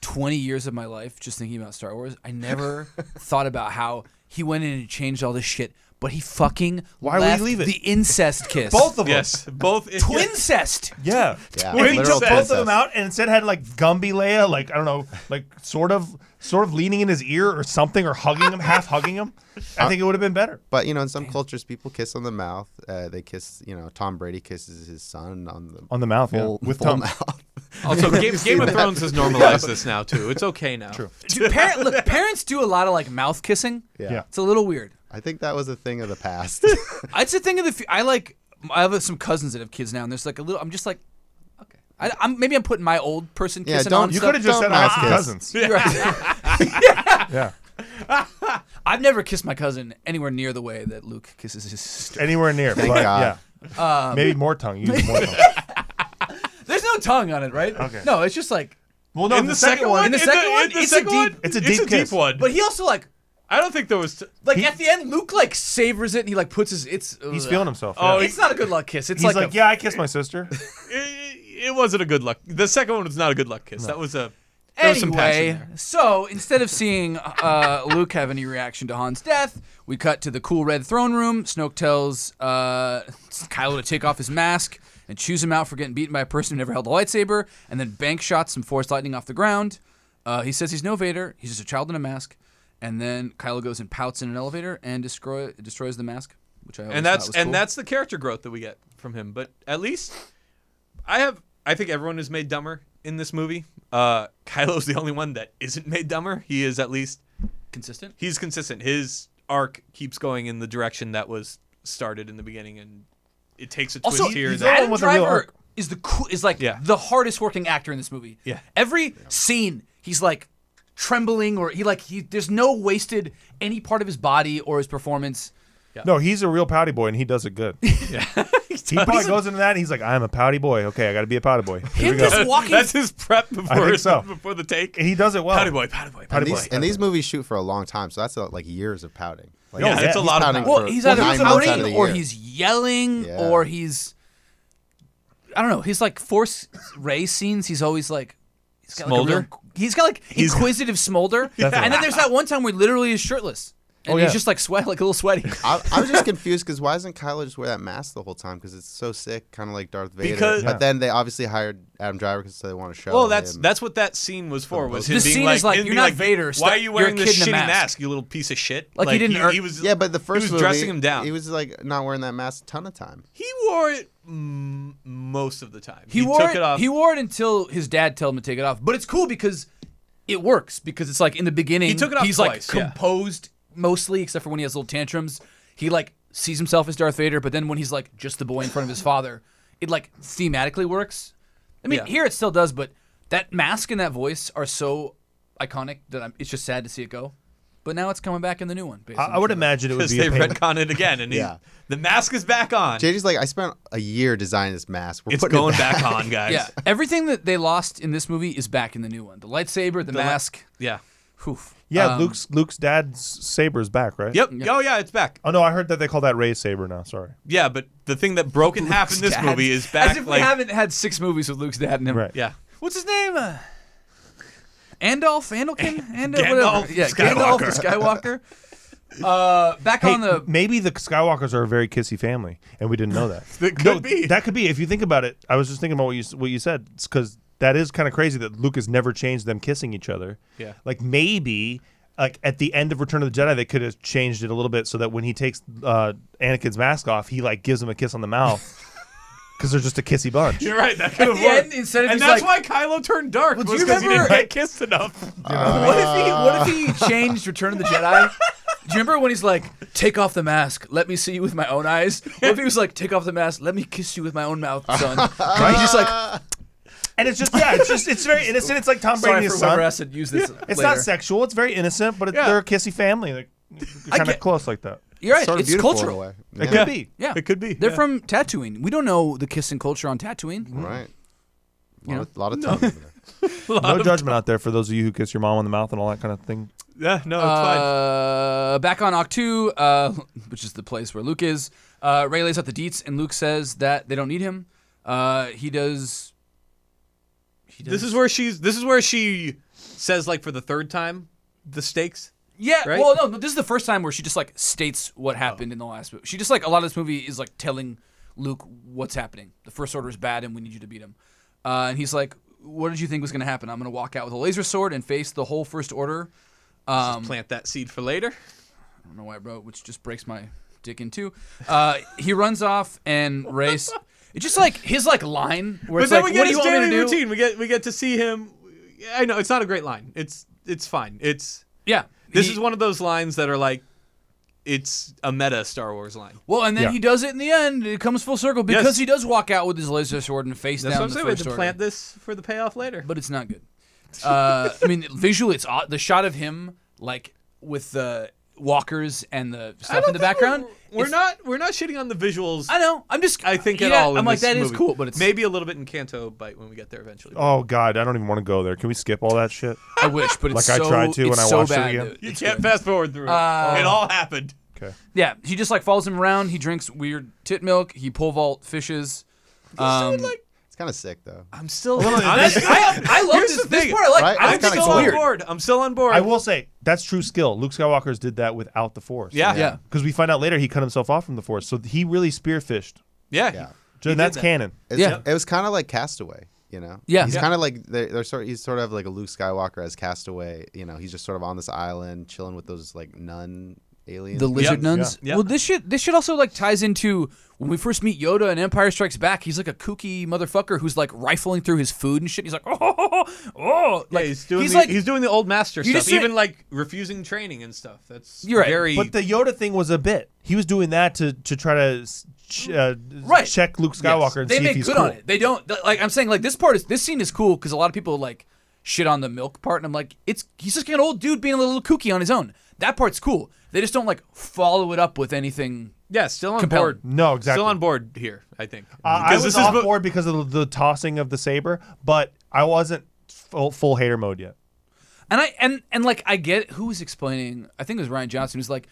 [SPEAKER 1] 20 years of my life just thinking about Star Wars. I never thought about how he went in and changed all this shit, but he fucking
[SPEAKER 4] Why would he
[SPEAKER 1] left
[SPEAKER 4] leave it?
[SPEAKER 1] the incest kiss.
[SPEAKER 4] both of them,
[SPEAKER 2] yes, both
[SPEAKER 1] twincest.
[SPEAKER 4] yeah.
[SPEAKER 3] Yeah,
[SPEAKER 4] If he
[SPEAKER 3] literal
[SPEAKER 4] took both of
[SPEAKER 3] princess.
[SPEAKER 4] them out and instead had like Gumby Leia, like I don't know, like sort of, sort of leaning in his ear or something, or hugging him, half hugging him, I think it would have been better.
[SPEAKER 3] But you know, in some cultures, people kiss on the mouth. Uh, they kiss. You know, Tom Brady kisses his son on the
[SPEAKER 4] On the mouth, yeah.
[SPEAKER 3] full,
[SPEAKER 4] With
[SPEAKER 3] full
[SPEAKER 4] tongue.
[SPEAKER 3] mouth.
[SPEAKER 2] Also, Game, Game of
[SPEAKER 3] that?
[SPEAKER 2] Thrones has normalized this now too. It's okay now. True.
[SPEAKER 1] Dude, parent, look, parents do a lot of like mouth kissing.
[SPEAKER 3] Yeah.
[SPEAKER 4] Yeah.
[SPEAKER 1] It's a little weird.
[SPEAKER 3] I think that was a thing of the past.
[SPEAKER 1] It's a thing of the. fu- I like. I have some cousins that have kids now, and there's like a little. I'm just like, okay. I, I'm maybe I'm putting my old person
[SPEAKER 3] Yeah,
[SPEAKER 1] kissing
[SPEAKER 3] don't-
[SPEAKER 1] on.
[SPEAKER 4] You
[SPEAKER 1] stuff.
[SPEAKER 4] could have just said
[SPEAKER 3] don't
[SPEAKER 4] I have some
[SPEAKER 3] ask us.
[SPEAKER 4] cousins.
[SPEAKER 1] You're right.
[SPEAKER 4] Yeah,
[SPEAKER 1] I've never kissed my cousin anywhere near the way that Luke kisses his sister.
[SPEAKER 4] anywhere near.
[SPEAKER 3] Thank
[SPEAKER 4] but,
[SPEAKER 3] God.
[SPEAKER 4] Yeah, maybe more tongue. You use more tongue.
[SPEAKER 1] There's no tongue on it, right?
[SPEAKER 4] Okay.
[SPEAKER 1] No, it's just like.
[SPEAKER 4] Well, no,
[SPEAKER 2] In the, second, one,
[SPEAKER 1] in the
[SPEAKER 2] in
[SPEAKER 1] second one,
[SPEAKER 2] in the
[SPEAKER 1] it's a
[SPEAKER 2] second
[SPEAKER 1] deep-
[SPEAKER 2] one,
[SPEAKER 4] it's a
[SPEAKER 2] it's
[SPEAKER 4] deep
[SPEAKER 2] a deep
[SPEAKER 4] kiss.
[SPEAKER 2] one.
[SPEAKER 1] But he also like
[SPEAKER 2] I don't think there was. T-
[SPEAKER 1] like at the end, Luke like savors it and he like puts his. It's
[SPEAKER 4] He's
[SPEAKER 1] ugh.
[SPEAKER 4] feeling himself.
[SPEAKER 2] Oh,
[SPEAKER 4] yeah.
[SPEAKER 1] It's not a good luck kiss. It's
[SPEAKER 4] he's like,
[SPEAKER 1] like, a,
[SPEAKER 4] yeah, I kissed my sister.
[SPEAKER 2] it, it wasn't a good luck. The second one was not a good luck kiss. That was a. There was some passion
[SPEAKER 1] Anyway,
[SPEAKER 2] there.
[SPEAKER 1] so instead of seeing uh, Luke have any reaction to Han's death, we cut to the cool red throne room. Snoke tells uh, Kylo to take off his mask and choose him out for getting beaten by a person who never held a lightsaber, and then bank shots some force lightning off the ground. Uh, he says he's no Vader. He's just a child in a mask. And then Kylo goes and pouts in an elevator and destroy destroys the mask, which I always
[SPEAKER 2] and that's
[SPEAKER 1] thought was
[SPEAKER 2] and
[SPEAKER 1] cool.
[SPEAKER 2] that's the character growth that we get from him. But at least I have I think everyone is made dumber in this movie. Uh Kylo's the only one that isn't made dumber. He is at least
[SPEAKER 1] consistent.
[SPEAKER 2] he's consistent. His arc keeps going in the direction that was started in the beginning and it takes a twist
[SPEAKER 1] Also,
[SPEAKER 2] here
[SPEAKER 4] he's
[SPEAKER 2] that
[SPEAKER 4] all-
[SPEAKER 1] Adam
[SPEAKER 4] one with a real
[SPEAKER 1] Driver
[SPEAKER 4] arc.
[SPEAKER 1] is the cool, is like
[SPEAKER 2] Yeah.
[SPEAKER 1] the hardest working actor in this movie.
[SPEAKER 2] Yeah.
[SPEAKER 1] Every scene, he's like trembling or he like he there's no wasted any part of his body or his performance.
[SPEAKER 4] No, he's a real pouty boy, and he does it good. he probably goes into that, and he's like, "I'm a pouty boy. Okay, I got to be a pouty boy." Here
[SPEAKER 1] Him
[SPEAKER 4] we go.
[SPEAKER 1] just walking
[SPEAKER 2] that's his prep before
[SPEAKER 4] so.
[SPEAKER 2] before the take.
[SPEAKER 4] And he does it well.
[SPEAKER 2] Powdy boy, powdy boy,
[SPEAKER 4] Powdy
[SPEAKER 2] powdy
[SPEAKER 3] and
[SPEAKER 2] boy.
[SPEAKER 3] these, and these movies shoot for a long time, so that's uh, like years of pouting. Like,
[SPEAKER 2] Yeah,
[SPEAKER 4] Oh,
[SPEAKER 2] that's
[SPEAKER 4] yeah,
[SPEAKER 2] a
[SPEAKER 4] he's
[SPEAKER 2] lot of
[SPEAKER 3] pouting
[SPEAKER 2] powder.
[SPEAKER 1] well, he's either
[SPEAKER 3] Nine months out of
[SPEAKER 1] pouting
[SPEAKER 3] the
[SPEAKER 1] or
[SPEAKER 3] year.
[SPEAKER 1] he's yelling
[SPEAKER 3] Yeah.
[SPEAKER 1] or he's I don't know. He's like force ray scenes. He's always like. He's got like a
[SPEAKER 2] Smolder?
[SPEAKER 1] real- he's got like inquisitive smolder. And then there's that one time where he literally is shirtless. And
[SPEAKER 4] Oh,
[SPEAKER 1] he's
[SPEAKER 4] yeah.
[SPEAKER 1] just like sweat, like a little sweaty.
[SPEAKER 3] I, I was just confused because why doesn't Kylo just wear that mask the whole time? Because it's so sick, kind of like Darth Vader.
[SPEAKER 2] Because-
[SPEAKER 3] but then they obviously hired Adam Driver because they want to show.
[SPEAKER 2] Well, Oh, that's
[SPEAKER 3] him.
[SPEAKER 2] that's what that scene was for. Was
[SPEAKER 1] The
[SPEAKER 2] him being
[SPEAKER 1] scene
[SPEAKER 2] like,
[SPEAKER 1] is like,
[SPEAKER 2] him
[SPEAKER 1] you're
[SPEAKER 2] being
[SPEAKER 1] not Vader, stop-
[SPEAKER 2] Why are you
[SPEAKER 1] you're a
[SPEAKER 2] wearing this
[SPEAKER 1] kid
[SPEAKER 2] shitty
[SPEAKER 1] in a
[SPEAKER 2] mask?
[SPEAKER 1] mask."
[SPEAKER 2] you little piece of shit?
[SPEAKER 1] Like, he didn't
[SPEAKER 2] He,
[SPEAKER 1] earn-
[SPEAKER 2] was
[SPEAKER 3] Yeah, but the
[SPEAKER 2] he
[SPEAKER 3] first
[SPEAKER 2] was
[SPEAKER 3] movie,
[SPEAKER 2] dressing him down.
[SPEAKER 3] He was like not wearing that mask a ton of time.
[SPEAKER 2] He wore it mm, most of the time.
[SPEAKER 1] He, wore
[SPEAKER 2] took
[SPEAKER 1] it,
[SPEAKER 2] it, off.
[SPEAKER 1] He wore it until his dad told him to take it off. But it's cool because it works because it's like in the beginning
[SPEAKER 2] He took it off
[SPEAKER 1] he's
[SPEAKER 2] twice,
[SPEAKER 1] like
[SPEAKER 2] yeah.
[SPEAKER 1] composed mostly except for when he has little tantrums. He like sees himself as Darth Vader, but then when he's like just the boy in front of his father, it like thematically works. I mean,
[SPEAKER 2] Yeah.
[SPEAKER 1] here it still does, but that mask and that voice are so iconic that I'm, it's just sad to see it go. But now it's coming back in the new one. based
[SPEAKER 4] I,
[SPEAKER 1] on
[SPEAKER 4] I would
[SPEAKER 1] the trailer.
[SPEAKER 4] imagine it would
[SPEAKER 2] because
[SPEAKER 4] be a
[SPEAKER 2] they
[SPEAKER 4] pain.
[SPEAKER 2] retconned it again, and he,
[SPEAKER 3] Yeah.
[SPEAKER 2] the mask is back on.
[SPEAKER 3] JJ's like, I spent a year designing this mask. We're
[SPEAKER 2] it's
[SPEAKER 3] putting it
[SPEAKER 2] going
[SPEAKER 3] back.
[SPEAKER 2] back on, guys.
[SPEAKER 1] Yeah, everything that they lost in this movie is back in the new one. The lightsaber, the,
[SPEAKER 2] li-
[SPEAKER 1] mask.
[SPEAKER 2] Yeah.
[SPEAKER 1] Oof.
[SPEAKER 4] Yeah,
[SPEAKER 1] Um,
[SPEAKER 4] Luke's Luke's dad's saber's back, right?
[SPEAKER 2] Yep. Oh yeah, it's back.
[SPEAKER 4] Oh no, I heard that they call that Ray's saber now. Sorry.
[SPEAKER 2] Yeah, but the thing that broke in half in this
[SPEAKER 1] Dad's-
[SPEAKER 2] movie is back.
[SPEAKER 1] As if we
[SPEAKER 2] like,
[SPEAKER 1] haven't had six movies with Luke's dad in him.
[SPEAKER 4] Right.
[SPEAKER 2] yeah.
[SPEAKER 1] What's his name? Uh, Andolf, Andelkin, and
[SPEAKER 2] Gandalf
[SPEAKER 1] whatever. Yeah, Gandalf
[SPEAKER 2] Skywalker.
[SPEAKER 1] the Skywalker. Uh, back
[SPEAKER 4] Hey,
[SPEAKER 1] on the
[SPEAKER 4] maybe the Skywalkers are a very kissy family, and we didn't know that.
[SPEAKER 2] It could
[SPEAKER 4] No,
[SPEAKER 2] be.
[SPEAKER 4] That could be. If you think about it, I was just thinking about what you s- what you said because that is kind of crazy that Luke has never changed them kissing each other.
[SPEAKER 2] Yeah.
[SPEAKER 4] Like maybe like at the end of Return of the Jedi, they could have changed it a little bit so that when he takes uh, Anakin's mask off, he like gives him a kiss on the mouth because they're just a kissy bunch.
[SPEAKER 2] You're right. That could have
[SPEAKER 1] the
[SPEAKER 2] worked.
[SPEAKER 1] end, instead of
[SPEAKER 2] and
[SPEAKER 1] he's
[SPEAKER 2] that's
[SPEAKER 1] like-
[SPEAKER 2] why Kylo turned dark.
[SPEAKER 1] Well, do
[SPEAKER 2] was
[SPEAKER 1] you
[SPEAKER 2] 'cause he didn't
[SPEAKER 1] remember-
[SPEAKER 2] get kissed enough.
[SPEAKER 3] uh,
[SPEAKER 1] what if he what if he changed Return of the Jedi? Do you remember when he's like, "Take off the mask, let me see you with my own eyes"? What if he was like, "Take off the mask, let me kiss you with my own mouth, son"? And he's just like,
[SPEAKER 4] And it's just yeah, it's just it's very innocent. It's like Tom
[SPEAKER 1] "Sorry
[SPEAKER 4] Brady's
[SPEAKER 1] for
[SPEAKER 4] son.
[SPEAKER 1] whoever else had used this."
[SPEAKER 4] It's
[SPEAKER 1] later.
[SPEAKER 4] not sexual. It's very innocent, but it,
[SPEAKER 2] Yeah.
[SPEAKER 4] they're a kissy family. Like,
[SPEAKER 1] I
[SPEAKER 4] kind of
[SPEAKER 1] get-
[SPEAKER 4] close like that.
[SPEAKER 1] You're right.
[SPEAKER 3] Sort of
[SPEAKER 1] It's
[SPEAKER 3] beautiful in a
[SPEAKER 1] cultural.
[SPEAKER 3] way.
[SPEAKER 4] It
[SPEAKER 3] Yeah.
[SPEAKER 4] could be.
[SPEAKER 1] Yeah,
[SPEAKER 2] It could be,
[SPEAKER 1] They're
[SPEAKER 2] yeah.
[SPEAKER 1] from Tatooine. We don't know the kissing culture on Tatooine.
[SPEAKER 3] Right. A lot of, lot of time. over there.
[SPEAKER 4] No judgment out there for those of you who kiss your mom on the mouth and all that kind of thing.
[SPEAKER 2] Yeah, no, it's fine.
[SPEAKER 1] Uh, back on Octu, uh, which is the place where Luke is, uh, Ray lays out the deets, and Luke says that they don't need him. Uh, he does. He does.
[SPEAKER 2] This is where she's. This is where she says, like, for the third time, the stakes.
[SPEAKER 1] yeah.
[SPEAKER 2] right?
[SPEAKER 1] Well, no, but this is the first time where she just like states what happened in the last movie. She just like a lot of this movie is like telling Luke what's happening. The First Order is bad, and we need you to beat him. Uh, and he's like, "What did you think was going to happen? I'm going to walk out with a laser sword and face the whole First Order." Um,
[SPEAKER 2] Plant that seed for later.
[SPEAKER 1] I don't know why I wrote, which just breaks my dick in two. Uh, he runs off and race. It's just like his like line where
[SPEAKER 2] But
[SPEAKER 1] it's
[SPEAKER 2] then
[SPEAKER 1] like,
[SPEAKER 2] we get
[SPEAKER 1] "What do
[SPEAKER 2] his
[SPEAKER 1] you want me to
[SPEAKER 2] daily
[SPEAKER 1] do?"
[SPEAKER 2] routine. We get we get to see him. I know it's not a great line. It's it's fine. It's
[SPEAKER 1] Yeah,
[SPEAKER 2] this
[SPEAKER 1] He-
[SPEAKER 2] is one of those lines that are like, it's a meta Star Wars line.
[SPEAKER 1] Well, and then
[SPEAKER 4] Yeah.
[SPEAKER 1] he does it in the end. It comes full circle because
[SPEAKER 2] Yes.
[SPEAKER 1] he does walk out with his laser sword and face
[SPEAKER 2] That's
[SPEAKER 1] down
[SPEAKER 2] what I'm
[SPEAKER 1] the
[SPEAKER 2] saying. We have
[SPEAKER 1] first
[SPEAKER 2] to
[SPEAKER 1] order.
[SPEAKER 2] plant this for the payoff later.
[SPEAKER 1] but it's not good. Uh, I mean, visually, it's aw- the shot of him like with the walkers and the stuff in the background.
[SPEAKER 2] We're,
[SPEAKER 1] it's-
[SPEAKER 2] not we're not shitting on the visuals.
[SPEAKER 1] I know. I'm just.
[SPEAKER 2] I think at
[SPEAKER 1] yeah,
[SPEAKER 2] all. in
[SPEAKER 1] I'm like
[SPEAKER 2] this
[SPEAKER 1] that is
[SPEAKER 2] movie.
[SPEAKER 1] cool, but it's
[SPEAKER 2] maybe a little bit in Canto Bite when we get there eventually.
[SPEAKER 4] Oh God, I don't even want to go there. Can we skip all that shit?
[SPEAKER 1] I wish, but it's
[SPEAKER 4] Like I
[SPEAKER 1] so,
[SPEAKER 4] tried to
[SPEAKER 1] it's
[SPEAKER 4] when I
[SPEAKER 1] so
[SPEAKER 4] watched it
[SPEAKER 1] bad,
[SPEAKER 4] again.
[SPEAKER 1] dude.
[SPEAKER 2] you
[SPEAKER 1] It's
[SPEAKER 2] can't
[SPEAKER 1] good. Uh,
[SPEAKER 2] fast forward through it. it all happened.
[SPEAKER 4] Okay.
[SPEAKER 1] Yeah, he just like follows him around. He drinks weird tit milk. He pole vault fishes. Um,
[SPEAKER 2] like,
[SPEAKER 3] It's kind of sick though.
[SPEAKER 2] I'm still.
[SPEAKER 1] I, I love
[SPEAKER 2] Here's
[SPEAKER 1] this,
[SPEAKER 2] the
[SPEAKER 1] this
[SPEAKER 2] thing.
[SPEAKER 1] part. I like.
[SPEAKER 3] Right?
[SPEAKER 1] I
[SPEAKER 3] It's
[SPEAKER 1] think
[SPEAKER 3] kinda
[SPEAKER 1] it's
[SPEAKER 2] still
[SPEAKER 3] cool.
[SPEAKER 1] weird.
[SPEAKER 2] on board. I'm still on board.
[SPEAKER 4] I will say that's true skill. Luke Skywalker's did that without the Force.
[SPEAKER 2] Yeah.
[SPEAKER 1] Yeah.
[SPEAKER 4] Because we find out later he cut himself off from the Force, so he really spearfished.
[SPEAKER 2] Yeah.
[SPEAKER 3] Yeah.
[SPEAKER 4] And that's
[SPEAKER 2] that.
[SPEAKER 4] canon.
[SPEAKER 3] It's,
[SPEAKER 1] Yeah.
[SPEAKER 3] It was kind of like Castaway. You know.
[SPEAKER 1] Yeah.
[SPEAKER 3] He's
[SPEAKER 1] Yeah.
[SPEAKER 3] kind of like they're, they're sort. He's sort of like a Luke Skywalker as Castaway. You know, he's just sort of on this island chilling with those like nun aliens.
[SPEAKER 1] The lizard
[SPEAKER 2] Yep.
[SPEAKER 1] nuns.
[SPEAKER 2] Yeah.
[SPEAKER 1] Well, this shit. This shit also like ties into when we first meet Yoda in Empire Strikes Back. He's like a kooky motherfucker who's like rifling through his food and shit. He's like, oh, oh, oh, oh.
[SPEAKER 2] Yeah,
[SPEAKER 1] like
[SPEAKER 2] he's doing
[SPEAKER 1] he's
[SPEAKER 2] the,
[SPEAKER 1] like
[SPEAKER 2] he's doing the old master stuff,
[SPEAKER 1] just said-
[SPEAKER 2] even like refusing training and stuff. That's
[SPEAKER 1] You're right,
[SPEAKER 2] very
[SPEAKER 4] But the Yoda thing was a bit. He was doing that to to try to s- ch- uh,
[SPEAKER 1] Right.
[SPEAKER 4] check Luke Skywalker and
[SPEAKER 1] they
[SPEAKER 4] see
[SPEAKER 1] make
[SPEAKER 4] if he's
[SPEAKER 1] good
[SPEAKER 4] cool.
[SPEAKER 1] on it. They don't th- like. I'm saying like this part is this scene is cool because a lot of people like shit on the milk part, and I'm like, it's he's just like an old dude being a little kooky on his own. That part's cool. They just don't like follow it up with anything.
[SPEAKER 2] yeah, still on
[SPEAKER 1] Compelling.
[SPEAKER 2] board.
[SPEAKER 4] No, exactly.
[SPEAKER 2] Still on board here, I think.
[SPEAKER 4] Uh, I
[SPEAKER 2] Because
[SPEAKER 4] was
[SPEAKER 2] this is
[SPEAKER 4] off
[SPEAKER 2] mo-
[SPEAKER 4] board because of the tossing of the saber, but I wasn't full, full hater mode yet.
[SPEAKER 1] And I and and like I get who was explaining. I think it was Ryan Johnson who's like,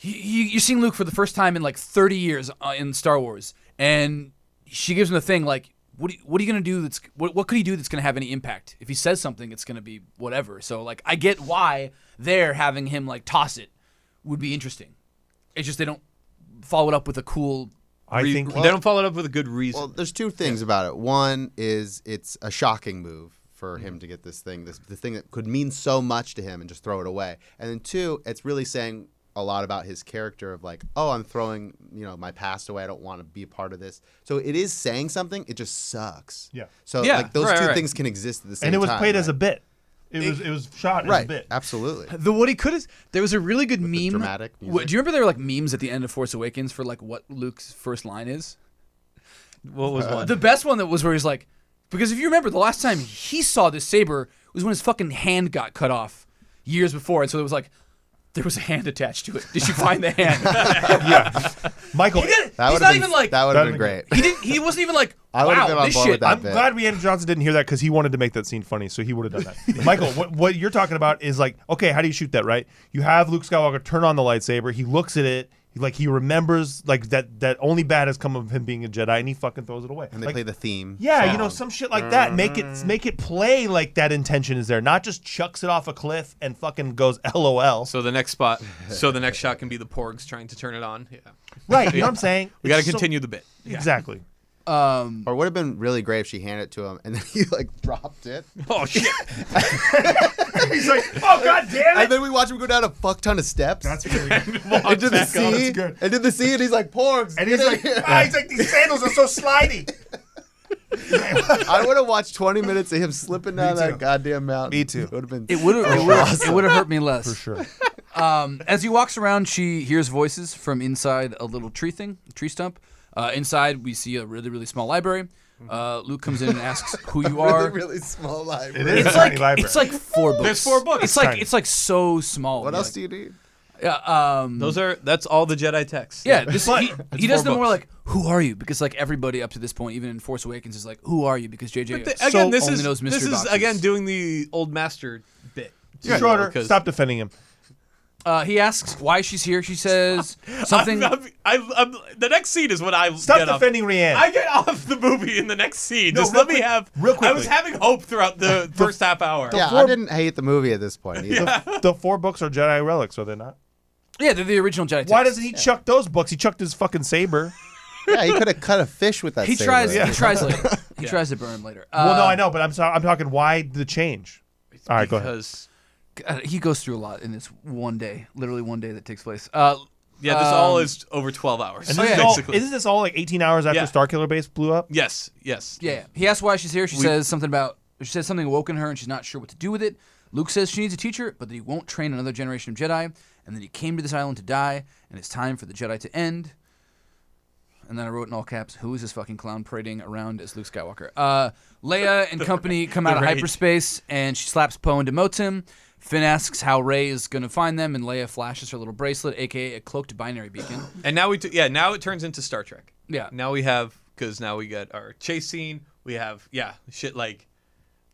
[SPEAKER 1] you, you, you're seeing Luke for the first time in like 30 years uh, in Star Wars, and she gives him the thing like, what do you- what are you gonna do? That's what what could he do that's gonna have any impact? If he says something, it's gonna be whatever. So like, I get why they're having him like toss it would be interesting. It's just they don't follow it up with a cool.
[SPEAKER 4] I
[SPEAKER 2] Re-
[SPEAKER 4] think
[SPEAKER 2] they don't follow it up with a good reason.
[SPEAKER 3] Well, there's two things about it. One is it's a shocking move for
[SPEAKER 4] Mm-hmm.
[SPEAKER 3] him to get this thing, this the thing that could mean so much to him, and just throw it away. And then two, it's really saying a lot about his character of like, oh, I'm throwing you know my past away. I don't want to be a part of this. So it is saying something. It just sucks.
[SPEAKER 4] Yeah.
[SPEAKER 3] So
[SPEAKER 2] Yeah,
[SPEAKER 3] like those
[SPEAKER 2] right,
[SPEAKER 3] two
[SPEAKER 2] right.
[SPEAKER 3] things can exist at the same
[SPEAKER 4] and
[SPEAKER 3] time.
[SPEAKER 4] it was played as a
[SPEAKER 3] right?
[SPEAKER 4] bit. It, was it was shot as a
[SPEAKER 3] right.
[SPEAKER 4] bit.
[SPEAKER 3] Absolutely.
[SPEAKER 1] The what he could is there was a really good
[SPEAKER 3] the
[SPEAKER 1] meme.
[SPEAKER 3] dramatic
[SPEAKER 1] what,
[SPEAKER 3] music.
[SPEAKER 1] do you remember there were like memes at the end of Force Awakens for like what Luke's first line is?
[SPEAKER 2] what was one?
[SPEAKER 1] The best one that was where he's like, because if you remember, the last time he saw this saber was when his fucking hand got cut off years before, and so it was like, there was a hand attached to it. Did you find the hand?
[SPEAKER 4] Michael,
[SPEAKER 1] He didn't-
[SPEAKER 3] That
[SPEAKER 1] he's
[SPEAKER 3] would
[SPEAKER 1] not
[SPEAKER 3] have been
[SPEAKER 1] even like.
[SPEAKER 3] that would have
[SPEAKER 4] That'd
[SPEAKER 3] been
[SPEAKER 4] have been
[SPEAKER 3] great.
[SPEAKER 1] he didn't. He wasn't even like.
[SPEAKER 3] I would've been
[SPEAKER 1] Wow,
[SPEAKER 3] on
[SPEAKER 1] this
[SPEAKER 3] board with
[SPEAKER 1] shit.
[SPEAKER 3] that.
[SPEAKER 4] I'm
[SPEAKER 3] bit.
[SPEAKER 4] glad Rihanna Johnson didn't hear that because he wanted to make that scene funny, so he would have done that. Michael, what, what you're talking about is like, okay, how do you shoot that, right? You have Luke Skywalker turn on the lightsaber. He looks at it, he, like he remembers like that that only bad has come of him being a Jedi, and he fucking throws it away.
[SPEAKER 3] And they
[SPEAKER 4] Like,
[SPEAKER 3] play the theme.
[SPEAKER 4] yeah, you know,
[SPEAKER 3] song.
[SPEAKER 4] some shit like that. Make it
[SPEAKER 2] Mm.
[SPEAKER 4] make it play like that intention is there, not just chucks it off a cliff and fucking goes LOL.
[SPEAKER 2] so the next spot, so the next shot can be the porgs trying to turn it on. Yeah,
[SPEAKER 4] Right, you know what I'm saying?
[SPEAKER 2] we got to
[SPEAKER 4] It's so-
[SPEAKER 2] continue the bit. Yeah.
[SPEAKER 4] Exactly.
[SPEAKER 1] Um,
[SPEAKER 3] Or would have been really great if she handed it to him and then he like dropped it.
[SPEAKER 2] Oh shit!
[SPEAKER 4] He's like, oh god damn
[SPEAKER 3] And then we watch him go down a fuck ton of steps.
[SPEAKER 4] That's really good.
[SPEAKER 3] into the
[SPEAKER 4] up. That's
[SPEAKER 3] sea.
[SPEAKER 4] good.
[SPEAKER 3] Into the sea, and he's like, "Porgs."
[SPEAKER 4] And he's
[SPEAKER 3] get in
[SPEAKER 4] like,
[SPEAKER 3] here."
[SPEAKER 4] ah, he's like, these sandals are so slidey.
[SPEAKER 3] I would have watched 20 minutes of him slipping down
[SPEAKER 4] too.
[SPEAKER 3] that goddamn mountain.
[SPEAKER 4] Me too.
[SPEAKER 3] It would have been.
[SPEAKER 1] it would have. It would have hurt me less.
[SPEAKER 4] Sure.
[SPEAKER 1] Um, as he walks around, she hears voices from inside a little tree thing, tree stump. Uh, inside, we see a really, really small library.
[SPEAKER 2] Mm-hmm.
[SPEAKER 1] Uh, Luke comes in and asks who you are.
[SPEAKER 3] Really, really small library.
[SPEAKER 4] It is.
[SPEAKER 1] It's
[SPEAKER 4] a tiny
[SPEAKER 1] like
[SPEAKER 4] library.
[SPEAKER 1] it's like four books.
[SPEAKER 2] There's four books.
[SPEAKER 1] It's like
[SPEAKER 4] Tiny.
[SPEAKER 1] it's like so small.
[SPEAKER 3] What
[SPEAKER 1] You're
[SPEAKER 3] else
[SPEAKER 1] like-
[SPEAKER 3] do you need?
[SPEAKER 1] Yeah. Um,
[SPEAKER 2] Those are that's all the Jedi texts.
[SPEAKER 1] yeah. This, he he does
[SPEAKER 2] four
[SPEAKER 1] the more
[SPEAKER 2] books.
[SPEAKER 1] like who are you because like everybody up to this point, even in Force Awakens, is like who are you because JJ
[SPEAKER 2] Th-
[SPEAKER 1] so
[SPEAKER 2] again, this
[SPEAKER 1] only
[SPEAKER 2] is
[SPEAKER 1] knows mystery
[SPEAKER 2] this is
[SPEAKER 1] boxes.
[SPEAKER 2] again doing the old master bit.
[SPEAKER 4] Schroeder,
[SPEAKER 2] Because-
[SPEAKER 4] stop defending him.
[SPEAKER 1] uh, he asks why she's here. She says something.
[SPEAKER 2] I'm, I'm, I'm, I'm- the next scene is what I
[SPEAKER 4] Stop
[SPEAKER 2] get off.
[SPEAKER 4] defending Rihanna.
[SPEAKER 2] I get off the movie in the next scene.
[SPEAKER 4] No,
[SPEAKER 2] Just
[SPEAKER 4] real
[SPEAKER 2] let me
[SPEAKER 4] quick-
[SPEAKER 2] have.
[SPEAKER 4] real
[SPEAKER 2] I was
[SPEAKER 4] quickly.
[SPEAKER 2] having hope throughout the first half hour.
[SPEAKER 3] Yeah, I
[SPEAKER 4] four-
[SPEAKER 3] didn't hate the movie at this point. Either.
[SPEAKER 4] the four books are Jedi relics, are they not?
[SPEAKER 1] yeah, they're the original Jedi.
[SPEAKER 4] Why
[SPEAKER 1] text.
[SPEAKER 4] doesn't he chuck those books? He chucked his fucking saber.
[SPEAKER 3] yeah, he could have cut a fish with that.
[SPEAKER 1] he
[SPEAKER 3] saber.
[SPEAKER 1] tries?
[SPEAKER 4] Yeah.
[SPEAKER 1] He tries later. He tries to burn him later. Uh,
[SPEAKER 4] well, no, I know, but I'm sorry. I'm talking why the change. All right, go ahead.
[SPEAKER 2] Because
[SPEAKER 1] God, Uh, he goes through a lot in this one day, literally one day that takes place. Uh,
[SPEAKER 2] yeah, this all
[SPEAKER 1] um,
[SPEAKER 2] is over 12 hours.
[SPEAKER 4] And
[SPEAKER 1] Oh,
[SPEAKER 4] this is
[SPEAKER 1] yeah.
[SPEAKER 4] all,
[SPEAKER 2] basically.
[SPEAKER 4] isn't this all like 18 hours after
[SPEAKER 2] Yeah.
[SPEAKER 4] Starkiller Base blew up?
[SPEAKER 2] yes, yes.
[SPEAKER 1] Yeah, he asks why she's here. She
[SPEAKER 2] We-
[SPEAKER 1] says something about she says something awoken her, and she's not sure what to do with it. Luke says she needs a teacher, but that he won't train another generation of Jedi, and that he came to this island to die, and it's time for the Jedi to end. And then I wrote in all caps, "Who is this fucking clown parading around as Luke Skywalker?" Uh, Leia and company come out of
[SPEAKER 2] rage.
[SPEAKER 1] hyperspace, and she slaps Poe and demotes him. Finn asks how Rey is gonna find them, and Leia flashes her little bracelet, aka a cloaked binary beacon.
[SPEAKER 2] And now we, t- yeah, now it turns into Star Trek.
[SPEAKER 1] Yeah.
[SPEAKER 2] Now we have because now we got our chase scene. We have yeah, shit like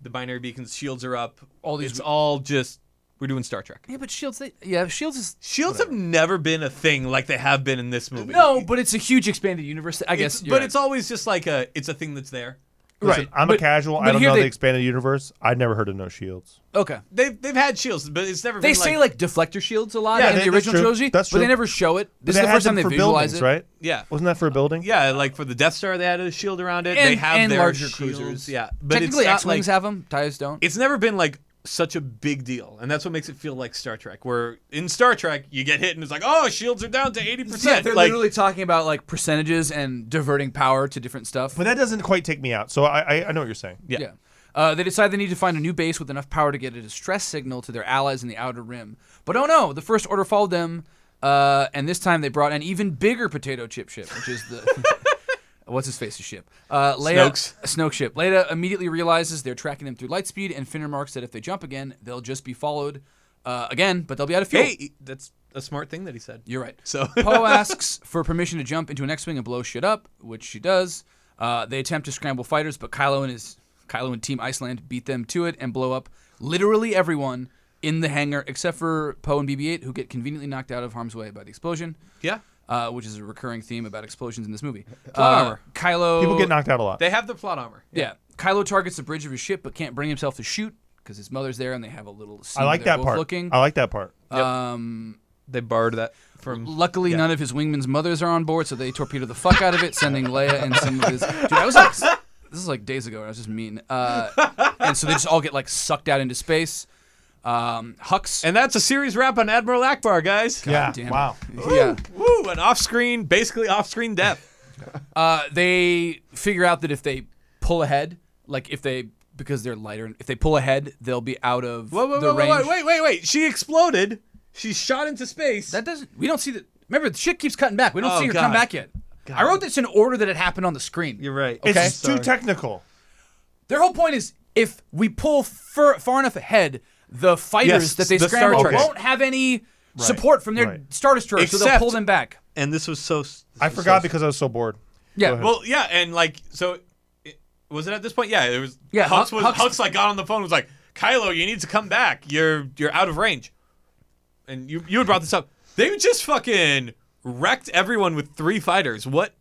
[SPEAKER 2] the binary beacons, shields are up.
[SPEAKER 1] All these-
[SPEAKER 2] it's all just we're doing Star Trek.
[SPEAKER 1] yeah, but Shields, they, yeah, Shields is
[SPEAKER 2] Shields have never been a thing like they have been in this movie.
[SPEAKER 1] no, but it's a huge expanded universe. I guess,
[SPEAKER 2] It's-
[SPEAKER 1] you're
[SPEAKER 2] but
[SPEAKER 1] right.
[SPEAKER 2] it's always just like a it's a thing that's there.
[SPEAKER 4] Listen,
[SPEAKER 1] right.
[SPEAKER 4] I'm a
[SPEAKER 1] But-
[SPEAKER 4] casual.
[SPEAKER 1] but
[SPEAKER 4] I don't
[SPEAKER 1] here
[SPEAKER 4] know
[SPEAKER 1] they-
[SPEAKER 4] the expanded universe. I'd never heard of no shields.
[SPEAKER 1] Okay.
[SPEAKER 2] They've they've had shields, but it's never
[SPEAKER 1] They
[SPEAKER 2] been
[SPEAKER 1] say like deflector shields a lot
[SPEAKER 4] Yeah,
[SPEAKER 1] in
[SPEAKER 4] that-
[SPEAKER 1] the
[SPEAKER 4] that's
[SPEAKER 1] original
[SPEAKER 4] true.
[SPEAKER 1] trilogy,
[SPEAKER 4] That's
[SPEAKER 1] but they
[SPEAKER 4] true.
[SPEAKER 1] never show it. This
[SPEAKER 4] They
[SPEAKER 1] is the
[SPEAKER 4] had
[SPEAKER 1] first
[SPEAKER 4] them
[SPEAKER 1] time they
[SPEAKER 4] for
[SPEAKER 1] visualize
[SPEAKER 4] buildings,
[SPEAKER 1] it.
[SPEAKER 4] right?
[SPEAKER 2] yeah.
[SPEAKER 4] Wasn't that for a building?
[SPEAKER 2] Yeah, like for the Death Star, they had a shield around it.
[SPEAKER 1] And-
[SPEAKER 2] they have
[SPEAKER 1] and
[SPEAKER 2] their
[SPEAKER 1] larger
[SPEAKER 2] shields.
[SPEAKER 1] cruisers.
[SPEAKER 2] Yeah, but
[SPEAKER 1] Technically,
[SPEAKER 2] it's not
[SPEAKER 1] X-wings
[SPEAKER 2] like,
[SPEAKER 1] have them. Ties don't.
[SPEAKER 2] it's never been like such a big deal, and that's what makes it feel like Star Trek. Where in Star Trek, you get hit and it's like, oh, shields are down to eighty percent.
[SPEAKER 1] they're
[SPEAKER 2] like,
[SPEAKER 1] literally talking about like percentages and diverting power to different stuff.
[SPEAKER 4] But that doesn't quite take me out. So I, I, I know what you're saying.
[SPEAKER 2] yeah.
[SPEAKER 1] yeah. Uh, they decide they need to find a new base with enough power to get a distress signal to their allies in the outer rim. But oh no, the first order followed them, uh, and this time they brought an even bigger potato chip ship, which is the what's his face's ship. Uh, Leia,
[SPEAKER 2] Snoke's.
[SPEAKER 1] Snoke ship. Leia immediately realizes they're tracking them through lightspeed, and Finn remarks that if they jump again, they'll just be followed uh, again, but they'll be out of fuel.
[SPEAKER 2] Hey, that's a smart thing that he said.
[SPEAKER 1] You're right.
[SPEAKER 2] So-
[SPEAKER 1] Poe asks for permission to jump into an X-wing and blow shit up, which she does. Uh, they attempt to scramble fighters, but Kylo and his Kylo and Team Iceland beat them to it and blow up literally everyone in the hangar except for Poe and BB-8, who get conveniently knocked out of harm's way by the explosion.
[SPEAKER 2] yeah.
[SPEAKER 1] uh, which is a recurring theme about explosions in this movie.
[SPEAKER 2] Plot
[SPEAKER 1] Uh,
[SPEAKER 2] armor.
[SPEAKER 1] Kylo.
[SPEAKER 5] People get knocked out a lot.
[SPEAKER 2] They have the plot armor.
[SPEAKER 1] Yeah. Kylo targets the bridge of his ship, but can't bring himself to shoot because his mother's there, and they have a little. Scene
[SPEAKER 5] I like
[SPEAKER 1] where they're
[SPEAKER 5] that
[SPEAKER 1] both
[SPEAKER 5] part.
[SPEAKER 1] Looking.
[SPEAKER 5] I like that part.
[SPEAKER 1] Um,
[SPEAKER 2] They borrowed that from.
[SPEAKER 1] luckily, none of his wingman's mothers are on board, so they torpedo the fuck out of it, sending Leia and some of his. Dude, I was like, this is like days ago, and I was just mean. Uh, and so they just all get like sucked out into space. Um, Hux.
[SPEAKER 2] And that's a series wrap on Admiral Akbar, guys.
[SPEAKER 5] yeah.
[SPEAKER 1] damn it.
[SPEAKER 5] Wow.
[SPEAKER 1] yeah.
[SPEAKER 2] Woo! An off-screen, basically off-screen death.
[SPEAKER 1] Uh, they figure out that if they pull ahead, like if they because they're lighter, if they pull ahead, they'll be out of
[SPEAKER 2] Whoa, whoa,
[SPEAKER 1] the
[SPEAKER 2] whoa, whoa,
[SPEAKER 1] range.
[SPEAKER 2] whoa, wait, wait, wait! She exploded. She shot into space.
[SPEAKER 1] That doesn't. We don't see the. Remember, the shit keeps cutting back. We don't
[SPEAKER 2] Oh,
[SPEAKER 1] see her
[SPEAKER 2] God.
[SPEAKER 1] come back yet. I wrote this in order that it happened on the screen.
[SPEAKER 2] You're right.
[SPEAKER 1] Okay.
[SPEAKER 5] It's too technical.
[SPEAKER 1] Their whole point is if we pull fur, far enough ahead, the fighters
[SPEAKER 2] Yes,
[SPEAKER 1] that they
[SPEAKER 2] the Star
[SPEAKER 1] scramble
[SPEAKER 5] Trek.
[SPEAKER 1] won't have any support from their
[SPEAKER 5] right.
[SPEAKER 1] star destroyer, so they'll
[SPEAKER 2] Except-
[SPEAKER 1] pull them back.
[SPEAKER 2] and this was so. s-
[SPEAKER 5] I
[SPEAKER 2] so-
[SPEAKER 5] forgot
[SPEAKER 2] so-
[SPEAKER 5] because I was so bored.
[SPEAKER 1] Yeah.
[SPEAKER 5] ahead.
[SPEAKER 1] well,
[SPEAKER 2] Well, yeah, and like so, it, was it at this point? Yeah, it was.
[SPEAKER 1] Yeah,
[SPEAKER 2] Hux
[SPEAKER 1] Hu-
[SPEAKER 2] was
[SPEAKER 1] Hux-
[SPEAKER 2] Hux, like got on the phone and was like, "Kylo, you need to come back. You're you're out of range." And you you had brought this up. They just fucking wrecked everyone with three fighters. What?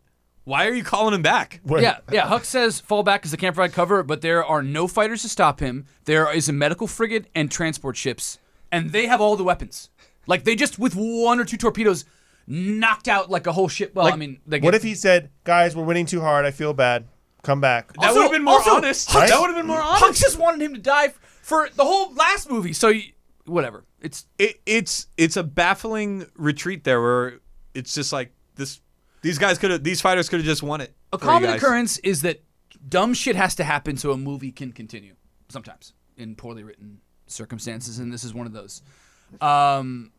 [SPEAKER 2] Why are you calling him back?
[SPEAKER 5] Wait.
[SPEAKER 1] Yeah, yeah. Huck says fall back because they can't provide cover, but there are no fighters to stop him. There is a medical frigate and transport ships, and they have all the weapons. Like they just with one or two torpedoes knocked out like a whole ship. Well, I mean, they
[SPEAKER 5] What
[SPEAKER 1] get-
[SPEAKER 5] if he said, "Guys, we're winning too hard. I feel bad. Come back."
[SPEAKER 2] That
[SPEAKER 1] Also-
[SPEAKER 2] would have been more
[SPEAKER 1] also,
[SPEAKER 2] honest.
[SPEAKER 1] Hux-
[SPEAKER 2] that would have been more honest.
[SPEAKER 1] Hux just wanted him to die f- for the whole last movie. So you, whatever. It's
[SPEAKER 2] it, it's it's a baffling retreat there where it's just like this these guys could have these fighters could have just won it.
[SPEAKER 1] a
[SPEAKER 2] for you
[SPEAKER 1] common
[SPEAKER 2] guys.
[SPEAKER 1] occurrence is that dumb shit has to happen so a movie can continue sometimes in poorly written circumstances, and this is one of those. Um,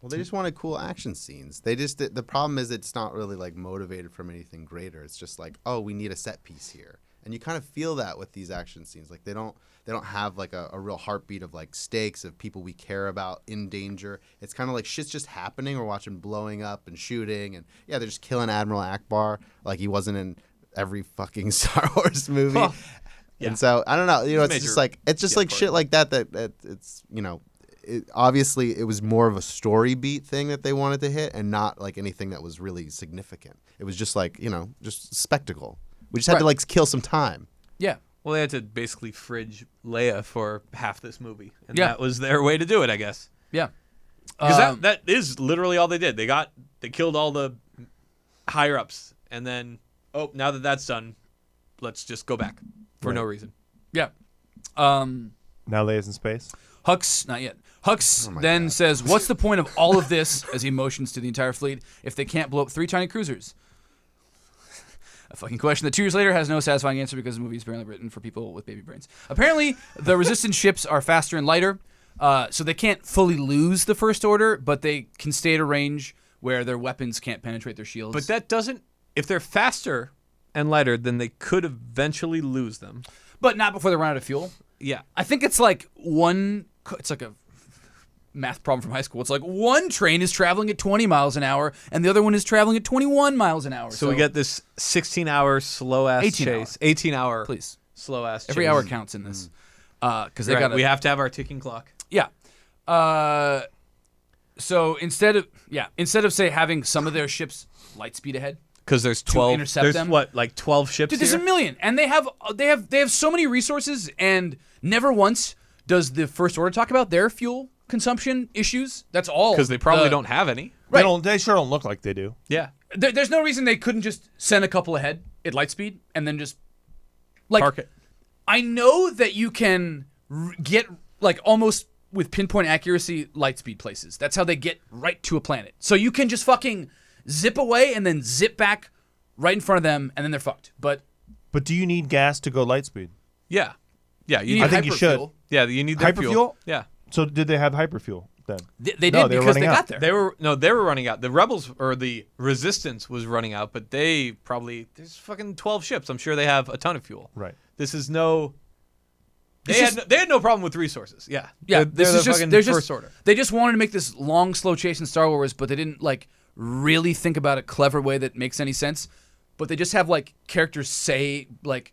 [SPEAKER 3] Well, they just wanted cool action scenes. They just the problem is it's not really like motivated from anything greater. It's just like, oh, we need a set piece here, and you kind of feel that with these action scenes. Like they don't they don't have like a, a real heartbeat of like stakes of people we care about in danger. It's kind of like shit's just happening. We're watching blowing up and shooting, and yeah, they're just killing Admiral Akbar like he wasn't in every fucking Star Wars movie.
[SPEAKER 2] yeah.
[SPEAKER 3] And so I don't know, you know, it's
[SPEAKER 2] Major-
[SPEAKER 3] just like it's just
[SPEAKER 2] yeah,
[SPEAKER 3] like
[SPEAKER 2] part.
[SPEAKER 3] shit like that that, that it's you know it, obviously it was more of a story beat thing that they wanted to hit and not like anything that was really significant it was just like you know just spectacle we just had to
[SPEAKER 1] Right.
[SPEAKER 3] like kill some time
[SPEAKER 1] yeah.
[SPEAKER 2] Well, they had to basically fridge Leia for half this movie, and
[SPEAKER 1] Yeah.
[SPEAKER 2] that was their way to do it, I guess.
[SPEAKER 1] Yeah.
[SPEAKER 2] Because
[SPEAKER 1] Um,
[SPEAKER 2] that that is literally all they did. They got they killed all the higher ups, and then oh, now that that's done, let's just go back for no reason.
[SPEAKER 1] Yeah. Um,
[SPEAKER 5] Now Leia's in space.
[SPEAKER 1] Hux, not yet. Hux then says, What's the point of all of this? as he motions to the entire fleet if they can't blow up three tiny cruisers? A fucking question that two years later has no satisfying answer because the movie is apparently written for people with baby brains. Apparently, the resistance ships are faster and lighter, uh, so they can't fully lose the First Order, but they can stay at a range where their weapons can't penetrate their shields.
[SPEAKER 2] But that doesn't. If they're faster and lighter, then they could eventually lose them.
[SPEAKER 1] but not before they run out of fuel.
[SPEAKER 2] Yeah.
[SPEAKER 1] I think it's like one. It's like a math problem from high school. It's like one train is traveling at 20 miles an hour, and the other one is traveling at 21 miles an hour.
[SPEAKER 2] So, we get this 16 hour slow ass
[SPEAKER 1] 18
[SPEAKER 2] chase.
[SPEAKER 1] hour.
[SPEAKER 2] 18 hour
[SPEAKER 1] please.
[SPEAKER 2] slow ass chase.
[SPEAKER 1] Every hour counts in this, because they
[SPEAKER 2] Mm. Right,
[SPEAKER 1] got
[SPEAKER 2] we have to have our ticking clock.
[SPEAKER 1] yeah. Uh, so instead of yeah, instead of say having some of their ships light speed ahead,
[SPEAKER 2] Because there's 12.
[SPEAKER 1] intercept
[SPEAKER 2] there's
[SPEAKER 1] them?
[SPEAKER 2] what, like 12 ships?
[SPEAKER 1] Dude, there's a
[SPEAKER 2] here?
[SPEAKER 1] million, and they have they have they have so many resources, and never once does the first order talk about their fuel consumption issues. That's all
[SPEAKER 2] Because they probably
[SPEAKER 1] the-
[SPEAKER 2] don't have any.
[SPEAKER 1] Right.
[SPEAKER 5] They don't. They sure don't look like they do.
[SPEAKER 2] Yeah.
[SPEAKER 1] there, there's no reason they couldn't just send a couple ahead at light speed and then just like
[SPEAKER 2] Park it.
[SPEAKER 1] I know that you can r- get like almost with pinpoint accuracy light speed places. That's how they get right to a planet. So you can just fucking zip away and then zip back right in front of them and then they're fucked. But
[SPEAKER 5] But do you need gas to go light speed?
[SPEAKER 2] Yeah. Yeah. You
[SPEAKER 1] you need
[SPEAKER 2] need,
[SPEAKER 5] I think you
[SPEAKER 1] hyperfuel.
[SPEAKER 5] should.
[SPEAKER 2] yeah. You need their
[SPEAKER 5] Hyperfuel?
[SPEAKER 2] fuel. Yeah.
[SPEAKER 5] So did they have hyperfuel then?
[SPEAKER 1] They, they
[SPEAKER 5] No,
[SPEAKER 1] did
[SPEAKER 5] they were
[SPEAKER 1] because they
[SPEAKER 5] running
[SPEAKER 1] got
[SPEAKER 5] out.
[SPEAKER 1] there.
[SPEAKER 2] They were no, they were running out. The rebels or the resistance was running out, but they probably there's fucking twelve ships. I'm sure they have a ton of fuel.
[SPEAKER 5] Right.
[SPEAKER 2] This is no. They
[SPEAKER 1] It's
[SPEAKER 2] had
[SPEAKER 1] just-
[SPEAKER 2] no, they had no problem with resources. Yeah.
[SPEAKER 1] Yeah,
[SPEAKER 2] They're,
[SPEAKER 1] this
[SPEAKER 2] they're
[SPEAKER 1] is
[SPEAKER 2] the
[SPEAKER 1] just
[SPEAKER 2] fucking
[SPEAKER 1] they're
[SPEAKER 2] first
[SPEAKER 1] just
[SPEAKER 2] order.
[SPEAKER 1] they just wanted to make this long slow chase in Star Wars, but they didn't like really think about a clever way that makes any sense. But they just have like characters say like,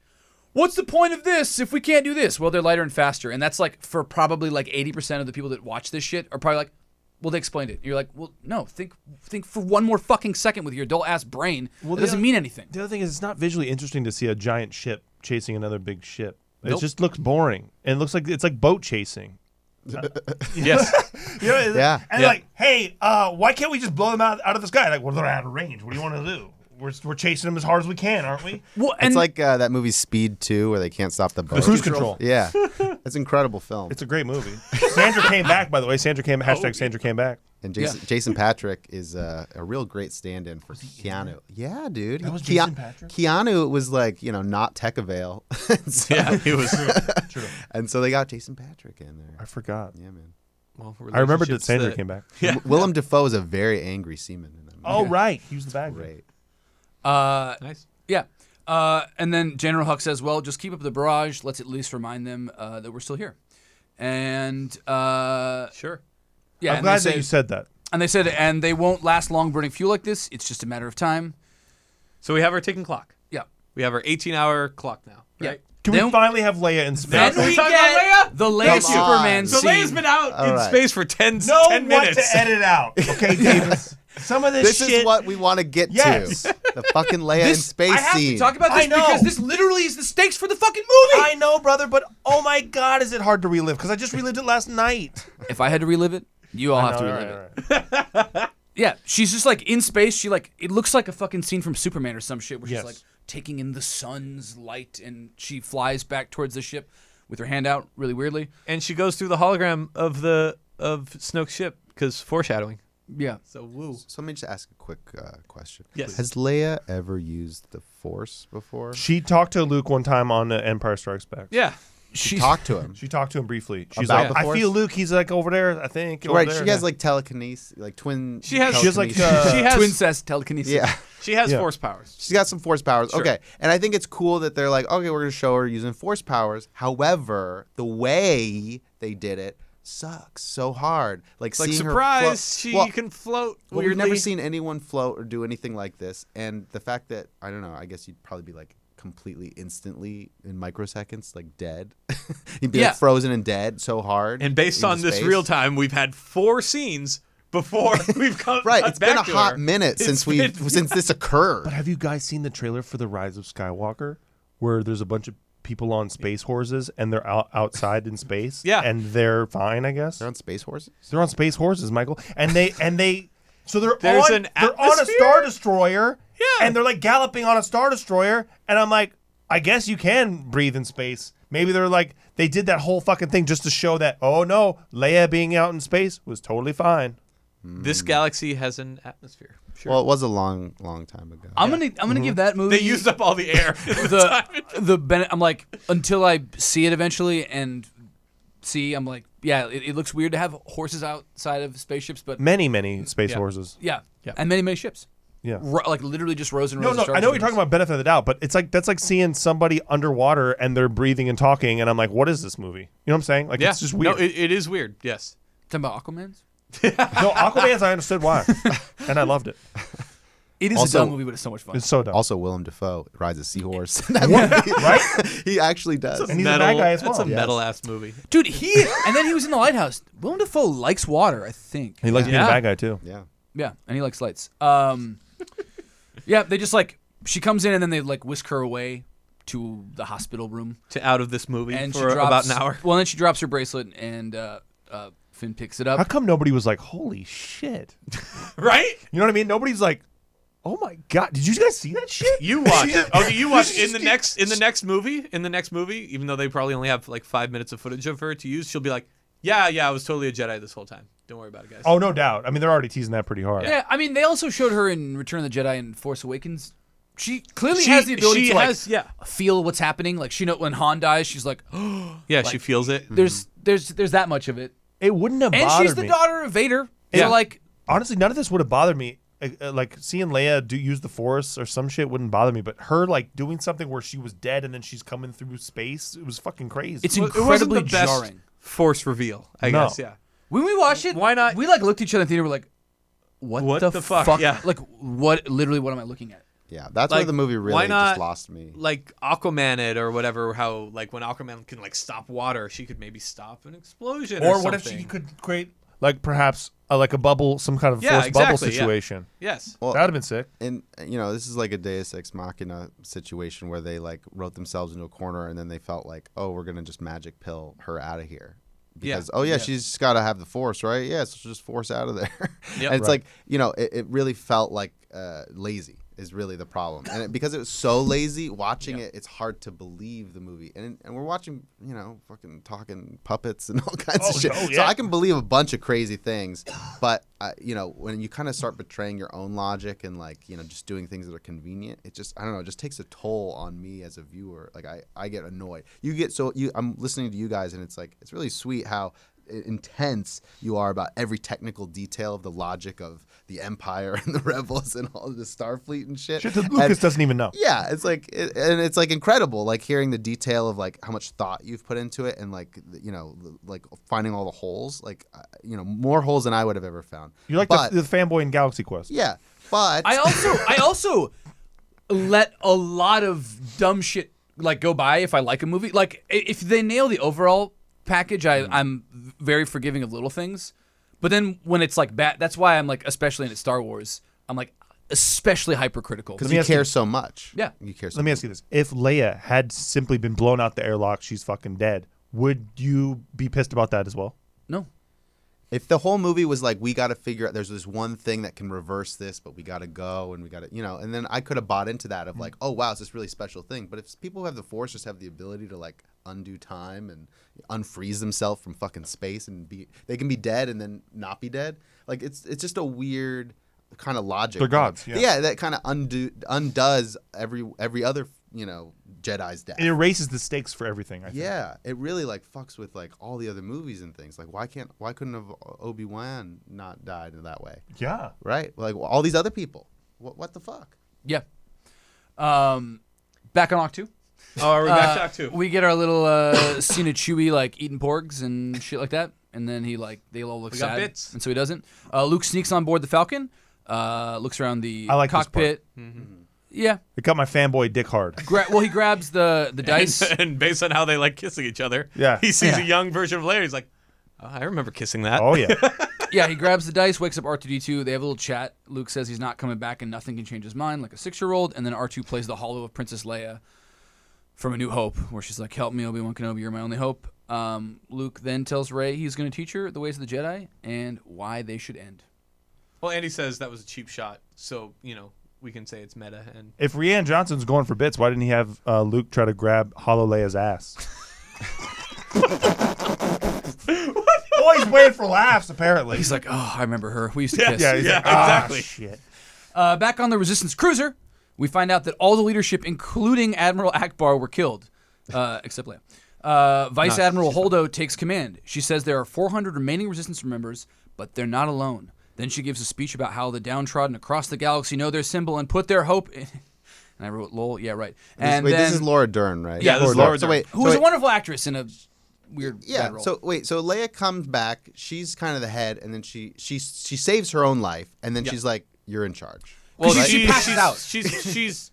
[SPEAKER 1] "What's the point of this if we can't do this?" Well, they're lighter and faster, and that's like for probably like eighty percent of the people that watch this shit are probably like, Well, they explained it. You're like, well, no. Think, think for one more fucking second with your adult ass brain. Well, it
[SPEAKER 4] the
[SPEAKER 1] doesn't
[SPEAKER 4] other-
[SPEAKER 1] mean anything.
[SPEAKER 4] The other thing is, it's not visually interesting to see a giant ship chasing another big ship.
[SPEAKER 2] Nope.
[SPEAKER 4] It just looks boring, and it looks like it's like boat chasing.
[SPEAKER 2] Yes.
[SPEAKER 5] You know,
[SPEAKER 3] Yeah.
[SPEAKER 5] And
[SPEAKER 2] Yeah.
[SPEAKER 5] like, hey, uh, why can't we just blow them out, out of the sky? Like, well, they're out of range. What do you want to do? We're, we're chasing them as hard as we can, aren't we?
[SPEAKER 1] Well, and
[SPEAKER 3] it's like uh, that movie Speed 2 where they can't stop the boat.
[SPEAKER 4] Cruise control.
[SPEAKER 3] Yeah. That's an incredible film.
[SPEAKER 4] It's a great movie. Sandra came back, by the way. Sandra came.
[SPEAKER 1] Oh,
[SPEAKER 4] Hashtag Sandra came back.
[SPEAKER 3] And Jason,
[SPEAKER 1] Yeah.
[SPEAKER 3] Jason Patrick is uh, a real great stand-in for Keanu. Yeah, dude. That
[SPEAKER 5] was Jason Patrick?
[SPEAKER 3] Keanu was like you know not tech avail, and, so,
[SPEAKER 2] yeah. He was.
[SPEAKER 3] and so they got Jason Patrick in there.
[SPEAKER 4] I forgot.
[SPEAKER 3] Yeah, man.
[SPEAKER 2] Well,
[SPEAKER 4] I remembered that
[SPEAKER 2] relationships uh,
[SPEAKER 4] Sandra came back.
[SPEAKER 3] W- Willem Dafoe is a very angry seaman in that movie.
[SPEAKER 5] Oh, right. He was the bad guy.
[SPEAKER 3] great.
[SPEAKER 2] Nice.
[SPEAKER 1] Yeah. Uh, and then General Huck says, well, just keep up the barrage. Let's at least remind them uh, that we're still here. And uh,
[SPEAKER 2] Sure.
[SPEAKER 1] yeah,
[SPEAKER 4] I'm
[SPEAKER 1] and,
[SPEAKER 4] glad
[SPEAKER 1] they
[SPEAKER 4] that you
[SPEAKER 1] said-
[SPEAKER 4] said that.
[SPEAKER 1] and they said, and they won't last long burning fuel like this. It's just a matter of time.
[SPEAKER 2] So we have our ticking clock.
[SPEAKER 1] Yeah.
[SPEAKER 2] We have our 18-hour clock now.
[SPEAKER 1] Yeah.
[SPEAKER 2] Right.
[SPEAKER 4] Can
[SPEAKER 1] Then-
[SPEAKER 4] we finally have Leia in
[SPEAKER 1] Then
[SPEAKER 4] space?
[SPEAKER 2] Are
[SPEAKER 1] we
[SPEAKER 2] we talking about
[SPEAKER 1] get
[SPEAKER 2] Leia?
[SPEAKER 1] the Leia
[SPEAKER 3] Come on.
[SPEAKER 1] Superman
[SPEAKER 3] So
[SPEAKER 2] So Leia's
[SPEAKER 1] scene.
[SPEAKER 2] been out
[SPEAKER 3] All
[SPEAKER 2] in
[SPEAKER 3] right.
[SPEAKER 2] space for 10,
[SPEAKER 5] Know what
[SPEAKER 2] 10 minutes.
[SPEAKER 5] to edit out, okay, Davis? Some of this,
[SPEAKER 3] This
[SPEAKER 5] shit.
[SPEAKER 3] is what we want to get
[SPEAKER 5] Yes.
[SPEAKER 3] to. The fucking Leia in space
[SPEAKER 1] I have
[SPEAKER 3] scene.
[SPEAKER 1] to talk about
[SPEAKER 5] I
[SPEAKER 1] this
[SPEAKER 5] know.
[SPEAKER 1] because this literally is the stakes for the fucking movie.
[SPEAKER 5] I know, brother, but oh my God, is it hard to relive? Because I just relived it last night.
[SPEAKER 1] if I had to relive it, you all have to
[SPEAKER 4] All
[SPEAKER 1] relive
[SPEAKER 4] right,
[SPEAKER 1] it.
[SPEAKER 4] all right.
[SPEAKER 1] Yeah, she's just like in space. She like it looks like a fucking scene from Superman or some shit, where she's
[SPEAKER 4] Yes.
[SPEAKER 1] like taking in the sun's light, and she flies back towards the ship with her hand out, really weirdly.
[SPEAKER 2] And she goes through the hologram of the of Snoke's ship because foreshadowing.
[SPEAKER 1] Yeah,
[SPEAKER 2] So woo.
[SPEAKER 3] So let me just ask a quick uh, question.
[SPEAKER 2] Yes.
[SPEAKER 3] Has Leia ever used the Force before?
[SPEAKER 4] She talked to Luke one time on uh, Empire Strikes Back.
[SPEAKER 2] Yeah.
[SPEAKER 1] she's
[SPEAKER 3] Talk to him.
[SPEAKER 4] She talked to him briefly. She's
[SPEAKER 3] About
[SPEAKER 4] like,
[SPEAKER 3] the
[SPEAKER 4] I
[SPEAKER 3] Force?
[SPEAKER 4] feel Luke. He's like over there. I think. over
[SPEAKER 3] Right.
[SPEAKER 4] there."
[SPEAKER 3] She has like telekinesis, like twin.
[SPEAKER 2] She has-
[SPEAKER 4] She has, like,
[SPEAKER 3] telekinesis.
[SPEAKER 4] uh,
[SPEAKER 2] she has
[SPEAKER 1] twin says telekinesis.
[SPEAKER 3] yeah.
[SPEAKER 2] she has
[SPEAKER 4] Yeah.
[SPEAKER 2] force powers.
[SPEAKER 3] She's got some force powers. Okay. And I think it's cool that they're like, okay, we're going to show her using force powers. However, the way they did it sucks so hard. Like,
[SPEAKER 2] Like
[SPEAKER 3] seeing her float-
[SPEAKER 2] surprise, she
[SPEAKER 3] well,
[SPEAKER 2] can float.
[SPEAKER 3] well, we've never
[SPEAKER 2] weirdly.
[SPEAKER 3] seen anyone float or do anything like this. And the fact that, I don't know, I guess you'd probably be like completely instantly in microseconds, like dead. you'd be
[SPEAKER 1] Yeah.
[SPEAKER 3] like frozen and dead so hard.
[SPEAKER 2] And based
[SPEAKER 3] in
[SPEAKER 2] on this
[SPEAKER 3] space.
[SPEAKER 2] real time, we've had four scenes before we've come
[SPEAKER 3] Right.
[SPEAKER 2] got
[SPEAKER 3] It's been a
[SPEAKER 2] back to
[SPEAKER 3] hot
[SPEAKER 2] her.
[SPEAKER 3] minute
[SPEAKER 2] It's
[SPEAKER 3] since we have
[SPEAKER 2] been-
[SPEAKER 3] since this occurred.
[SPEAKER 4] But have you guys seen the trailer for The Rise of Skywalker, where there's a bunch of people on space horses and they're out, outside in space?
[SPEAKER 2] Yeah.
[SPEAKER 4] and they're fine, I guess.
[SPEAKER 3] They're on space horses?
[SPEAKER 4] They're on space horses, Michael, and they and they.
[SPEAKER 5] So they're
[SPEAKER 2] There's
[SPEAKER 5] on
[SPEAKER 2] an
[SPEAKER 5] they're on a
[SPEAKER 2] atmosphere?
[SPEAKER 5] star destroyer.
[SPEAKER 2] Yeah.
[SPEAKER 5] And they're like galloping on a star destroyer,
[SPEAKER 4] And I'm like, I guess you can breathe in space. Maybe they're like they did that whole fucking thing just to show that. Oh no, Leia being out in space was totally fine.
[SPEAKER 2] This galaxy has an atmosphere. Sure.
[SPEAKER 3] Well, it was a long, long time ago.
[SPEAKER 1] I'm gonna I'm gonna
[SPEAKER 4] Mm-hmm.
[SPEAKER 1] give that movie
[SPEAKER 2] they used up all the air.
[SPEAKER 1] the the ben- I'm like until I see it eventually and see I'm like yeah it, it looks weird to have horses outside of spaceships, but
[SPEAKER 4] Many, many space horses.
[SPEAKER 1] yeah,
[SPEAKER 2] Yeah.
[SPEAKER 1] and many many ships.
[SPEAKER 4] Yeah.
[SPEAKER 1] Ro- like literally just rows and
[SPEAKER 4] No,
[SPEAKER 1] rows.
[SPEAKER 4] no,
[SPEAKER 1] of Star
[SPEAKER 4] I know what you're
[SPEAKER 1] Destroyers.
[SPEAKER 4] talking about benefit of the doubt, but it's like that's like seeing somebody underwater and they're breathing and talking, and I'm like, what is this movie? You know what I'm saying? Like
[SPEAKER 2] yeah.
[SPEAKER 4] it's just weird.
[SPEAKER 2] No, it, it is weird. Yes.
[SPEAKER 1] Talking about Aquaman's.
[SPEAKER 4] No, Aquaman's, I understood why, and I loved it.
[SPEAKER 1] It is
[SPEAKER 3] Also-
[SPEAKER 1] a dumb movie, but it's so much fun.
[SPEAKER 4] It's so dumb.
[SPEAKER 3] Also, Willem Dafoe rides a seahorse. right? He actually does.
[SPEAKER 4] And he's a bad guy as well.
[SPEAKER 2] That's a
[SPEAKER 4] Yeah.
[SPEAKER 2] metal ass movie.
[SPEAKER 1] Dude, he and then he was in the lighthouse. Willem Dafoe likes water, I think.
[SPEAKER 4] He likes being
[SPEAKER 2] Yeah.
[SPEAKER 4] a bad guy too.
[SPEAKER 3] yeah.
[SPEAKER 1] Yeah, and he likes lights. Um, yeah, they just like she comes in and then they like whisk her away to the hospital room
[SPEAKER 2] To out of this movie
[SPEAKER 1] and
[SPEAKER 2] for
[SPEAKER 1] she drops,
[SPEAKER 2] about an hour.
[SPEAKER 1] Well, then she drops her bracelet and uh, uh, Finn picks it
[SPEAKER 4] How
[SPEAKER 1] up.
[SPEAKER 4] come nobody was like, holy shit?
[SPEAKER 2] Right?
[SPEAKER 4] You know what I mean? Nobody's like, oh my god, did you guys see that shit? oh,
[SPEAKER 2] You watch. okay, you watch in the next in the next movie. In the next movie, even though they probably only have like five minutes of footage of her to use, she'll be like, "Yeah, yeah, I was totally a Jedi this whole time. Don't worry about it, guys."
[SPEAKER 4] Oh, no doubt. I mean, they're already teasing that pretty hard.
[SPEAKER 1] Yeah, I mean they also showed her in Return of the Jedi and Force Awakens. She clearly
[SPEAKER 2] She-
[SPEAKER 1] has the ability
[SPEAKER 2] she
[SPEAKER 1] to like,
[SPEAKER 2] has- yeah.
[SPEAKER 1] feel what's happening. Like she know when Han dies, she's like, "Oh,
[SPEAKER 2] yeah, she feels it.
[SPEAKER 1] there's there's there's that much of it.
[SPEAKER 4] It wouldn't have
[SPEAKER 1] And
[SPEAKER 4] bothered
[SPEAKER 1] she's the
[SPEAKER 4] me.
[SPEAKER 1] daughter of Vader.
[SPEAKER 2] Yeah.
[SPEAKER 1] So like
[SPEAKER 4] Honestly, none of this would have bothered me. Uh, uh, Like seeing Leia do use the Force or some shit wouldn't bother me, but her like doing something where she was dead and then she's coming through space, it was fucking crazy.
[SPEAKER 1] It's
[SPEAKER 2] Well, it wasn't
[SPEAKER 1] incredibly
[SPEAKER 2] the best
[SPEAKER 1] jarring.
[SPEAKER 2] force reveal. I
[SPEAKER 4] No.
[SPEAKER 2] guess. Yeah.
[SPEAKER 1] When we watched it,
[SPEAKER 2] Why not-
[SPEAKER 1] We like looked at each other in the theater. We're like, "What,
[SPEAKER 2] What
[SPEAKER 1] the,
[SPEAKER 2] the fuck?
[SPEAKER 1] fuck?
[SPEAKER 2] Yeah.
[SPEAKER 1] Like, what? Literally, what am I looking at?
[SPEAKER 3] Yeah. That's where
[SPEAKER 2] Like,
[SPEAKER 3] the movie
[SPEAKER 2] why
[SPEAKER 3] really
[SPEAKER 2] not-
[SPEAKER 3] just lost me.
[SPEAKER 2] Like Aquaman it or whatever. How like when Aquaman can like stop water, she could maybe stop an explosion. Or,
[SPEAKER 5] or what if she
[SPEAKER 2] something.
[SPEAKER 5] could create
[SPEAKER 4] like perhaps uh, like a bubble, some kind of
[SPEAKER 2] Yeah,
[SPEAKER 4] forced bubble
[SPEAKER 2] exactly, yeah.
[SPEAKER 4] situation.
[SPEAKER 2] Yes.
[SPEAKER 3] Well,
[SPEAKER 4] That would have been sick.
[SPEAKER 3] and you know this is like a Deus Ex Machina situation where they like wrote themselves into a corner and then they felt like oh we're gonna just magic pill her out of here
[SPEAKER 2] Yeah.
[SPEAKER 3] because oh yeah,
[SPEAKER 2] Yeah.
[SPEAKER 3] she's just gotta have the force right yeah so she'll just force out of there
[SPEAKER 2] Yep.
[SPEAKER 3] and it's
[SPEAKER 4] Right.
[SPEAKER 3] like you know it, it really felt like uh, lazy is really the problem and it, because it was so lazy watching it it's hard to believe the movie and and we're watching you know fucking talking puppets and all kinds of
[SPEAKER 4] Oh,
[SPEAKER 3] shit
[SPEAKER 4] no,
[SPEAKER 3] so
[SPEAKER 4] yeah.
[SPEAKER 3] I can believe a bunch of crazy things, but uh, you know when you kind of start betraying your own logic and like you know just doing things that are convenient, it just I don't know, it just takes a toll on me as a viewer. Like I I get annoyed. You get so you I'm listening to you guys and it's like it's really sweet how i- intense you are about every technical detail of the logic of the empire and the rebels and all of the starfleet and shit.
[SPEAKER 4] Shit that
[SPEAKER 3] And-
[SPEAKER 4] Lucas doesn't even know.
[SPEAKER 3] yeah, it's like, it, and it's like incredible, like hearing the detail of like how much thought you've put into it, and like you know, like finding all the holes, like uh, you know, more holes than I would have ever found.
[SPEAKER 4] You're like
[SPEAKER 3] but,
[SPEAKER 4] the, the fanboy in Galaxy Quest.
[SPEAKER 3] yeah, but
[SPEAKER 1] I also I also let a lot of dumb shit like go by if I like a movie. Like i- if they nail the overall package, I I'm very forgiving of little things. But then when it's like bat, that's why I'm like especially in at Star Wars, I'm like especially hypercritical.
[SPEAKER 3] because
[SPEAKER 4] me
[SPEAKER 3] you
[SPEAKER 4] ask you-
[SPEAKER 3] care so much.
[SPEAKER 1] Yeah.
[SPEAKER 3] you care. so
[SPEAKER 4] Let me ask you this: If Leia had simply been blown out the airlock, she's fucking dead. Would you be pissed about that as well?
[SPEAKER 1] No.
[SPEAKER 3] If the whole movie was like, we got to figure out, there's this one thing that can reverse this, but we got to go and we got to, you know, and then I could have bought into that
[SPEAKER 4] Mm.
[SPEAKER 3] of like, oh, wow, it's this really special thing. But if people who have the force just have the ability to like undo time and unfreeze themselves from fucking space and be, they can be dead and then not be dead. Like, it's it's just a weird kind of logic.
[SPEAKER 4] They're gods, yeah.
[SPEAKER 3] that kind of undo undoes every every other, you know, Jedi's death.
[SPEAKER 4] It erases the stakes for everything. I think.
[SPEAKER 3] Yeah, it really like fucks with like all the other movies and things. Like, why can't why couldn't have Obi Wan not died in that way?
[SPEAKER 4] yeah.
[SPEAKER 3] Right? Like all these other people. What what the fuck?
[SPEAKER 1] Yeah. Um, back on Oct two.
[SPEAKER 2] Oh, are we back to Act Two?
[SPEAKER 1] Uh, We get our little uh, scene of Chewie like eating porgs and shit like that, and then he like they all look
[SPEAKER 2] We got
[SPEAKER 1] sad,
[SPEAKER 2] bits.
[SPEAKER 1] and so he doesn't. Uh, Luke sneaks on board the Falcon, uh, looks around the
[SPEAKER 4] I like this part.
[SPEAKER 1] cockpit.
[SPEAKER 2] Mm-hmm.
[SPEAKER 1] Yeah,
[SPEAKER 4] It got my fanboy dick hard.
[SPEAKER 1] Gra- well he grabs the the dice.
[SPEAKER 2] and, and based on how they like kissing each other,
[SPEAKER 4] Yeah.
[SPEAKER 2] he sees
[SPEAKER 1] Yeah.
[SPEAKER 2] a young version of Larry. He's like, oh, I remember kissing that.
[SPEAKER 4] Oh yeah.
[SPEAKER 1] yeah, he grabs the dice, wakes up R two D two. They have a little chat. Luke says he's not coming back, and nothing can change his mind, like a six year old. And then R two plays the Hollow of Princess Leia from A New Hope, where she's like, "Help me, Obi Wan Kenobi, you're my only hope." Um, Luke then tells Rey he's going to teach her the ways of the Jedi and why they should end.
[SPEAKER 2] Well, Andy says that was a cheap shot, so you know we can say it's meta. And
[SPEAKER 4] if Rianne Johnson's going for bits, why didn't he have uh, Luke try to grab Hollow Leia's ass? Boy's waiting for laughs, apparently.
[SPEAKER 1] He's like, oh, I remember her. We used to kiss.
[SPEAKER 4] yeah, he's
[SPEAKER 2] Yeah,
[SPEAKER 4] like, "Ah,
[SPEAKER 2] exactly.
[SPEAKER 4] shit.
[SPEAKER 1] Uh, back on the Resistance cruiser, we find out that all the leadership, including Admiral Akbar, were killed, uh, except Leia. Uh, Vice Admiral Holdo takes command. She says there are 400 remaining Resistance members, but they're not alone. Then she gives a speech about how the downtrodden across the galaxy know their symbol and put their hope. in... And I wrote, "Lol, yeah, right." And
[SPEAKER 3] wait,
[SPEAKER 1] then,
[SPEAKER 3] this is Laura Dern, right?
[SPEAKER 2] Yeah, this is Laura
[SPEAKER 3] So
[SPEAKER 2] Dern.
[SPEAKER 3] wait,
[SPEAKER 1] who
[SPEAKER 3] so
[SPEAKER 1] is a
[SPEAKER 3] wait-
[SPEAKER 1] wonderful actress in a weird bad
[SPEAKER 3] Yeah.
[SPEAKER 1] role.
[SPEAKER 3] So wait, so Leia comes back. She's kind of the head, and then she she she saves her own life, and then she's like, "You're in charge."
[SPEAKER 1] well,
[SPEAKER 2] She's-
[SPEAKER 1] she, she passes
[SPEAKER 2] she's,
[SPEAKER 1] out.
[SPEAKER 2] She's she's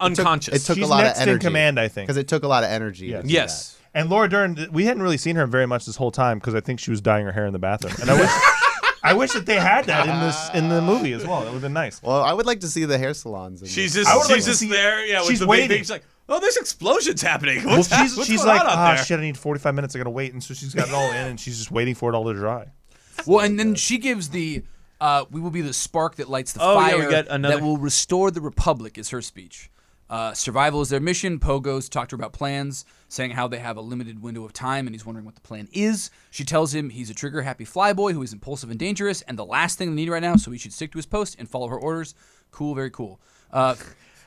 [SPEAKER 2] unconscious.
[SPEAKER 3] It took
[SPEAKER 4] She's
[SPEAKER 3] a lot
[SPEAKER 4] next
[SPEAKER 3] of
[SPEAKER 4] in
[SPEAKER 3] energy.
[SPEAKER 4] command, I think.
[SPEAKER 3] because it took a lot of energy. to
[SPEAKER 4] Yeah.
[SPEAKER 3] do
[SPEAKER 2] yes.
[SPEAKER 4] And Laura Dern, th- we hadn't really seen her very much this whole time because I think she was dyeing her hair in the bathroom. And I wish, I wish that they had that in this in the movie as well. That would have been nice.
[SPEAKER 3] that. Well, I would like to see the hair salons. in
[SPEAKER 2] She's
[SPEAKER 3] this.
[SPEAKER 2] just
[SPEAKER 4] I would
[SPEAKER 2] she's
[SPEAKER 4] like to
[SPEAKER 2] just
[SPEAKER 4] see-
[SPEAKER 2] there. Yeah, with
[SPEAKER 4] she's
[SPEAKER 2] the big
[SPEAKER 4] waiting.
[SPEAKER 2] thing. She's like, oh, there's explosions happening.
[SPEAKER 4] Well,
[SPEAKER 2] What's, hap-
[SPEAKER 4] she's,
[SPEAKER 2] what's
[SPEAKER 4] she's
[SPEAKER 2] going
[SPEAKER 4] like,
[SPEAKER 2] on out
[SPEAKER 4] ah,
[SPEAKER 2] there?
[SPEAKER 4] shit, I need 45 minutes. I got to wait. And so she's got it all in and she's just waiting for it all to dry.
[SPEAKER 1] Well, and then she gives the uh, "We will be the spark that lights the
[SPEAKER 2] Oh, yeah,
[SPEAKER 1] fire
[SPEAKER 2] we get another-
[SPEAKER 1] that will restore the republic" is her speech. Uh, survival is their mission. Poe goes to talk to her about plans, saying how they have a limited window of time, and he's wondering what the plan is. She tells him he's a trigger happy flyboy who is impulsive and dangerous, and the last thing they need right now, so he should stick to his post and follow her orders. Cool, very cool. Uh,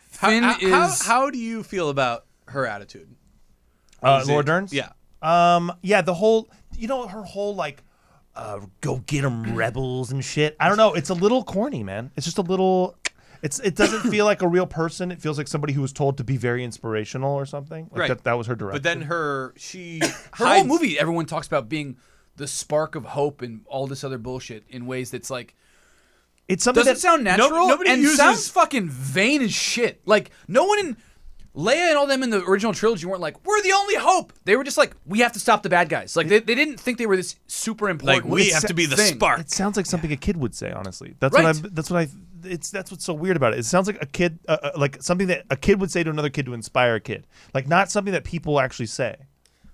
[SPEAKER 1] Finn
[SPEAKER 2] How, how,
[SPEAKER 1] is
[SPEAKER 2] how do you feel about her attitude? Oh,
[SPEAKER 4] Uh,
[SPEAKER 2] Is
[SPEAKER 4] Laura
[SPEAKER 2] it-
[SPEAKER 4] Dern's?
[SPEAKER 2] Yeah.
[SPEAKER 4] Um, yeah, the whole, you know, her whole like, uh, go get 'em rebels and shit. I don't know. It's a little corny, man. It's just a little. It's it doesn't feel like a real person. It feels like somebody who was told to be very inspirational or something. Like
[SPEAKER 2] Right.
[SPEAKER 4] That, that was her direction.
[SPEAKER 2] But then her she
[SPEAKER 1] her
[SPEAKER 2] hides-
[SPEAKER 1] whole movie everyone talks about being the spark of hope and all this other bullshit in ways that's like
[SPEAKER 4] it's something
[SPEAKER 1] Doesn't
[SPEAKER 4] that
[SPEAKER 1] sound natural
[SPEAKER 2] nobody
[SPEAKER 1] and
[SPEAKER 2] uses-
[SPEAKER 1] sounds fucking vain as shit. Like no one in Leia and all them in the original trilogy weren't like, we're the only hope. They were just like, we have to stop the bad guys. Like, they, they didn't think they were this super important.
[SPEAKER 2] Like we have to be the
[SPEAKER 1] thing.
[SPEAKER 2] spark.
[SPEAKER 4] It sounds like something a kid would say, honestly. That's
[SPEAKER 1] Right.
[SPEAKER 4] what I'm. That's what I. It's that's what's so weird about it. It sounds like a kid, uh, uh, like something that a kid would say to another kid to inspire a kid, like not something that people actually say.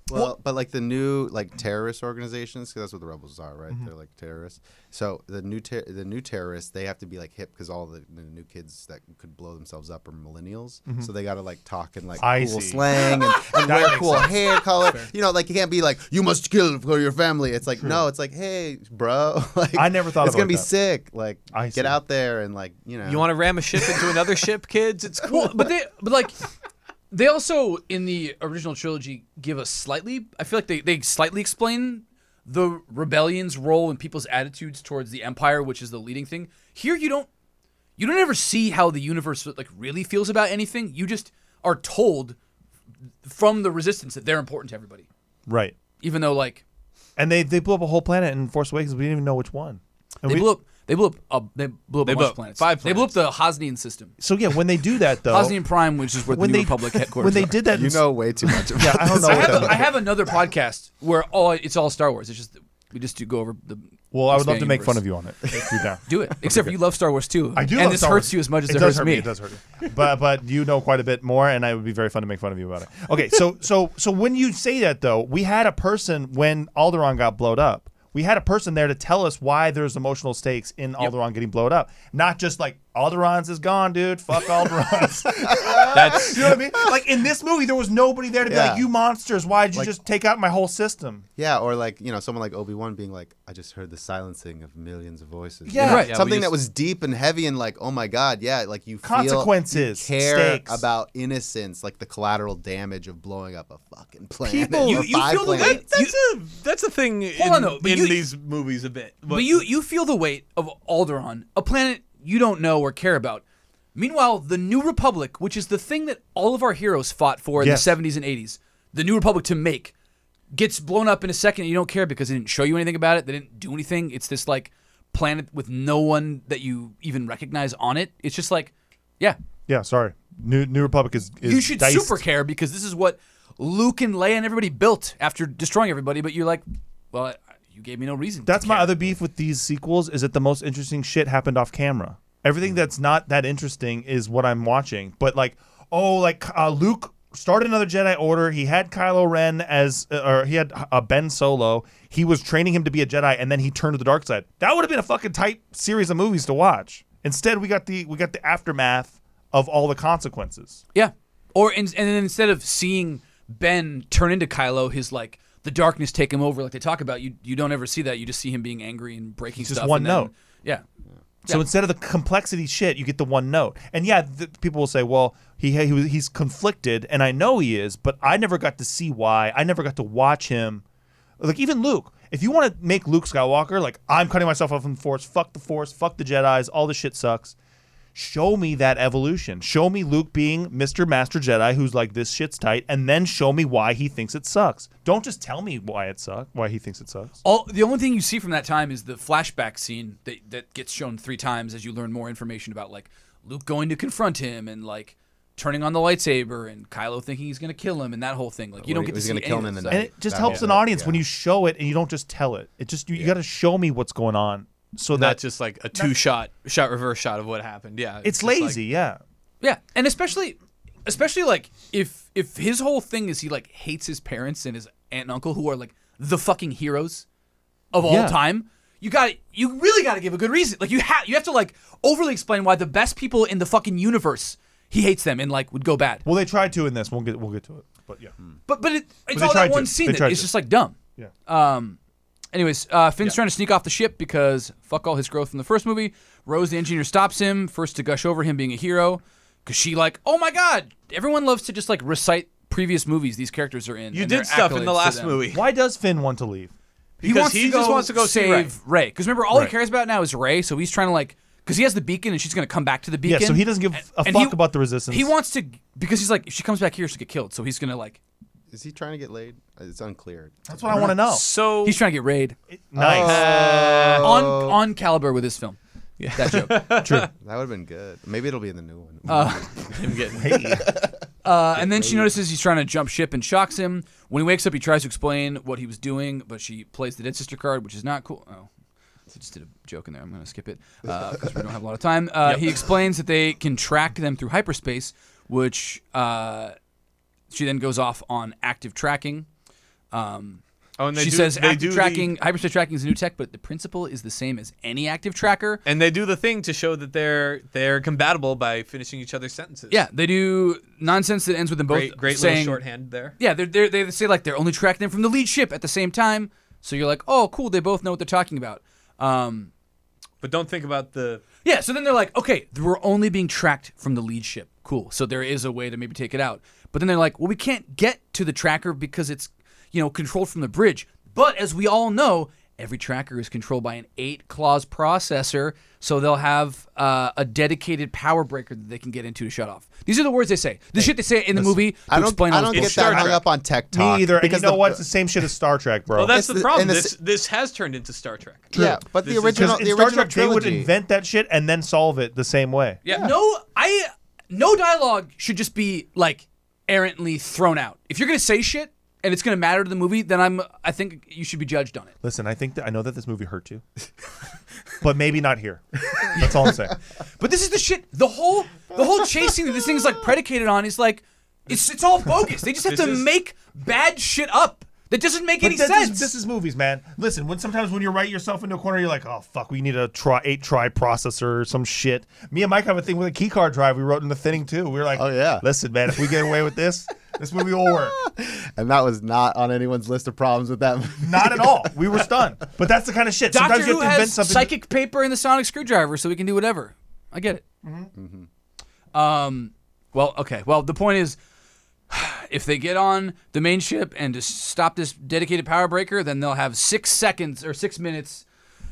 [SPEAKER 3] Well, but like the new like terrorist organizations, because that's what the rebels are,
[SPEAKER 4] Mm-hmm.
[SPEAKER 3] right? They're like terrorists. So the new ter- the new terrorists, they have to be like hip because all the, the new kids that could blow themselves up are millennials. So they got to like talk in like
[SPEAKER 4] Mm-hmm. I
[SPEAKER 3] cool
[SPEAKER 4] see.
[SPEAKER 3] slang and, and wear cool hair color. You know, like you can't be like you must kill for your family. It's like no, it's like hey, bro. like
[SPEAKER 4] I never thought
[SPEAKER 3] it's gonna
[SPEAKER 4] about
[SPEAKER 3] be
[SPEAKER 4] that.
[SPEAKER 3] sick. Like
[SPEAKER 4] I
[SPEAKER 3] get
[SPEAKER 4] see.
[SPEAKER 3] out there and like you know
[SPEAKER 2] You want to ram a ship into another ship, kids? It's cool.
[SPEAKER 1] Well, but they, but like, they also in the original trilogy give us slightly. I feel like they they slightly explain the rebellion's role and people's attitudes towards the empire, which is the leading thing. Here, you don't you don't ever see how the universe like really feels about anything. You just are told from the resistance that they're important to everybody,
[SPEAKER 4] Right.
[SPEAKER 1] even though like
[SPEAKER 4] And they they blew up a whole planet in Force Awakens. We didn't even know which one. And
[SPEAKER 1] they
[SPEAKER 4] we-
[SPEAKER 1] blew up. They blew up. A, they blew up
[SPEAKER 2] They
[SPEAKER 1] a
[SPEAKER 2] blew
[SPEAKER 1] bunch
[SPEAKER 2] up
[SPEAKER 1] of planets.
[SPEAKER 2] five
[SPEAKER 1] They blew up the Hosnian system.
[SPEAKER 4] So yeah, when they do that though,
[SPEAKER 1] Hosnian Prime, which is where the
[SPEAKER 4] when
[SPEAKER 1] New
[SPEAKER 4] they
[SPEAKER 1] Republic headquarters.
[SPEAKER 4] when they
[SPEAKER 1] are.
[SPEAKER 4] did that, in
[SPEAKER 3] you
[SPEAKER 4] s-
[SPEAKER 3] know way too much. About
[SPEAKER 4] yeah, I don't know.
[SPEAKER 1] I
[SPEAKER 4] what
[SPEAKER 1] have,
[SPEAKER 4] that-
[SPEAKER 1] I have another podcast where all it's all Star Wars. It's just we just do go over the.
[SPEAKER 4] well, I would love
[SPEAKER 1] expanding
[SPEAKER 4] to make
[SPEAKER 1] universe.
[SPEAKER 4] fun of you on it. If you're down.
[SPEAKER 1] Do it, except for you love Star Wars too.
[SPEAKER 4] I do.
[SPEAKER 1] And
[SPEAKER 4] love
[SPEAKER 1] this
[SPEAKER 4] Star
[SPEAKER 1] hurts
[SPEAKER 4] Wars.
[SPEAKER 1] you as much as it,
[SPEAKER 4] does
[SPEAKER 1] hurts
[SPEAKER 4] hurt
[SPEAKER 1] me.
[SPEAKER 4] It does hurt you. But but you know quite a bit more, and I would be very fun to make fun of you about it. Okay, so so so when you say that though, we had a person when Alderon got blowed up. We had a person there to tell us why there's emotional stakes in Alderon getting blowed up, not just like Alderon's is gone, dude. Fuck Alderon's.
[SPEAKER 2] That's
[SPEAKER 4] you know what I mean? Like in this movie, there was nobody there to be
[SPEAKER 3] Yeah.
[SPEAKER 4] like, "You monsters! Why did you just take out my whole system?"
[SPEAKER 3] Yeah, or like you know, someone like Obi Wan being like, "I just heard the silencing of millions of voices."
[SPEAKER 4] Yeah.
[SPEAKER 3] You know,
[SPEAKER 1] Right.
[SPEAKER 2] Yeah, we
[SPEAKER 3] something
[SPEAKER 2] just-
[SPEAKER 3] that was deep and heavy and like, "Oh my God, yeah!" Like you feel-
[SPEAKER 4] Consequences,
[SPEAKER 3] you care
[SPEAKER 4] stakes.
[SPEAKER 3] about innocence, like the collateral damage of blowing up a fucking planet.
[SPEAKER 1] People-
[SPEAKER 3] or
[SPEAKER 1] You- you
[SPEAKER 3] five
[SPEAKER 1] feel the weight-
[SPEAKER 3] planets.
[SPEAKER 2] that's a that's a thing in,
[SPEAKER 1] Hold on, though, but
[SPEAKER 2] in
[SPEAKER 1] you-
[SPEAKER 2] these movies a bit.
[SPEAKER 1] But you you feel the weight of Alderaan, a planet you don't know or care about. Meanwhile, the New Republic, which is the thing that all of our heroes fought for in
[SPEAKER 4] Yes.
[SPEAKER 1] the 70s and 80s, the New Republic to make, gets blown up in a second and you don't care because they didn't show you anything about it. They didn't do anything. It's this like planet with no one that you even recognize on it. It's just like, yeah,
[SPEAKER 4] Yeah, sorry. New New Republic is, is
[SPEAKER 1] you should
[SPEAKER 4] diced.
[SPEAKER 1] super care because this is what Luke and Leia and everybody built after destroying everybody. But you're like, well, I, you gave me no reason.
[SPEAKER 4] That's
[SPEAKER 1] to
[SPEAKER 4] my
[SPEAKER 1] care.
[SPEAKER 4] other beef with these sequels is that the most interesting shit happened off camera. Everything that's not that interesting is what I'm watching. But like, oh, like uh, Luke started another Jedi Order. He had Kylo Ren as, or he had uh, Ben Solo. He was training him to be a Jedi, and then he turned to the dark side. That would have been a fucking tight series of movies to watch. Instead, we got the we got the aftermath of all the consequences.
[SPEAKER 1] Yeah. Or in, and then instead of seeing Ben turn into Kylo, his like the darkness take him over, like they talk about. You you don't ever see that. You just see him being angry and breaking
[SPEAKER 4] just
[SPEAKER 1] stuff.
[SPEAKER 4] one
[SPEAKER 1] and then-
[SPEAKER 4] note.
[SPEAKER 1] Yeah.
[SPEAKER 4] So instead of the complexity shit, you get the one note. And yeah, th people will say, "Well, he, he was- he's conflicted," and I know he is, but I never got to see why. I never got to watch him. Like even Luke. If you want to make Luke Skywalker, like I'm cutting myself off from the Force. Fuck the Force. Fuck the Jedi's. All this shit sucks. Show me that evolution. Show me Luke being Mr. Master Jedi, who's like this shit's tight, and then show me why he thinks it sucks. Don't just tell me why it sucks. Why he thinks it sucks.
[SPEAKER 1] All the only thing you see from that time is the flashback scene that that gets shown three times as you learn more information about like Luke going to confront him and like turning on the lightsaber and Kylo thinking he's gonna kill him and that whole thing. Like you
[SPEAKER 3] Well,
[SPEAKER 1] don't
[SPEAKER 3] he
[SPEAKER 1] get to
[SPEAKER 3] was
[SPEAKER 1] see
[SPEAKER 3] gonna
[SPEAKER 1] any
[SPEAKER 3] kill
[SPEAKER 1] of
[SPEAKER 3] him
[SPEAKER 1] that
[SPEAKER 3] in the
[SPEAKER 1] stuff.
[SPEAKER 4] and it just
[SPEAKER 3] that
[SPEAKER 4] helps an
[SPEAKER 3] whole-
[SPEAKER 4] audience
[SPEAKER 3] yeah.
[SPEAKER 4] when you show it and you don't just tell it. It just you, got to show me what's going on so
[SPEAKER 2] not
[SPEAKER 4] that
[SPEAKER 2] just like a two shot shot reverse shot of what happened. Yeah,
[SPEAKER 4] it's
[SPEAKER 2] just like-
[SPEAKER 4] lazy. yeah,
[SPEAKER 1] Yeah, and especially, especially like if if his whole thing is he like hates his parents and his aunt and uncle who are like the fucking heroes of all
[SPEAKER 4] Yeah.
[SPEAKER 1] time. You got to you really got to give a good reason. Like you have you have to like overly explain why the best people in the fucking universe he hates them and like would go bad.
[SPEAKER 4] well they tried to in this. We'll get we'll get to it. But yeah,
[SPEAKER 1] But but it, it's
[SPEAKER 4] they
[SPEAKER 1] all that
[SPEAKER 4] tried
[SPEAKER 1] one
[SPEAKER 4] to.
[SPEAKER 1] scene
[SPEAKER 4] They
[SPEAKER 1] that
[SPEAKER 4] tried
[SPEAKER 1] is
[SPEAKER 4] to.
[SPEAKER 1] just like dumb.
[SPEAKER 4] yeah.
[SPEAKER 1] Um. Anyways, uh, Finn's trying to sneak off the ship because fuck all his growth in the first movie. Rose, the engineer, stops him first to gush over him being a hero because she like, oh my god, everyone loves to just like recite previous movies these characters are in.
[SPEAKER 2] You
[SPEAKER 1] and their
[SPEAKER 2] did stuff
[SPEAKER 1] accolades
[SPEAKER 2] in
[SPEAKER 1] to
[SPEAKER 2] the last
[SPEAKER 1] them.
[SPEAKER 2] movie
[SPEAKER 4] Why does Finn want to leave?
[SPEAKER 1] He,
[SPEAKER 2] because
[SPEAKER 1] wants
[SPEAKER 2] he
[SPEAKER 1] to
[SPEAKER 2] just
[SPEAKER 1] go
[SPEAKER 2] wants to go see Rey.
[SPEAKER 1] save Ray because remember all
[SPEAKER 4] Right.
[SPEAKER 1] he cares about now is Ray, so he's trying to like because he has the beacon and she's gonna come back to the
[SPEAKER 4] Yeah,
[SPEAKER 1] beacon.
[SPEAKER 4] so he doesn't give a
[SPEAKER 1] and
[SPEAKER 4] fuck
[SPEAKER 1] he-
[SPEAKER 4] about the resistance.
[SPEAKER 1] He wants to because he's like if she comes back here she'll get killed, so he's gonna like
[SPEAKER 3] Is he trying to get laid? It's unclear.
[SPEAKER 4] That's what I want to know.
[SPEAKER 2] So
[SPEAKER 1] he's trying to get Rayed
[SPEAKER 3] uh,
[SPEAKER 4] nice.
[SPEAKER 1] on on caliber with his film. Yeah. That joke. Uh,
[SPEAKER 3] That would have been good. Maybe it'll be in the new one.
[SPEAKER 2] him getting
[SPEAKER 4] Hey.
[SPEAKER 1] Uh, and then she notices he's trying to jump ship and shocks him. When he wakes up, he tries to explain what he was doing, but she plays the dead sister card, which is not cool. Oh, I just did a joke in there. I'm going to skip it because we don't have a lot of time. Uh, He explains that they can track them through hyperspace, which uh, she then goes off on active tracking. Um,
[SPEAKER 2] Oh, and they
[SPEAKER 1] she
[SPEAKER 2] do-
[SPEAKER 1] says
[SPEAKER 2] they do
[SPEAKER 1] active
[SPEAKER 2] the-
[SPEAKER 1] tracking, hyperspace tracking is a new tech, but the principle is the same as any active tracker.
[SPEAKER 2] and they do the thing to show that they're they're compatible by finishing each other's sentences.
[SPEAKER 1] Yeah, they do nonsense that ends with them both
[SPEAKER 2] great, great
[SPEAKER 1] saying,
[SPEAKER 2] little shorthand there.
[SPEAKER 1] Yeah, they're, they're, they say like they're only tracking them from the lead ship at the same time. So you're like, oh, cool, they both know what they're talking about. Um,
[SPEAKER 2] But don't think about the
[SPEAKER 1] yeah, so then they're like, okay, we're only being tracked from the lead ship. Cool. So there is a way to maybe take it out. But then they're like, well, we can't get to the tracker because it's, you know, controlled from the bridge. But as we all know, every tracker is controlled by an eight clause processor. So they'll have uh, a dedicated power breaker that they can get into to shut off. These are the words they say. The shit they say in the movie to
[SPEAKER 3] I don't,
[SPEAKER 1] explain all
[SPEAKER 3] I don't
[SPEAKER 1] this
[SPEAKER 3] get
[SPEAKER 1] bullshit.
[SPEAKER 2] Star
[SPEAKER 3] that hung
[SPEAKER 2] Trek.
[SPEAKER 3] up on tech
[SPEAKER 4] Me
[SPEAKER 3] talk.
[SPEAKER 4] either. And you
[SPEAKER 3] because
[SPEAKER 4] know
[SPEAKER 3] the-
[SPEAKER 4] what? It's the same shit as Star Trek, bro.
[SPEAKER 2] Well, that's
[SPEAKER 3] It's
[SPEAKER 2] the,
[SPEAKER 3] the-
[SPEAKER 2] problem.
[SPEAKER 3] and the
[SPEAKER 2] this
[SPEAKER 3] s-
[SPEAKER 2] this has turned into Star Trek.
[SPEAKER 3] Yeah, but the
[SPEAKER 2] This is-
[SPEAKER 3] original,
[SPEAKER 4] in
[SPEAKER 3] the
[SPEAKER 4] Star
[SPEAKER 3] original
[SPEAKER 4] Trek, they would
[SPEAKER 3] trilogy.
[SPEAKER 4] invent that shit and then solve it the same way.
[SPEAKER 2] Yeah.
[SPEAKER 1] No, I no dialogue should just be like errantly thrown out. If you're gonna say shit and it's gonna matter to the movie, then I'm I think you should be judged on it.
[SPEAKER 4] Listen, I think that I know that this movie hurt you, but maybe not here. That's all I'm saying.
[SPEAKER 1] But this is the shit. The whole the whole chasing that this thing is like predicated on is like it's it's all bogus. They just have
[SPEAKER 2] This
[SPEAKER 1] to
[SPEAKER 2] is-
[SPEAKER 1] make bad shit up that doesn't make any
[SPEAKER 4] But this
[SPEAKER 1] sense.
[SPEAKER 4] is, this is movies, man. Listen, when sometimes when you write yourself into a corner, you're like, oh fuck, we need a tri eight tri processor or some shit. Me and Mike have a thing with a key card drive. We wrote in the thinning too. We were like,
[SPEAKER 3] Oh, yeah.
[SPEAKER 4] Listen, man, if we get away with this, this movie will work.
[SPEAKER 3] and that was not on anyone's list of problems with that. movie.
[SPEAKER 4] Not at all. We were stunned. But that's the kind of shit.
[SPEAKER 1] Doctor
[SPEAKER 4] sometimes you
[SPEAKER 1] Who
[SPEAKER 4] have to invent
[SPEAKER 1] has
[SPEAKER 4] something.
[SPEAKER 1] psychic paper and the sonic screwdriver, so we can do whatever. I get it.
[SPEAKER 4] Mm-hmm.
[SPEAKER 1] Um. Well, okay. Well, the point is, if they get on the main ship and just stop this dedicated power breaker, then they'll have six seconds or six minutes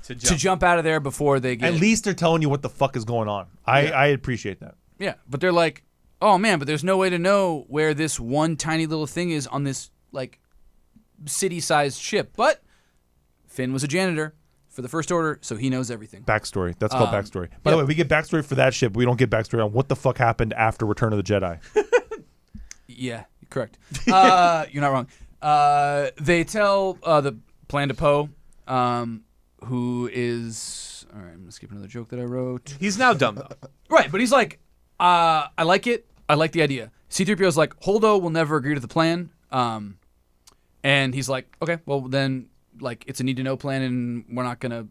[SPEAKER 2] To jump.
[SPEAKER 1] to jump out of there before they get.
[SPEAKER 4] At least they're telling you what the fuck is going on. I, I appreciate that.
[SPEAKER 1] Yeah, but they're like, oh man, but there's no way to know where this one tiny little thing is on this like city-sized ship. But Finn was a janitor for the First Order, so he knows everything.
[SPEAKER 4] Backstory. That's
[SPEAKER 3] Um,
[SPEAKER 4] called backstory. By
[SPEAKER 1] yeah.
[SPEAKER 4] the way, we get backstory for that ship. but We don't get backstory on what the fuck happened after Return of the Jedi.
[SPEAKER 1] Yeah, correct. uh, you're not wrong. Uh, they tell uh, the plan to Poe, um, who is. All right, I'm going to skip another joke that I wrote.
[SPEAKER 2] He's now dumb though.
[SPEAKER 1] Right, but he's like, uh, I like it. I like the idea. C3PO's like, Holdo will never agree to the plan. Um, and he's like, okay, well, then, like, it's a need to know plan, and we're not going to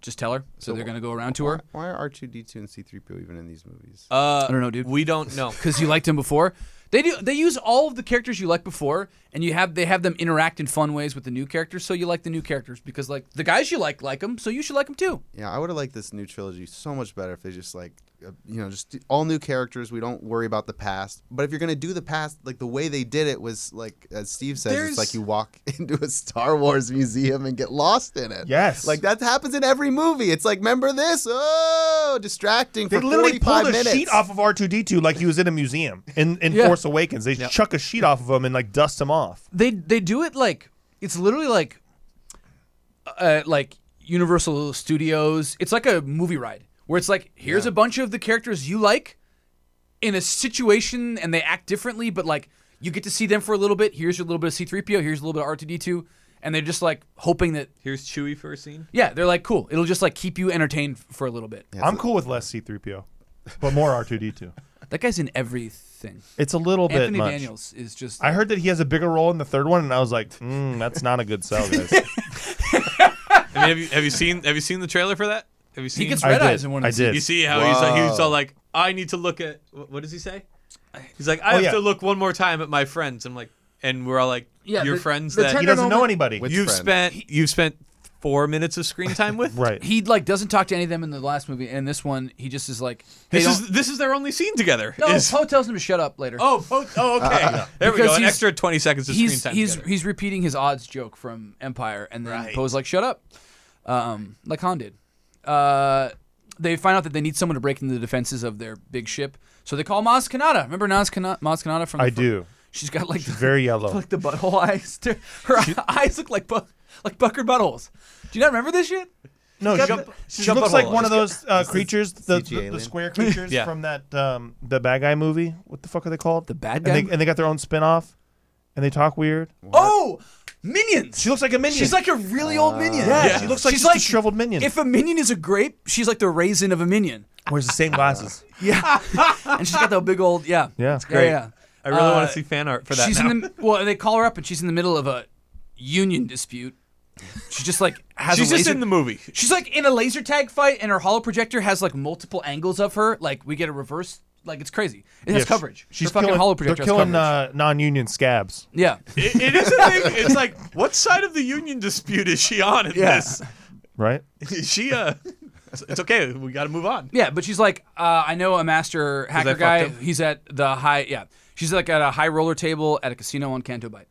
[SPEAKER 1] just tell her. So they're going to go around to her.
[SPEAKER 3] Why are R2D2 and C3PO even in these movies?
[SPEAKER 1] I don't know, dude
[SPEAKER 2] we don't know.
[SPEAKER 1] because you liked him before. They do. They use all of the characters you liked before, and you have they have them interact in fun ways with the new characters. So you like the new characters because like the guys you like like them, so you should like them too.
[SPEAKER 3] yeah, I would have liked this new trilogy so much better if they just like, uh, you know, just do- all new characters. We don't worry about the past. But if you're gonna do the past, like the way they did it was like, as Steve says,
[SPEAKER 2] There's-
[SPEAKER 3] it's like you walk into a Star Wars museum and get lost in it.
[SPEAKER 4] Yes.
[SPEAKER 3] like that happens in every movie. It's like, remember this? Oh, distracting
[SPEAKER 4] They
[SPEAKER 3] for
[SPEAKER 4] literally
[SPEAKER 3] 45
[SPEAKER 4] pulled a
[SPEAKER 3] minutes.
[SPEAKER 4] sheet off of R two D two like he was in a museum in, in
[SPEAKER 1] Yeah.
[SPEAKER 4] Force Awakens. They chuck a sheet off of him and like dust him off.
[SPEAKER 1] They they do it like it's literally like uh, like Universal Studios. It's like a movie ride where it's like here's a bunch of the characters you like in a situation, and they act differently, but like you get to see them for a little bit. Here's a little bit of C3PO. Here's a little bit of R2D2, and they're just like hoping that
[SPEAKER 2] Here's Chewie for a scene.
[SPEAKER 1] Yeah, they're like cool. It'll just like keep you entertained f- for a little bit.
[SPEAKER 4] I'm cool with less C three PO, but more R two D two.
[SPEAKER 1] That guy's in everything.
[SPEAKER 4] It's a little
[SPEAKER 1] Anthony
[SPEAKER 4] bit much.
[SPEAKER 1] Daniels is just.
[SPEAKER 4] I heard that he has a bigger role in the third one, and I was like, mm, that's not a good sell, guys.
[SPEAKER 2] I mean, have you have you seen have you seen the trailer for that? Have you seen?
[SPEAKER 1] gets
[SPEAKER 4] I
[SPEAKER 1] Red
[SPEAKER 4] did.
[SPEAKER 1] eyes in one of
[SPEAKER 4] I
[SPEAKER 1] the
[SPEAKER 4] did.
[SPEAKER 2] You see how he's like, he's
[SPEAKER 3] Wow.
[SPEAKER 2] all like, I need to look at wh- what does he say? He's like, I have
[SPEAKER 4] yeah.
[SPEAKER 2] to look one more time at my friends. I'm like, and we're all like,
[SPEAKER 1] Yeah,
[SPEAKER 2] your
[SPEAKER 1] the-
[SPEAKER 2] friends
[SPEAKER 1] the
[SPEAKER 2] that
[SPEAKER 1] ten-
[SPEAKER 4] he doesn't know
[SPEAKER 1] Moment.
[SPEAKER 4] anybody.
[SPEAKER 3] With-
[SPEAKER 2] you've
[SPEAKER 3] friend.
[SPEAKER 2] spent you've spent four minutes of screen time with.
[SPEAKER 4] right.
[SPEAKER 1] he like doesn't talk to any of them in the last movie, and in this one he just is like. They
[SPEAKER 2] This
[SPEAKER 1] don't,
[SPEAKER 2] is this is their only scene together.
[SPEAKER 1] no,
[SPEAKER 2] is-
[SPEAKER 1] Poe tells him to shut up later.
[SPEAKER 2] oh, po- oh, okay. There we
[SPEAKER 1] Because
[SPEAKER 2] go. An
[SPEAKER 1] he's-
[SPEAKER 2] extra twenty seconds of
[SPEAKER 1] he's
[SPEAKER 2] screen time.
[SPEAKER 1] he's
[SPEAKER 2] together.
[SPEAKER 1] he's repeating his odds joke from Empire, and then
[SPEAKER 2] Right.
[SPEAKER 1] Poe's like, "Shut up," um, like Han did. Uh, they find out that they need someone to break into the defenses of their big ship, so they call Maz Kanata. Remember Nas Kana- Maz Kanata from? The
[SPEAKER 4] I
[SPEAKER 1] fir-
[SPEAKER 4] do.
[SPEAKER 1] She's got like the-
[SPEAKER 4] Very yellow.
[SPEAKER 1] like the butthole eyes. Her eyes look like bu- like puckered buttholes. Do you not remember this shit?
[SPEAKER 4] No, she,
[SPEAKER 2] got bu- she's
[SPEAKER 4] she
[SPEAKER 2] got
[SPEAKER 4] looks like
[SPEAKER 2] butthole
[SPEAKER 4] one of
[SPEAKER 2] eyes.
[SPEAKER 4] those uh, creatures, the,
[SPEAKER 3] CG
[SPEAKER 4] the, the
[SPEAKER 3] alien.
[SPEAKER 4] square creatures
[SPEAKER 2] Yeah.
[SPEAKER 4] from that um, the bad guy movie. What the fuck are they called?
[SPEAKER 1] The bad
[SPEAKER 4] And
[SPEAKER 1] guy?
[SPEAKER 4] they, and they got their own spin off, and they talk weird.
[SPEAKER 1] Oh, minions.
[SPEAKER 4] She looks like a minion.
[SPEAKER 1] She's like a really old minion.
[SPEAKER 4] Yeah, Yeah. she looks like
[SPEAKER 1] she's
[SPEAKER 4] just a shriveled minion.
[SPEAKER 1] If a minion is a grape, she's like the raisin of a minion.
[SPEAKER 4] wears the same glasses.
[SPEAKER 1] Yeah, and she's got the big old yeah.
[SPEAKER 4] Yeah. It's
[SPEAKER 2] great.
[SPEAKER 1] Yeah,
[SPEAKER 2] I really want
[SPEAKER 1] Uh,
[SPEAKER 2] to see fan art for that
[SPEAKER 1] she's
[SPEAKER 2] now.
[SPEAKER 1] in the well. They call her up, and she's in the middle of a union dispute. She just like has.
[SPEAKER 2] she's
[SPEAKER 1] a
[SPEAKER 2] just
[SPEAKER 1] laser-
[SPEAKER 2] in the movie.
[SPEAKER 1] She's like in a laser tag fight, and her hollow projector has like multiple angles of her. Like we get a reverse. Like it's crazy. It has
[SPEAKER 4] Yeah, she-
[SPEAKER 1] coverage.
[SPEAKER 4] She's
[SPEAKER 1] her fucking
[SPEAKER 4] killing,
[SPEAKER 1] hollow projector.
[SPEAKER 4] They're
[SPEAKER 1] has
[SPEAKER 4] killing
[SPEAKER 1] coverage.
[SPEAKER 4] uh, non-union scabs.
[SPEAKER 1] yeah.
[SPEAKER 2] It, it is a thing. It's like, what side of the union dispute is she on in
[SPEAKER 1] Yeah.
[SPEAKER 2] this?
[SPEAKER 4] Right?
[SPEAKER 2] Is she, uh, it's- it's okay. We got to move on.
[SPEAKER 1] Yeah, but she's like, uh, I know a master hacker
[SPEAKER 2] fucked
[SPEAKER 1] guy.
[SPEAKER 2] up?
[SPEAKER 1] He's at the high. Yeah, she's like at a high roller table at a casino on Canto Bight.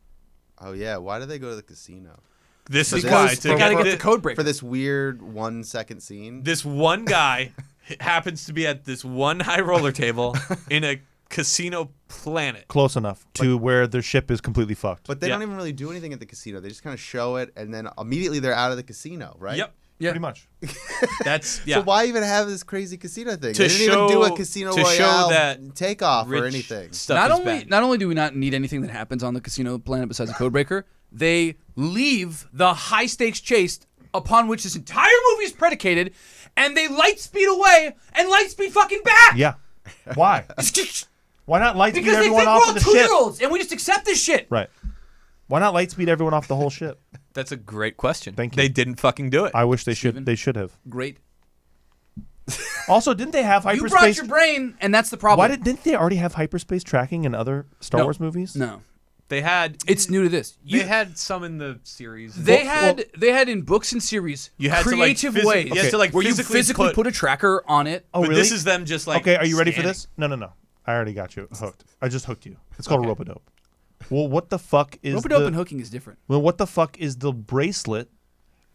[SPEAKER 3] Oh yeah, why do they go to the casino?
[SPEAKER 2] This is
[SPEAKER 3] Because
[SPEAKER 2] why.
[SPEAKER 3] they
[SPEAKER 2] To
[SPEAKER 1] gotta
[SPEAKER 2] get
[SPEAKER 1] get
[SPEAKER 2] thi-
[SPEAKER 1] the code breaker.
[SPEAKER 3] For this weird one second scene.
[SPEAKER 2] This one guy happens to be at this one high roller table in a casino planet.
[SPEAKER 4] Close enough to where their ship is completely fucked.
[SPEAKER 3] but they
[SPEAKER 2] Yeah.
[SPEAKER 3] don't even really do anything at the casino. They just kind of show it, and then immediately they're out of the casino, right?
[SPEAKER 2] Yep.
[SPEAKER 1] Yeah,
[SPEAKER 4] pretty much.
[SPEAKER 2] That's, yeah.
[SPEAKER 3] So why even have this crazy casino thing?
[SPEAKER 2] To
[SPEAKER 3] they didn't even do
[SPEAKER 2] show-
[SPEAKER 3] a casino
[SPEAKER 2] to show
[SPEAKER 3] royale
[SPEAKER 2] that
[SPEAKER 3] takeoff or
[SPEAKER 2] Rich
[SPEAKER 3] anything.
[SPEAKER 2] Stuff
[SPEAKER 1] Not
[SPEAKER 2] is
[SPEAKER 1] only
[SPEAKER 2] bad.
[SPEAKER 1] not only do we not need anything that happens on the casino planet besides a code breaker, they leave the high stakes chase upon which this entire movie is predicated, and they light speed away and light speed fucking back.
[SPEAKER 4] Yeah. Why?
[SPEAKER 1] because
[SPEAKER 4] Why not light
[SPEAKER 1] they
[SPEAKER 4] speed
[SPEAKER 1] think
[SPEAKER 4] everyone
[SPEAKER 1] we're
[SPEAKER 4] off
[SPEAKER 1] all
[SPEAKER 4] of the
[SPEAKER 1] two
[SPEAKER 4] ship?
[SPEAKER 1] year olds and we just accept this shit.
[SPEAKER 4] Right. Why not light speed everyone off the whole ship?
[SPEAKER 2] That's a great question.
[SPEAKER 4] Thank you.
[SPEAKER 2] They didn't fucking do it.
[SPEAKER 4] I wish they
[SPEAKER 1] Steven?
[SPEAKER 4] should. They should have.
[SPEAKER 1] Great.
[SPEAKER 4] Also, didn't they have
[SPEAKER 1] You
[SPEAKER 4] hyperspace?
[SPEAKER 1] brought your brain, and that's the problem.
[SPEAKER 4] Why did, didn't they already have hyperspace tracking in other Star
[SPEAKER 2] No.
[SPEAKER 4] Wars movies?
[SPEAKER 1] no?
[SPEAKER 2] They had.
[SPEAKER 1] It's new to this. You,
[SPEAKER 2] they had some in the series.
[SPEAKER 1] They
[SPEAKER 4] Well-
[SPEAKER 1] had
[SPEAKER 4] well-
[SPEAKER 1] they had in books and series
[SPEAKER 2] You had to, like,
[SPEAKER 1] creative
[SPEAKER 2] physi-
[SPEAKER 1] ways
[SPEAKER 2] you had to, like,
[SPEAKER 1] where you
[SPEAKER 2] physically
[SPEAKER 1] physically put,
[SPEAKER 2] put-
[SPEAKER 1] a tracker on it.
[SPEAKER 4] Oh,
[SPEAKER 2] but
[SPEAKER 4] really?
[SPEAKER 2] this is them just like.
[SPEAKER 4] okay, are you ready for
[SPEAKER 2] scanning.
[SPEAKER 4] this? No, no, no. I already got you hooked. I just hooked you. It's called a rope-a-dope. Well, what the fuck is
[SPEAKER 1] Rope
[SPEAKER 4] the-
[SPEAKER 1] and hooking is different.
[SPEAKER 4] Well, what the fuck is the bracelet?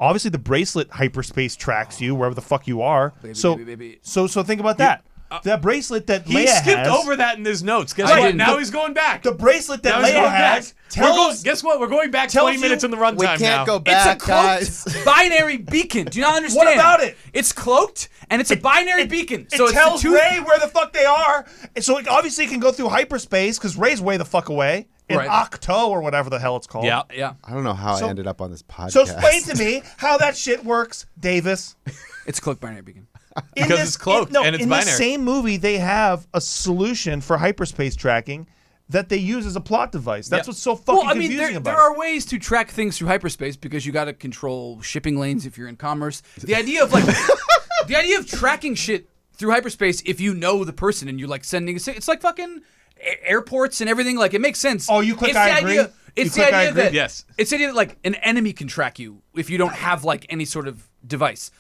[SPEAKER 4] Obviously, the bracelet hyperspace tracks you wherever the fuck you are.
[SPEAKER 1] Baby,
[SPEAKER 4] so,
[SPEAKER 1] baby, baby.
[SPEAKER 4] so, so think about that. that bracelet that
[SPEAKER 2] uh, He
[SPEAKER 4] Leia
[SPEAKER 2] skipped
[SPEAKER 4] has-
[SPEAKER 2] over that in his notes. Guess
[SPEAKER 1] I
[SPEAKER 2] what?
[SPEAKER 1] didn't.
[SPEAKER 2] Now
[SPEAKER 1] The-
[SPEAKER 2] he's going back.
[SPEAKER 4] the bracelet that
[SPEAKER 2] now he's
[SPEAKER 4] Leia
[SPEAKER 2] going back.
[SPEAKER 4] has.
[SPEAKER 2] We're
[SPEAKER 4] tells-
[SPEAKER 2] going- guess what? We're going back
[SPEAKER 4] tells
[SPEAKER 2] 20 minutes
[SPEAKER 4] you
[SPEAKER 2] in the runtime
[SPEAKER 3] we can't
[SPEAKER 2] now.
[SPEAKER 3] go
[SPEAKER 1] It's a
[SPEAKER 3] back, guys.
[SPEAKER 1] cloaked binary beacon. Do you not understand?
[SPEAKER 4] about it?
[SPEAKER 1] It's cloaked and it's a binary beacon.
[SPEAKER 4] It
[SPEAKER 1] so it's the
[SPEAKER 4] tells
[SPEAKER 1] two-
[SPEAKER 4] Ray where the fuck they are. And so it obviously can go through hyperspace because Ray's way the fuck away in
[SPEAKER 1] Right.
[SPEAKER 4] Octo or whatever the hell it's called.
[SPEAKER 2] Yeah.
[SPEAKER 1] Yeah,
[SPEAKER 3] I don't know how
[SPEAKER 4] So-
[SPEAKER 3] I ended up on this podcast.
[SPEAKER 4] So explain to me how that shit works, Davis.
[SPEAKER 1] it's cloaked binary beacon.
[SPEAKER 4] In
[SPEAKER 2] Because it's cloaked
[SPEAKER 4] in- no,
[SPEAKER 2] and it's
[SPEAKER 4] in the
[SPEAKER 2] binary.
[SPEAKER 4] same movie, they have a solution for hyperspace tracking that they use as a plot device. That's
[SPEAKER 2] Yeah.
[SPEAKER 4] what's so fucking
[SPEAKER 1] Well, I mean,
[SPEAKER 4] confusing
[SPEAKER 1] there,
[SPEAKER 4] about
[SPEAKER 1] there are ways to track things through hyperspace because you got to control shipping lanes if you're in commerce. The idea of like the idea of tracking shit through hyperspace if you know the person and you're like sending a sig- it's like fucking a- airports and everything. Like it makes sense.
[SPEAKER 4] Oh, you click
[SPEAKER 1] It's
[SPEAKER 4] I
[SPEAKER 1] the
[SPEAKER 4] agree?
[SPEAKER 1] Idea,
[SPEAKER 4] You
[SPEAKER 1] it's the
[SPEAKER 4] click I
[SPEAKER 1] idea
[SPEAKER 4] agree?
[SPEAKER 1] that
[SPEAKER 2] Yes.
[SPEAKER 1] It's the idea that like an enemy can track you if you don't have like any sort of device.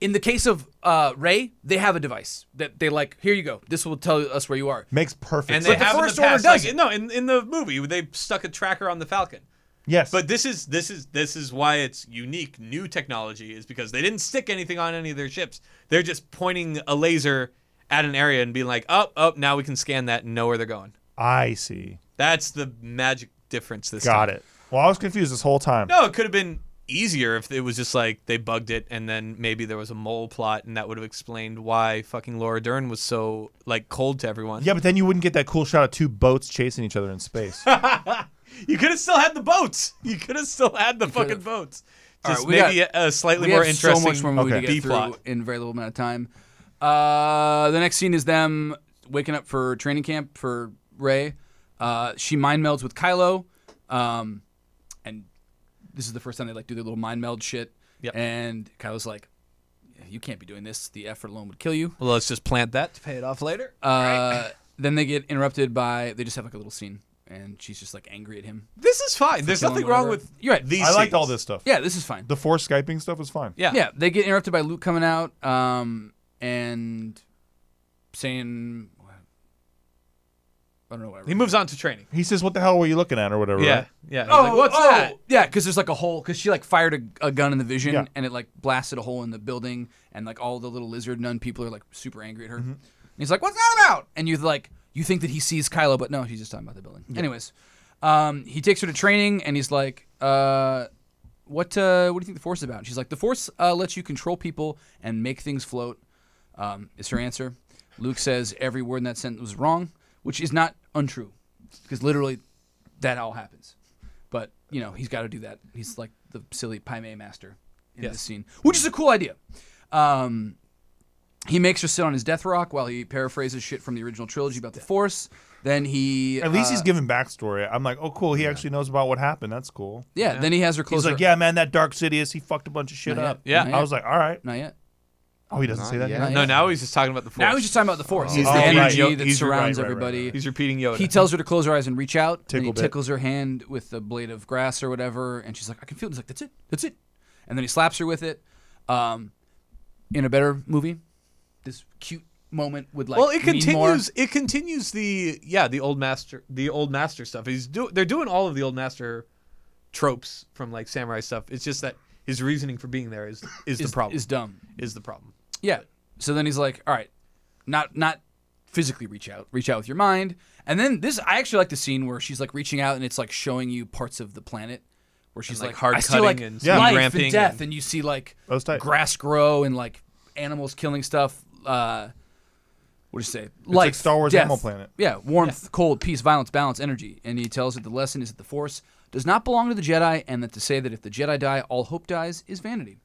[SPEAKER 1] In the case of uh, Ray, they have a device that they like. Here you go. This will tell us where you are.
[SPEAKER 4] it. Makes perfect
[SPEAKER 2] And they
[SPEAKER 4] sense.
[SPEAKER 1] the
[SPEAKER 2] have
[SPEAKER 1] First
[SPEAKER 2] in the
[SPEAKER 1] Order
[SPEAKER 2] past, like,
[SPEAKER 1] doesn't.
[SPEAKER 2] no, in, in the movie they stuck a tracker on the Falcon.
[SPEAKER 4] yes.
[SPEAKER 2] But this is this is this is why it's unique, new technology is because they didn't stick anything on any of their ships. They're just pointing a laser at an area and being like, "Up, oh, up!" now we can scan that and know where they're going.
[SPEAKER 4] I see.
[SPEAKER 2] That's the magic difference. This
[SPEAKER 4] Got
[SPEAKER 2] time.
[SPEAKER 4] it. Well, I was confused this whole time.
[SPEAKER 2] No, it could have been easier if it was just like they bugged it and then maybe there was a mole plot and that would have explained why fucking Laura Dern was so like cold to everyone.
[SPEAKER 4] Yeah, but then you wouldn't get that cool shot of two boats chasing each other in space.
[SPEAKER 2] You could have still had the boats. You could have still had the fucking boats.
[SPEAKER 1] All right,
[SPEAKER 2] Just
[SPEAKER 1] we
[SPEAKER 2] maybe
[SPEAKER 1] got-
[SPEAKER 2] a, a slightly
[SPEAKER 1] we
[SPEAKER 2] more
[SPEAKER 1] have
[SPEAKER 2] interesting
[SPEAKER 1] so much more movie to
[SPEAKER 4] Okay.
[SPEAKER 1] get
[SPEAKER 2] B-plot.
[SPEAKER 1] through in very little amount of time. Uh, the next scene is them waking up for training camp for Ray. Uh, she mind melds with Kylo, um, and this is the first time they like do their little mind meld shit.
[SPEAKER 2] Yep.
[SPEAKER 1] And Kylo's like, "You can't be doing this. The effort alone would kill you."
[SPEAKER 2] Well, let's just plant that to pay it off later.
[SPEAKER 1] Uh, then they get interrupted by they just have like a little scene, and she's just like angry at him.
[SPEAKER 2] This is fine. There's
[SPEAKER 1] killing
[SPEAKER 2] nothing wrong
[SPEAKER 1] whatever.
[SPEAKER 2] with
[SPEAKER 1] You're right.
[SPEAKER 2] These
[SPEAKER 4] I liked
[SPEAKER 2] scenes.
[SPEAKER 4] all this stuff.
[SPEAKER 1] Yeah, this is fine.
[SPEAKER 4] The force Skyping stuff was fine.
[SPEAKER 2] Yeah.
[SPEAKER 1] Yeah, they get interrupted by Luke coming out um, and saying, I don't know, whatever.
[SPEAKER 2] He moves on to training.
[SPEAKER 4] He says, What the hell were you looking at or whatever?
[SPEAKER 2] Yeah.
[SPEAKER 4] right?
[SPEAKER 2] Yeah. He's
[SPEAKER 1] Oh,
[SPEAKER 2] like, what's
[SPEAKER 1] oh,
[SPEAKER 2] that?
[SPEAKER 1] Yeah, because there's like a hole, because she like fired a, a gun in the vision
[SPEAKER 4] Yeah.
[SPEAKER 1] and it like blasted a hole in the building, and like all the little lizard nun people are like super angry at her. And he's like, what's that about? And you like, you think that he sees Kylo, but no, he's just talking about the building. Anyways, um, he takes her to training and he's like, uh, what uh, what do you think the Force is about?" And she's like, "The Force uh, lets you control people and make things float." Um, is her answer. Luke says every word in that sentence was wrong, which is not untrue, because literally that all happens. But you know he's got to do that. He's like the silly Paime master in this scene, which is a cool idea. Um, he makes her sit on his death rock while he paraphrases shit from the original trilogy about the Force. Then he
[SPEAKER 4] At least
[SPEAKER 1] uh,
[SPEAKER 4] he's giving backstory. I'm like, oh, cool. He actually knows about what happened. That's cool.
[SPEAKER 1] yeah, Then he has her close.
[SPEAKER 4] He's like,
[SPEAKER 1] her-
[SPEAKER 4] yeah, man, that Dark Sidious, he fucked a bunch of shit
[SPEAKER 1] Not
[SPEAKER 4] up.
[SPEAKER 1] yet.
[SPEAKER 2] Yeah.
[SPEAKER 1] Not
[SPEAKER 4] I was
[SPEAKER 1] yet.
[SPEAKER 4] like, all right.
[SPEAKER 1] not yet.
[SPEAKER 4] Oh, he doesn't say that.
[SPEAKER 3] yet.
[SPEAKER 4] yet?
[SPEAKER 1] Not
[SPEAKER 2] No,
[SPEAKER 1] yet.
[SPEAKER 2] now he's just talking about the force.
[SPEAKER 1] Now he's just talking about the force. He's
[SPEAKER 3] Oh,
[SPEAKER 1] the
[SPEAKER 3] right.
[SPEAKER 1] energy
[SPEAKER 2] Yo-
[SPEAKER 1] that
[SPEAKER 2] he's right,
[SPEAKER 1] surrounds
[SPEAKER 2] right, right,
[SPEAKER 1] everybody.
[SPEAKER 2] He's repeating Yoda.
[SPEAKER 1] He tells her to close her eyes and reach out. and he
[SPEAKER 4] Tickle bit.
[SPEAKER 1] tickles her hand with the blade of grass or whatever, and she's like, "I can feel." it." He's like, "That's it, that's it," and then he slaps her with it. Um, in a better movie, this cute moment would like
[SPEAKER 2] well, it
[SPEAKER 1] mean more.
[SPEAKER 2] continues. It continues the yeah the old master the old master stuff. He's do they're doing all of the old master tropes from like samurai stuff. It's just that his reasoning for being there is is,
[SPEAKER 1] is,
[SPEAKER 2] the problem.
[SPEAKER 1] is dumb.
[SPEAKER 2] is the problem.
[SPEAKER 1] Yeah. So then he's like, "All right, not not physically reach out, reach out with your mind." And then this, I actually like the scene where she's like reaching out and it's like showing you parts of the planet. Where she's
[SPEAKER 2] like,
[SPEAKER 1] like,
[SPEAKER 2] hard
[SPEAKER 1] I see like
[SPEAKER 2] cutting and
[SPEAKER 4] speed
[SPEAKER 1] life
[SPEAKER 2] ramping
[SPEAKER 1] and death,
[SPEAKER 2] and-
[SPEAKER 1] and, you see like
[SPEAKER 4] That was tight.
[SPEAKER 1] grass grow and like animals killing stuff. Uh, what do you say?
[SPEAKER 4] like
[SPEAKER 1] Life,
[SPEAKER 4] Star Wars
[SPEAKER 1] death.
[SPEAKER 4] Animal Planet.
[SPEAKER 1] Yeah, warmth, cold, peace, violence, balance, energy. And he tells that the lesson is that the Force does not belong to the Jedi, and that to say that if the Jedi die, all hope dies is vanity.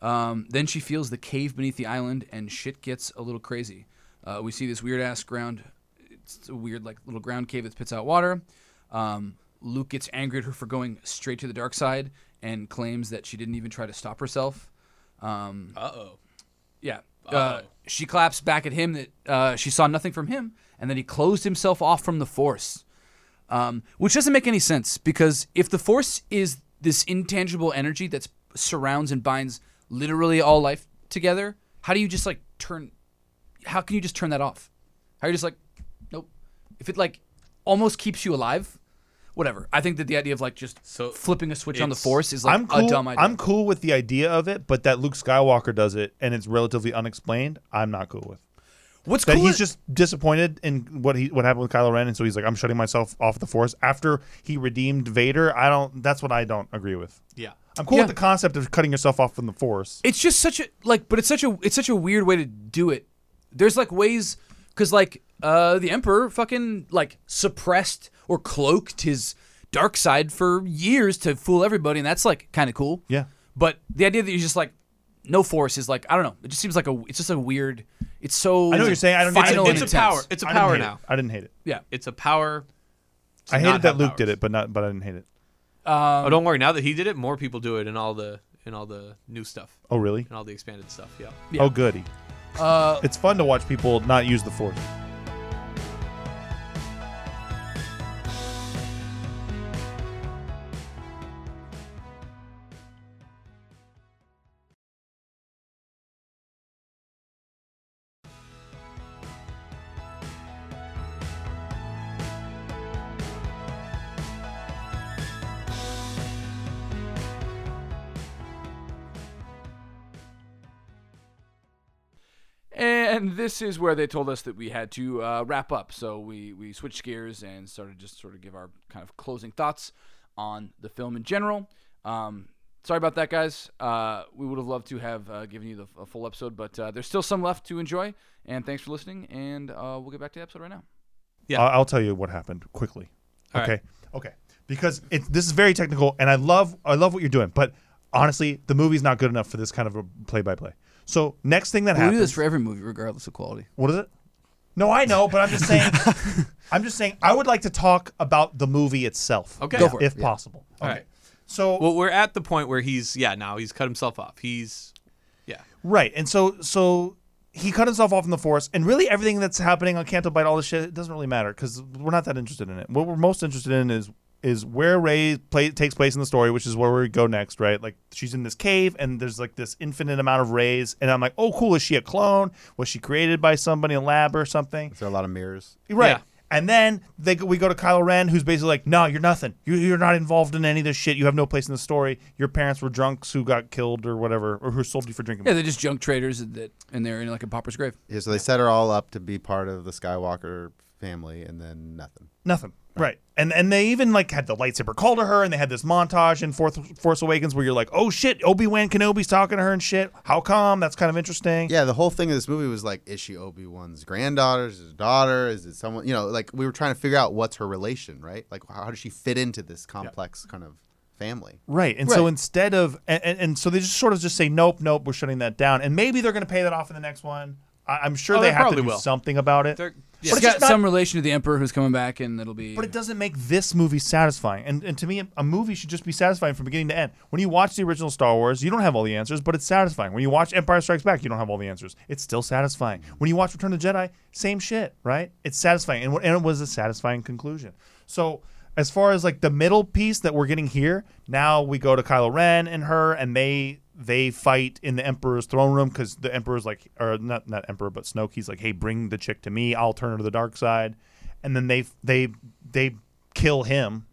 [SPEAKER 1] Um, then she feels the cave beneath the island, and shit gets a little crazy. Uh, we see this weird ass ground. It's a weird like little ground cave that spits out water. Um, Luke gets angry at her for going straight to the dark side and claims that she didn't even try to stop herself. Um,
[SPEAKER 2] Uh oh.
[SPEAKER 1] yeah. Uh, she claps back at him that uh, she saw nothing from him and that he closed himself off from the Force. Um, which doesn't make any sense because if the Force is this intangible energy that surrounds and binds literally all life together, how do you just like turn? How can you just turn that off? How are you just like, nope? If it like almost keeps you alive, whatever. I think that the idea of like just
[SPEAKER 2] So
[SPEAKER 1] flipping a switch on the
[SPEAKER 2] it's-
[SPEAKER 1] Force is like
[SPEAKER 4] I'm cool.
[SPEAKER 1] a dumb idea.
[SPEAKER 4] I'm cool with the idea of it, but that Luke Skywalker does it and it's relatively unexplained. I'm not cool with.
[SPEAKER 1] What's
[SPEAKER 4] That
[SPEAKER 1] cool
[SPEAKER 4] he's
[SPEAKER 1] is-
[SPEAKER 4] just disappointed in what he what happened with Kylo Ren, and so he's like, I'm shutting myself off the Force after he redeemed Vader. I don't. That's what I don't agree with.
[SPEAKER 2] Yeah.
[SPEAKER 4] I'm cool
[SPEAKER 1] Yeah.
[SPEAKER 4] with the concept of cutting yourself off from the Force.
[SPEAKER 1] it's just such a like but it's such a it's such a weird way to do it there's like ways because like uh the emperor fucking like suppressed or cloaked his dark side for years to fool everybody and that's like kind of cool
[SPEAKER 4] Yeah.
[SPEAKER 1] but the idea that you're just like no force is like i don't know it just seems like a it's just a weird it's so
[SPEAKER 4] I know what you're saying. I don't- it's a-
[SPEAKER 1] final
[SPEAKER 2] It's
[SPEAKER 1] and
[SPEAKER 2] a
[SPEAKER 1] intense.
[SPEAKER 2] power. It's a
[SPEAKER 4] I didn't
[SPEAKER 2] power
[SPEAKER 4] hate it.
[SPEAKER 2] now.
[SPEAKER 4] I didn't hate it.
[SPEAKER 1] yeah
[SPEAKER 2] It's a power.
[SPEAKER 4] I
[SPEAKER 2] not
[SPEAKER 4] hated that
[SPEAKER 2] have
[SPEAKER 4] Luke
[SPEAKER 2] powers.
[SPEAKER 4] did it, but not. But I didn't hate it.
[SPEAKER 2] oh, don't worry. Now that he did it, more people do it in all the in all the new stuff
[SPEAKER 4] Oh really?
[SPEAKER 2] and all the expanded stuff. Yeah.
[SPEAKER 1] Yeah.
[SPEAKER 4] Oh goody.
[SPEAKER 1] uh
[SPEAKER 4] It's fun to watch people not use the Force.
[SPEAKER 1] And this is where they told us that we had to uh, wrap up. So we, we switched gears and started just sort of give our kind of closing thoughts on the film in general. Um, sorry about that, guys. Uh, we would have loved to have uh, given you the, a full episode, but uh, there's still some left to enjoy. And thanks for listening. And uh, we'll get back to the episode right now.
[SPEAKER 2] Yeah.
[SPEAKER 4] I'll, I'll tell you what happened quickly.
[SPEAKER 2] All
[SPEAKER 4] okay.
[SPEAKER 2] right.
[SPEAKER 4] Okay. Because it, this is very technical, and I love I love what you're doing, but honestly, the movie's not good enough for this kind of a play-by-play. So next thing that happens,
[SPEAKER 1] every movie, regardless of quality.
[SPEAKER 4] what is it? No, I know, but I'm just saying. I'm just saying. I would like to talk about the movie itself.
[SPEAKER 2] Okay. Go for
[SPEAKER 4] if possible. Okay.
[SPEAKER 2] right.
[SPEAKER 4] So
[SPEAKER 2] Well, we're at the point where he's yeah. Now he's cut himself off. He's yeah.
[SPEAKER 4] Right. And so so he cut himself off in the forest, and really everything that's happening on Canto Bite, all this shit, it doesn't really matter because we're not that interested in it. What we're most interested in is is where Ray play, takes place in the story, which is where we go next, right? Like she's in this cave, and there's like this infinite amount of rays, and I'm like, oh, cool. Is she a clone? Was she created by somebody in a lab or something?
[SPEAKER 3] Is there a lot of mirrors?
[SPEAKER 4] Right.
[SPEAKER 2] Yeah.
[SPEAKER 4] And then they go, we go to Kylo Ren, who's basically like, "No, you're nothing. You, you're not involved in any of this shit. You have no place in the story. Your parents were drunks who got killed or whatever, or who sold you for drinking."
[SPEAKER 1] Yeah, they're just junk traders that, and they're in like a pauper's grave.
[SPEAKER 3] Yeah, so they set her all up to be part of the Skywalker family, and then nothing.
[SPEAKER 4] Nothing. Right. And and they even like had the lightsaber call to her and they had this montage in Forth, Force Awakens where you're like, "Oh shit, Obi-Wan Kenobi's talking to her and shit. How come? That's kind of interesting."
[SPEAKER 3] Yeah, the whole thing of this movie was like, is she Obi Wan's granddaughter? Is it his daughter? Is it someone? You know, like we were trying to figure out what's her relation, right? Like, how does she fit into this complex kind of family?
[SPEAKER 4] Right. And so instead of and, and, and so they just sort of just say, "Nope, nope, we're shutting that down." And maybe they're going to pay that off in the next one. I, I'm sure
[SPEAKER 2] Oh,
[SPEAKER 4] they,
[SPEAKER 2] they
[SPEAKER 4] have to
[SPEAKER 2] probably
[SPEAKER 4] do
[SPEAKER 2] will.
[SPEAKER 4] something about it.
[SPEAKER 2] They're-
[SPEAKER 4] But
[SPEAKER 2] yeah.
[SPEAKER 4] it's
[SPEAKER 1] It's got
[SPEAKER 4] just not-
[SPEAKER 1] some relation to the Emperor who's coming back, and it'll be.
[SPEAKER 4] But it doesn't make this movie satisfying. And, and to me, a movie should just be satisfying from beginning to end. When you watch the original Star Wars, you don't have all the answers, but it's satisfying. When you watch Empire Strikes Back, you don't have all the answers. It's still satisfying. When you watch Return of the Jedi, same shit, right? It's satisfying. And, and it was a satisfying conclusion. So as far as like the middle piece that we're getting here, now we go to Kylo Ren and her, and they they fight in the Emperor's throne room because the Emperor's like, or not not Emperor, but Snoke. He's like, hey, bring the chick to me. I'll turn her to the dark side and then they they they kill him,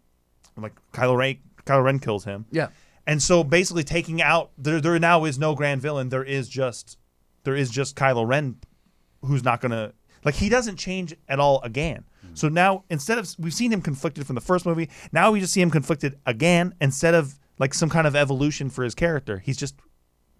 [SPEAKER 4] like Kylo Ren. Kylo Ren kills him.
[SPEAKER 1] Yeah.
[SPEAKER 4] And so basically taking out there there now is no grand villain. There is just there is just Kylo Ren, who's not gonna like he doesn't change at all again. So now instead of we've seen him conflicted from the first movie, now we just see him conflicted again instead of like some kind of evolution for his character. He's just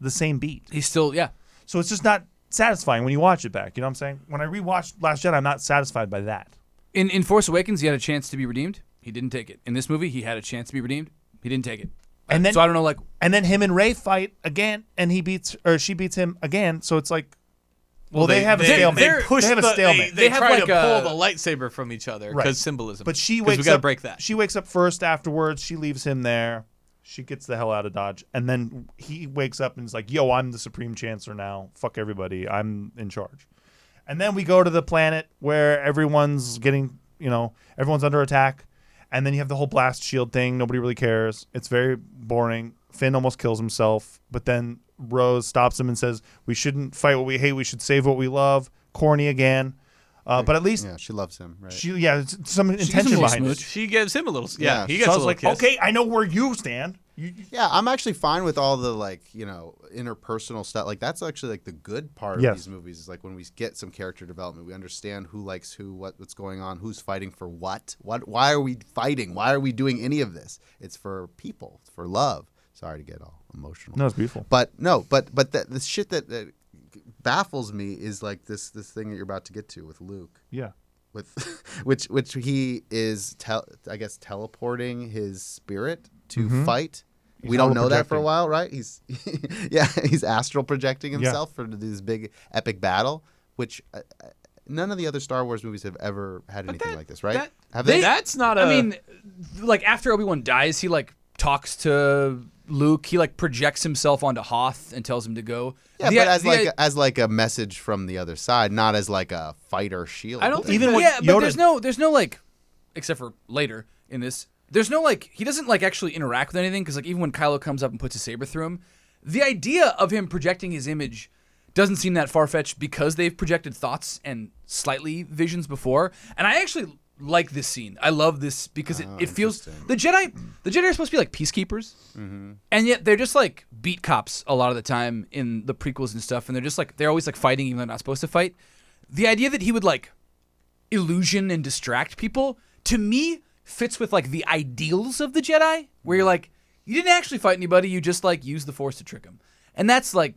[SPEAKER 4] the same beat.
[SPEAKER 1] He's still yeah.
[SPEAKER 4] So it's just not satisfying when you watch it back. You know what I'm saying? When I rewatched Last Jedi, I'm not satisfied by that.
[SPEAKER 1] In in Force Awakens, he had a chance to be redeemed. He didn't take it. In this movie, he had a chance to be redeemed. He didn't take it.
[SPEAKER 4] And then
[SPEAKER 1] so I don't know, like
[SPEAKER 4] And then him and Ray fight again, and he beats or she beats him again. So it's like, well, they, have a stalemate.
[SPEAKER 2] They, push
[SPEAKER 4] have a
[SPEAKER 2] the- they-
[SPEAKER 4] stalemate.
[SPEAKER 2] They,
[SPEAKER 1] They have
[SPEAKER 2] try
[SPEAKER 1] like
[SPEAKER 2] to pull
[SPEAKER 1] a-
[SPEAKER 2] the lightsaber from each other because
[SPEAKER 4] Right.
[SPEAKER 2] symbolism.
[SPEAKER 4] but she
[SPEAKER 2] 'Cause
[SPEAKER 4] wakes
[SPEAKER 2] we gotta
[SPEAKER 4] up.
[SPEAKER 2] break that.
[SPEAKER 4] She wakes up first. Afterwards, she leaves him there. She gets the hell out of dodge, and then he wakes up and is like, "Yo, I'm the supreme chancellor now. Fuck everybody. I'm in charge." And then we go to the planet where everyone's getting, you know, everyone's under attack. And then you have the whole blast shield thing. Nobody really cares. It's very boring. Finn almost kills himself, but then Rose stops him and says, "We shouldn't fight what we hate. We should save what we love." Corny again, uh, but at least
[SPEAKER 3] Yeah, she loves him, right?
[SPEAKER 4] she, yeah, it's some
[SPEAKER 1] gives him
[SPEAKER 4] intention
[SPEAKER 1] a little
[SPEAKER 4] behind it.
[SPEAKER 1] smooch.
[SPEAKER 2] she gives him a little. Yeah,
[SPEAKER 3] Yeah.
[SPEAKER 2] he
[SPEAKER 4] So
[SPEAKER 2] gets
[SPEAKER 4] I
[SPEAKER 2] a
[SPEAKER 4] was
[SPEAKER 2] little
[SPEAKER 4] like,
[SPEAKER 2] kiss.
[SPEAKER 4] okay, I know where you stand. You,
[SPEAKER 3] yeah, I'm actually fine with all the like you know interpersonal stuff. Like that's actually like the good part
[SPEAKER 4] Yes.
[SPEAKER 3] of these movies is like when we get some character development, we understand who likes who, what what's going on, who's fighting for what, what why are we fighting, why are we doing any of this? It's for people, it's for love. Sorry to get all emotional.
[SPEAKER 4] No, it's beautiful.
[SPEAKER 3] But no, but but that the shit that, that baffles me is like this this thing that you're about to get to with Luke
[SPEAKER 4] yeah,
[SPEAKER 3] with which which he is tel- I guess teleporting his spirit to
[SPEAKER 2] Mm-hmm.
[SPEAKER 3] fight. we don't know that for a
[SPEAKER 4] projecting.
[SPEAKER 3] while, right? He's yeah, he's astral projecting himself for this big epic battle, which uh, uh, none of the other Star Wars movies have ever had anything
[SPEAKER 2] that-
[SPEAKER 3] like this, right?
[SPEAKER 2] that-
[SPEAKER 3] have
[SPEAKER 2] they-
[SPEAKER 3] they?
[SPEAKER 2] That's not
[SPEAKER 1] I
[SPEAKER 3] uh,
[SPEAKER 2] a-
[SPEAKER 1] mean, like after Obi Wan dies, he like talks to Luke. He like projects himself onto Hoth and tells him to go.
[SPEAKER 3] yeah,
[SPEAKER 1] The-
[SPEAKER 3] but as
[SPEAKER 1] the-
[SPEAKER 3] like a, as like a message from the other side, not as like a fighter shield.
[SPEAKER 1] I don't
[SPEAKER 3] thing.
[SPEAKER 1] think
[SPEAKER 4] Even what
[SPEAKER 1] yeah, but
[SPEAKER 4] Yoda-
[SPEAKER 1] there's no there's no like except for later in this. There's no like he doesn't like actually interact with anything because like even when Kylo comes up and puts his saber through him, the idea of him projecting his image doesn't seem that far fetched because they've projected thoughts and slightly visions before. And I actually like this scene. I love this because it,
[SPEAKER 4] Oh,
[SPEAKER 1] it feels the Jedi the Jedi are supposed to be like peacekeepers. And yet they're just like beat cops a lot of the time in the prequels and stuff, and they're just like they're always like fighting even though they're not supposed to fight. The idea that he would like illusion and distract people to me fits with like the ideals of the Jedi, where you're like, you didn't actually fight anybody, you just like used the force to trick them. And that's like,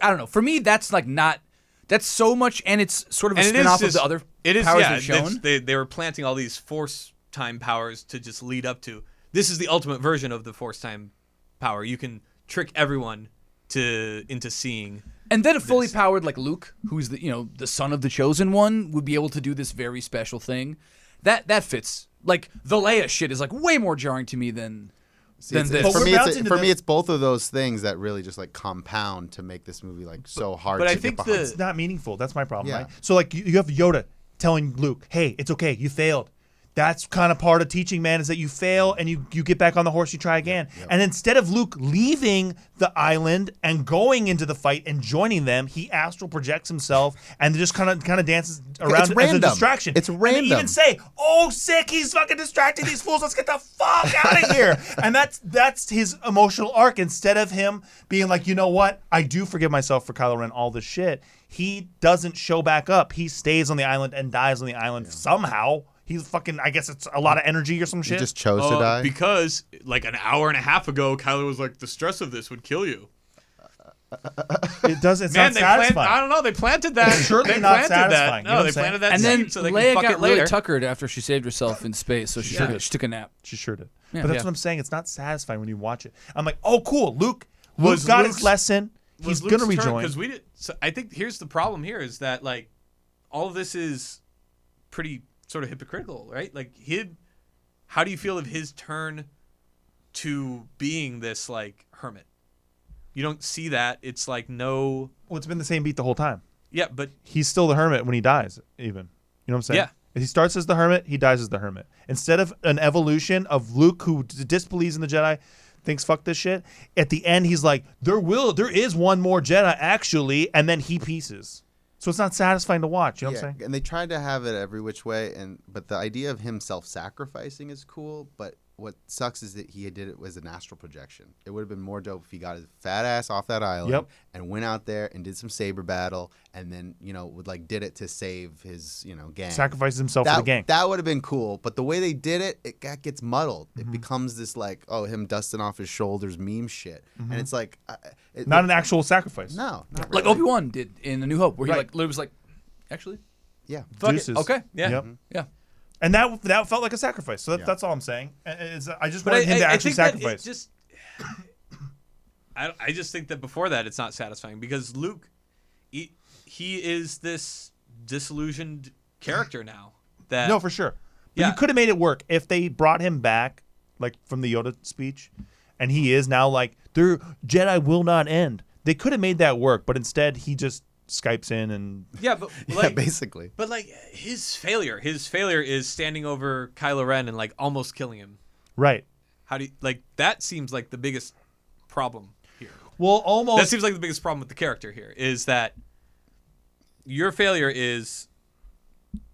[SPEAKER 1] I don't know. For me, that's like not, that's so much, and it's sort of a
[SPEAKER 2] and it
[SPEAKER 1] spin
[SPEAKER 2] is
[SPEAKER 1] off of
[SPEAKER 2] just-
[SPEAKER 1] the other
[SPEAKER 2] it is,
[SPEAKER 1] powers
[SPEAKER 2] yeah,
[SPEAKER 1] they've
[SPEAKER 2] that's-
[SPEAKER 1] shown.
[SPEAKER 2] They, they were planting all these force time powers to just lead up to. This is the ultimate version of the force time power. You can trick everyone to into seeing.
[SPEAKER 1] And then a fully powered like Luke, who's the you know the son of the chosen one, would be able to do this very special thing. That that fits. Like the Leia shit is like way more jarring to me than than
[SPEAKER 3] It's-
[SPEAKER 1] this.
[SPEAKER 3] it's- for
[SPEAKER 4] we're
[SPEAKER 3] me, it's,
[SPEAKER 4] bouncing to
[SPEAKER 3] for
[SPEAKER 4] the-
[SPEAKER 3] me, it's both of those things that really just like compound to make this movie like so hard.
[SPEAKER 2] but
[SPEAKER 3] to
[SPEAKER 2] I
[SPEAKER 3] get
[SPEAKER 2] think
[SPEAKER 3] behind.
[SPEAKER 2] the-
[SPEAKER 4] it's not meaningful. That's my problem,
[SPEAKER 3] Yeah.
[SPEAKER 4] right? So like you, you have Yoda telling Luke, "Hey, it's okay. You failed. That's kind of part of teaching, man, is that you fail and you, you get back on the horse, you try again. And instead of Luke leaving the island and going into the fight and joining them, he astral projects himself and just kind of kind of dances around as
[SPEAKER 3] random.
[SPEAKER 4] a distraction.
[SPEAKER 3] It's
[SPEAKER 4] And they
[SPEAKER 3] random.
[SPEAKER 4] even say, "Oh, sick! He's fucking distracting these fools. Let's get the fuck out of here." and that's that's his emotional arc. Instead of him being like, "You know what? I do forgive myself for Kylo Ren all this shit." He doesn't show back up. He stays on the island and dies on the island somehow. He's fucking. I guess it's a lot of energy or some
[SPEAKER 3] He
[SPEAKER 4] shit.
[SPEAKER 3] just chose to
[SPEAKER 2] Uh,
[SPEAKER 3] die.
[SPEAKER 2] because like an hour and a half ago, Kyler was like, "The stress of this would kill you."
[SPEAKER 4] it does. It's
[SPEAKER 2] Man,
[SPEAKER 4] not
[SPEAKER 2] they planted.
[SPEAKER 4] satisfying.
[SPEAKER 2] I don't know. They planted that.
[SPEAKER 4] It's surely
[SPEAKER 2] they
[SPEAKER 4] not
[SPEAKER 2] planted
[SPEAKER 4] satisfying,
[SPEAKER 2] That.
[SPEAKER 4] you know
[SPEAKER 2] No,
[SPEAKER 4] what
[SPEAKER 2] they
[SPEAKER 4] I'm saying?
[SPEAKER 2] planted that
[SPEAKER 1] And then
[SPEAKER 2] seed so they
[SPEAKER 1] Leia
[SPEAKER 2] can fuck
[SPEAKER 1] got
[SPEAKER 2] it
[SPEAKER 1] really
[SPEAKER 2] later.
[SPEAKER 1] tuckered after she saved herself in space, so she, took, a, she took a nap.
[SPEAKER 4] She sure did.
[SPEAKER 1] Yeah.
[SPEAKER 4] but that's
[SPEAKER 1] Yeah.
[SPEAKER 4] what I'm saying. It's not satisfying when you watch it. I'm like, oh, cool. Luke, Luke
[SPEAKER 2] Was
[SPEAKER 4] got
[SPEAKER 2] Luke's-
[SPEAKER 4] his lesson. He's gonna rejoin.
[SPEAKER 2] because we did. So I think here's the problem. Here is that like all of this is pretty sort of hypocritical, right? Like him. How do you feel of his turn to being this like hermit? You don't see that. It's like no.
[SPEAKER 4] well, it's been the same beat the whole time.
[SPEAKER 2] Yeah, but
[SPEAKER 4] he's still the hermit when he dies, even. You know what I'm saying?
[SPEAKER 2] Yeah.
[SPEAKER 4] If he starts as the hermit, he dies as the hermit. Instead of an evolution of Luke who d- disbelieves in the Jedi, thinks fuck this shit, at the end he's like, there will, there is one more Jedi actually, and then he pieces. So it's not satisfying to watch. You know what I'm saying?
[SPEAKER 3] and they tried to have it every which way, and but the idea of him self-sacrificing is cool. But what sucks is that he did it as an astral projection. It would have been more dope if he got his fat ass off that island
[SPEAKER 4] Yep.
[SPEAKER 3] and went out there and did some saber battle, and then you know would like did it to save his you know gang.
[SPEAKER 4] Sacrifices himself
[SPEAKER 3] that,
[SPEAKER 4] for the gang.
[SPEAKER 3] That would have been cool, but the way they did it, it got, gets muddled.
[SPEAKER 4] Mm-hmm.
[SPEAKER 3] It becomes this like, oh, him dusting off his shoulders meme shit, and it's like, uh, it,
[SPEAKER 4] Mm-hmm. not an actual sacrifice.
[SPEAKER 3] no, not
[SPEAKER 1] Like
[SPEAKER 3] really.
[SPEAKER 1] Obi Wan did in A New Hope, where he
[SPEAKER 4] Right.
[SPEAKER 1] like literally was like, actually,
[SPEAKER 3] yeah,
[SPEAKER 1] fuck
[SPEAKER 4] Deuces.
[SPEAKER 1] it. Okay,
[SPEAKER 2] yeah.
[SPEAKER 3] Mm-hmm.
[SPEAKER 4] Yep.
[SPEAKER 1] yeah.
[SPEAKER 4] And that that felt like a sacrifice. So that, that's all I'm saying. Uh, is- I just wanted him to actually
[SPEAKER 2] think that it
[SPEAKER 4] sacrifice.
[SPEAKER 2] just, I, I just think that before that, it's not satisfying because Luke, he, he is this disillusioned character now. That
[SPEAKER 4] No, for sure. But
[SPEAKER 2] Yeah.
[SPEAKER 4] you could have made it work if they brought him back, like from the Yoda speech, and he is now like their Jedi will not end. They could have made that work, but instead he just skypes in and
[SPEAKER 2] yeah, but
[SPEAKER 3] yeah,
[SPEAKER 2] like,
[SPEAKER 3] basically.
[SPEAKER 2] but like his failure, his failure is standing over Kylo Ren and like almost killing him.
[SPEAKER 4] right.
[SPEAKER 2] How do you, like that seems like the biggest problem here.
[SPEAKER 4] Well,
[SPEAKER 2] That
[SPEAKER 4] almost
[SPEAKER 2] seems like the biggest problem with the character here is that your failure is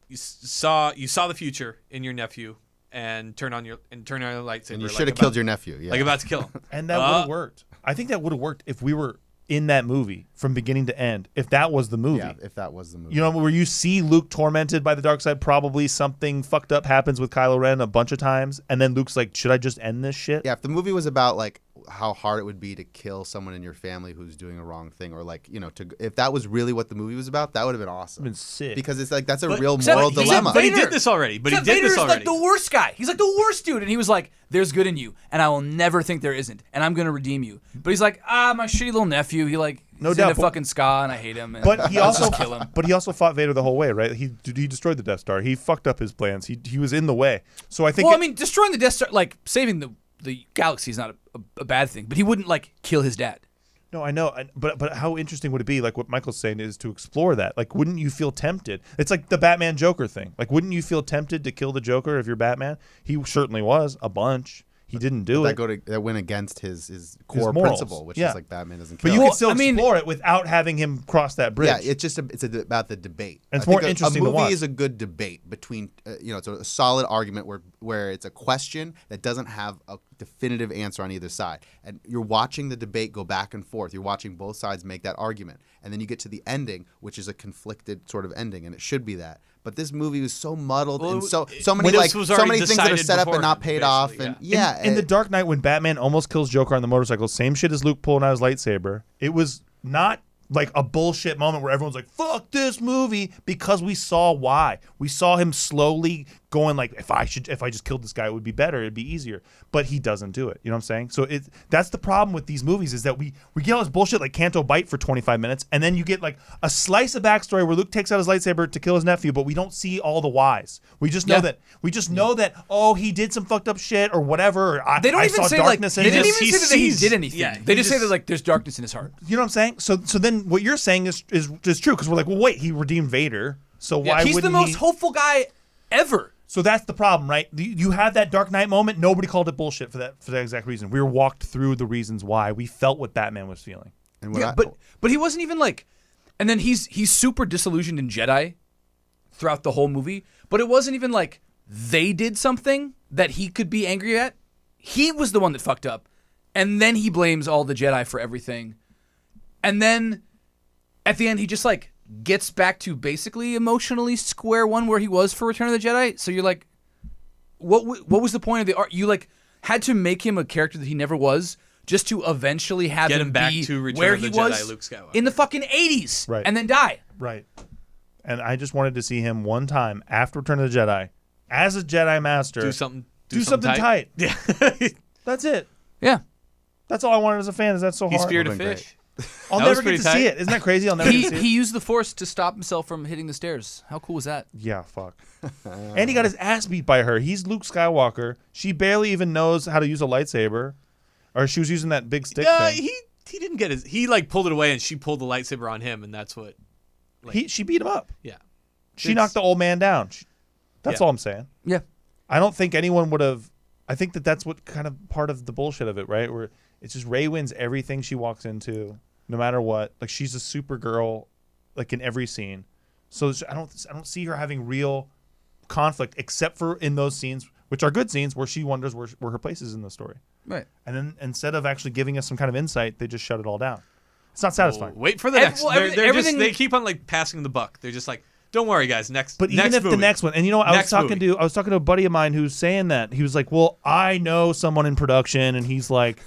[SPEAKER 2] you s- saw you saw the future in your nephew and turn on your and turn on your lightsaber.
[SPEAKER 3] And you
[SPEAKER 2] like
[SPEAKER 3] should have
[SPEAKER 2] about-
[SPEAKER 3] killed your nephew. Yeah,
[SPEAKER 2] like about to kill him.
[SPEAKER 4] and
[SPEAKER 2] Uh,
[SPEAKER 4] that would have worked. I think that would have worked if we were in that movie from beginning to end. If that was the movie,
[SPEAKER 3] yeah, if that was the movie.
[SPEAKER 4] you know, where you see Luke tormented by the dark side, probably something fucked up happens with Kylo Ren a bunch of times, and then Luke's like, "Should I just end this shit?"
[SPEAKER 3] Yeah, if the movie was about like how hard it would be to kill someone in your family who's doing a wrong thing, or like you know, to if that was really what the movie was about, that would have been awesome.
[SPEAKER 4] Been sick.
[SPEAKER 3] because it's like that's a
[SPEAKER 2] But-
[SPEAKER 3] real
[SPEAKER 2] except
[SPEAKER 3] moral
[SPEAKER 2] he-
[SPEAKER 3] dilemma.
[SPEAKER 2] But he did this already. But he
[SPEAKER 1] Except
[SPEAKER 2] did
[SPEAKER 1] Vader
[SPEAKER 2] this
[SPEAKER 1] is like
[SPEAKER 2] already.
[SPEAKER 1] the worst guy. He's like the worst dude, and he was like, "There's good in you, and I will never think there isn't, and I'm gonna redeem you." But he's like, "Ah, my shitty little nephew. He like
[SPEAKER 4] No
[SPEAKER 1] he's
[SPEAKER 4] doubt,
[SPEAKER 1] into
[SPEAKER 4] but-
[SPEAKER 1] fucking ska, and I hate him." And
[SPEAKER 4] But he
[SPEAKER 1] I'll just
[SPEAKER 4] also
[SPEAKER 1] kill him.
[SPEAKER 4] But he also fought Vader the whole way, right? He he destroyed the Death Star. He fucked up his plans. He he was in the way. So I think.
[SPEAKER 1] Well,
[SPEAKER 4] it-
[SPEAKER 1] I mean, destroying the Death Star, like saving the the galaxy, is not a, a, a bad thing. But he wouldn't like kill his dad.
[SPEAKER 4] no, I know. I- But but how interesting would it be? Like what Michael's saying is to explore that. Like, wouldn't you feel tempted? It's like the Batman Joker thing. Like, wouldn't you feel tempted to kill the Joker if you're Batman? He certainly was a bunch. He didn't do
[SPEAKER 3] that
[SPEAKER 4] it.
[SPEAKER 3] go to that went against his his core
[SPEAKER 4] morals,
[SPEAKER 3] principle, which
[SPEAKER 4] yeah.
[SPEAKER 3] is like Batman doesn't kill.
[SPEAKER 4] but you
[SPEAKER 1] Well,
[SPEAKER 4] could still
[SPEAKER 1] I mean-
[SPEAKER 4] explore it without having him cross that bridge.
[SPEAKER 3] yeah, it's just a, it's a, about the debate.
[SPEAKER 4] And it's
[SPEAKER 3] I think
[SPEAKER 4] more
[SPEAKER 3] a-
[SPEAKER 4] interesting to
[SPEAKER 3] A movie
[SPEAKER 4] watch.
[SPEAKER 3] is a good debate between uh, you know it's a, a solid argument where where it's a question that doesn't have a definitive answer on either side, and you're watching the debate go back and forth. You're watching both sides make that argument, and then you get to the ending, which is a conflicted sort of ending, and it should be that. But this movie was so muddled and so so many
[SPEAKER 2] this
[SPEAKER 3] like
[SPEAKER 2] was
[SPEAKER 3] so
[SPEAKER 2] already
[SPEAKER 3] many things that are
[SPEAKER 2] decided
[SPEAKER 3] set up and not
[SPEAKER 2] beforehand,
[SPEAKER 3] paid off,
[SPEAKER 2] basically,
[SPEAKER 3] and yeah,
[SPEAKER 4] in, in the
[SPEAKER 3] it-
[SPEAKER 4] Dark Knight when Batman almost kills Joker on the motorcycle, same shit as Luke pulling out his lightsaber. It was not like a bullshit moment where everyone's like, "Fuck this movie," because we saw why. We saw him slowly going like, "If I should, if I just killed this guy, it would be better. It'd be easier." But he doesn't do it. You know what I'm saying? So it that's the problem with these movies is that we we get all this bullshit like Canto Bite for 25 minutes, and then you get like a slice of backstory where Luke takes out his lightsaber to kill his nephew, but we don't see all the whys. We just know
[SPEAKER 1] Yeah.
[SPEAKER 4] that we just know that oh he did some fucked up shit or whatever. Or I,
[SPEAKER 1] They don't
[SPEAKER 4] I
[SPEAKER 1] even
[SPEAKER 4] saw
[SPEAKER 1] say like
[SPEAKER 4] darkness
[SPEAKER 1] they
[SPEAKER 4] in
[SPEAKER 1] didn't
[SPEAKER 4] him.
[SPEAKER 1] even
[SPEAKER 2] He
[SPEAKER 1] say that he
[SPEAKER 2] sees-
[SPEAKER 1] did anything.
[SPEAKER 2] yeah,
[SPEAKER 1] they
[SPEAKER 2] he
[SPEAKER 1] just, say
[SPEAKER 2] just-
[SPEAKER 1] that like there's darkness in his heart.
[SPEAKER 4] You know what I'm saying? So so then what you're saying is is, is true because we're like, well, wait, he redeemed Vader, so why
[SPEAKER 1] He's the
[SPEAKER 4] wouldn't
[SPEAKER 1] most
[SPEAKER 4] he?
[SPEAKER 1] hopeful guy ever.
[SPEAKER 4] So that's the problem, right? You- You have that Dark Knight moment. Nobody called it bullshit for that for that exact reason. We were walked through the reasons why we felt what Batman was feeling.
[SPEAKER 3] And what
[SPEAKER 1] yeah,
[SPEAKER 3] I-
[SPEAKER 1] but but he wasn't even like, and then he's he's super disillusioned in Jedi throughout the whole movie. But it wasn't even like they did something that he could be angry at. He was the one that fucked up, and then he blames all the Jedi for everything, and then at the end he just like gets back to basically emotionally square one where he was for Return of the Jedi. So you're like, what w- what was the point of the art? You like had to make him a character that he never was just to eventually have
[SPEAKER 2] Get him back
[SPEAKER 1] be
[SPEAKER 2] to Return
[SPEAKER 1] where
[SPEAKER 2] of
[SPEAKER 1] he
[SPEAKER 2] the Jedi,
[SPEAKER 1] was
[SPEAKER 2] Luke Skywalker.
[SPEAKER 1] in the fucking 80s
[SPEAKER 4] Right.
[SPEAKER 1] and then die.
[SPEAKER 4] Right. And I just wanted to see him one time after Return of the Jedi as a Jedi Master
[SPEAKER 2] do something.
[SPEAKER 4] do something tight.
[SPEAKER 2] Yeah,
[SPEAKER 4] That's it.
[SPEAKER 1] Yeah.
[SPEAKER 4] That's all I wanted as a fan. Is that so
[SPEAKER 2] he
[SPEAKER 4] hard?
[SPEAKER 2] speared a
[SPEAKER 3] Would've been
[SPEAKER 2] fish.
[SPEAKER 4] I'll
[SPEAKER 2] That was
[SPEAKER 4] never get
[SPEAKER 2] pretty
[SPEAKER 4] to
[SPEAKER 2] tight.
[SPEAKER 4] see it. Isn't that crazy? I'll never
[SPEAKER 1] He
[SPEAKER 4] get to see it.
[SPEAKER 1] he used the force to stop himself from hitting the stairs. How cool was that?
[SPEAKER 4] Yeah, fuck. and he got his ass beat by her. He's Luke Skywalker. She barely even knows how to use a lightsaber, or she was using that big stick
[SPEAKER 2] Yeah,
[SPEAKER 4] thing.
[SPEAKER 2] he he didn't get his. He like pulled it away, and she pulled the lightsaber on him, and that's what.
[SPEAKER 4] He- she beat him up.
[SPEAKER 2] Yeah,
[SPEAKER 4] She knocked the old man down. She- that's
[SPEAKER 2] Yeah.
[SPEAKER 4] all I'm saying.
[SPEAKER 1] Yeah.
[SPEAKER 4] I don't think anyone would have. I think that that's what kind of part of the bullshit of it, right? Where it's just Ray wins everything she walks into, no matter what. Like she's a supergirl, like in every scene. So it's- I don't I don't see her having real conflict except for in those scenes, which are good scenes, where she wonders where, where her place is in the story.
[SPEAKER 1] Right.
[SPEAKER 4] And then instead of actually giving us some kind of insight, they just shut it all down. It's not satisfying.
[SPEAKER 2] Wait for the
[SPEAKER 1] Ev-
[SPEAKER 2] next.
[SPEAKER 1] well,
[SPEAKER 2] they're,
[SPEAKER 1] everything-
[SPEAKER 2] they're just,
[SPEAKER 1] everything-
[SPEAKER 2] they keep on like passing the buck. They're just like, don't worry, guys. Next,
[SPEAKER 4] But even
[SPEAKER 2] next
[SPEAKER 4] if the
[SPEAKER 2] movie."
[SPEAKER 4] next one, and you know, I was
[SPEAKER 2] Next
[SPEAKER 4] talking
[SPEAKER 2] movie.
[SPEAKER 4] to I was talking to a buddy of mine who's saying that he was like, "Well, I know someone in production," and he's like,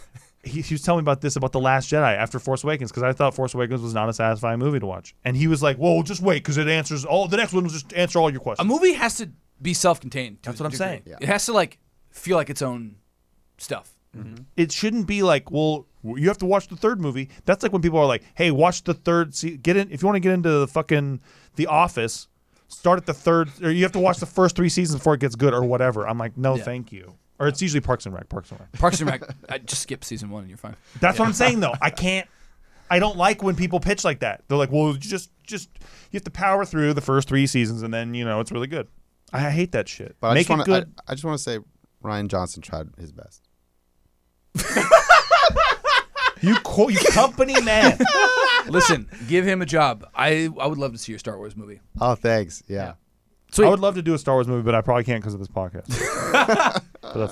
[SPEAKER 4] he, he was telling me about this about the Last Jedi after Force Awakens because I thought Force Awakens was not a satisfying movie to watch, and he was like, "Well, just wait because it answers all the next one will just answer all your
[SPEAKER 1] A
[SPEAKER 4] questions."
[SPEAKER 1] movie has to be self-contained. to
[SPEAKER 4] That's
[SPEAKER 1] a
[SPEAKER 4] what I'm saying.
[SPEAKER 1] degree. It has to like feel like its own stuff.
[SPEAKER 4] it shouldn't be like, "Well, you have to watch the third movie." That's like when people are like, "Hey, watch the third. Se- get in if you want to get into the fucking The Office." Start at the third, or you have to watch the first three seasons before it gets good, or whatever. I'm like, no,
[SPEAKER 1] Yeah.
[SPEAKER 4] thank you. Or it's usually Parks and Rec. Parks and Rec.
[SPEAKER 1] Parks and Rec. I just skip season 1 and you're fine.
[SPEAKER 4] That's what I'm saying though. I can't. I don't like when people pitch like that. They're like, "Well, you just just you have to power through the first three seasons, and then you know it's really good." I hate that shit.
[SPEAKER 3] but I
[SPEAKER 4] Make
[SPEAKER 3] just wanna,
[SPEAKER 4] it good.
[SPEAKER 3] I, I just want to say Ryan Johnson tried his best.
[SPEAKER 4] you co- you company man.
[SPEAKER 1] Listen, give him a job. I I would love to see your Star Wars movie.
[SPEAKER 3] Oh, thanks. Yeah.
[SPEAKER 1] Sweet.
[SPEAKER 4] I would love to do a Star Wars movie, but I probably can't because of this podcast.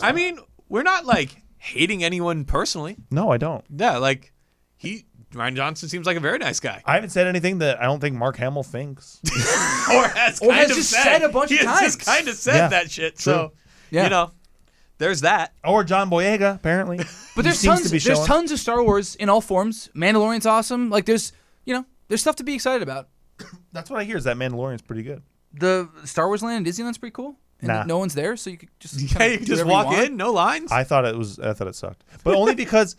[SPEAKER 2] I mean, we're not like hating anyone personally.
[SPEAKER 4] No, I don't.
[SPEAKER 2] Yeah, like he Ryan Johnson seems like a very nice guy,
[SPEAKER 4] I haven't said anything that I don't think Mark Hamill thinks.
[SPEAKER 2] or has
[SPEAKER 1] Or
[SPEAKER 2] kind
[SPEAKER 1] has
[SPEAKER 2] of
[SPEAKER 1] just
[SPEAKER 2] said,
[SPEAKER 1] said a bunch
[SPEAKER 2] he
[SPEAKER 1] of
[SPEAKER 2] has
[SPEAKER 1] times.
[SPEAKER 2] Just kind of said
[SPEAKER 4] Yeah.
[SPEAKER 2] that shit. So
[SPEAKER 1] Yeah.
[SPEAKER 2] you know, there's that.
[SPEAKER 4] Or John Boyega, apparently.
[SPEAKER 1] But there's
[SPEAKER 4] seems
[SPEAKER 1] tons.
[SPEAKER 4] to be
[SPEAKER 1] there's
[SPEAKER 4] showing-
[SPEAKER 1] tons of Star Wars in all forms. Mandalorian's awesome. Like there's, you know, there's stuff to be excited about.
[SPEAKER 4] That's what I hear. Is that Mandalorian's pretty good?
[SPEAKER 1] The Star Wars Land in Disneyland's pretty cool. And
[SPEAKER 4] Nah.
[SPEAKER 1] No one's there, so you could just
[SPEAKER 2] Yeah,
[SPEAKER 1] kinda
[SPEAKER 2] you
[SPEAKER 1] do
[SPEAKER 2] can just
[SPEAKER 1] whatever you
[SPEAKER 2] walk
[SPEAKER 1] want.
[SPEAKER 2] in, no lines.
[SPEAKER 4] I thought it was. I thought it sucked, but only because,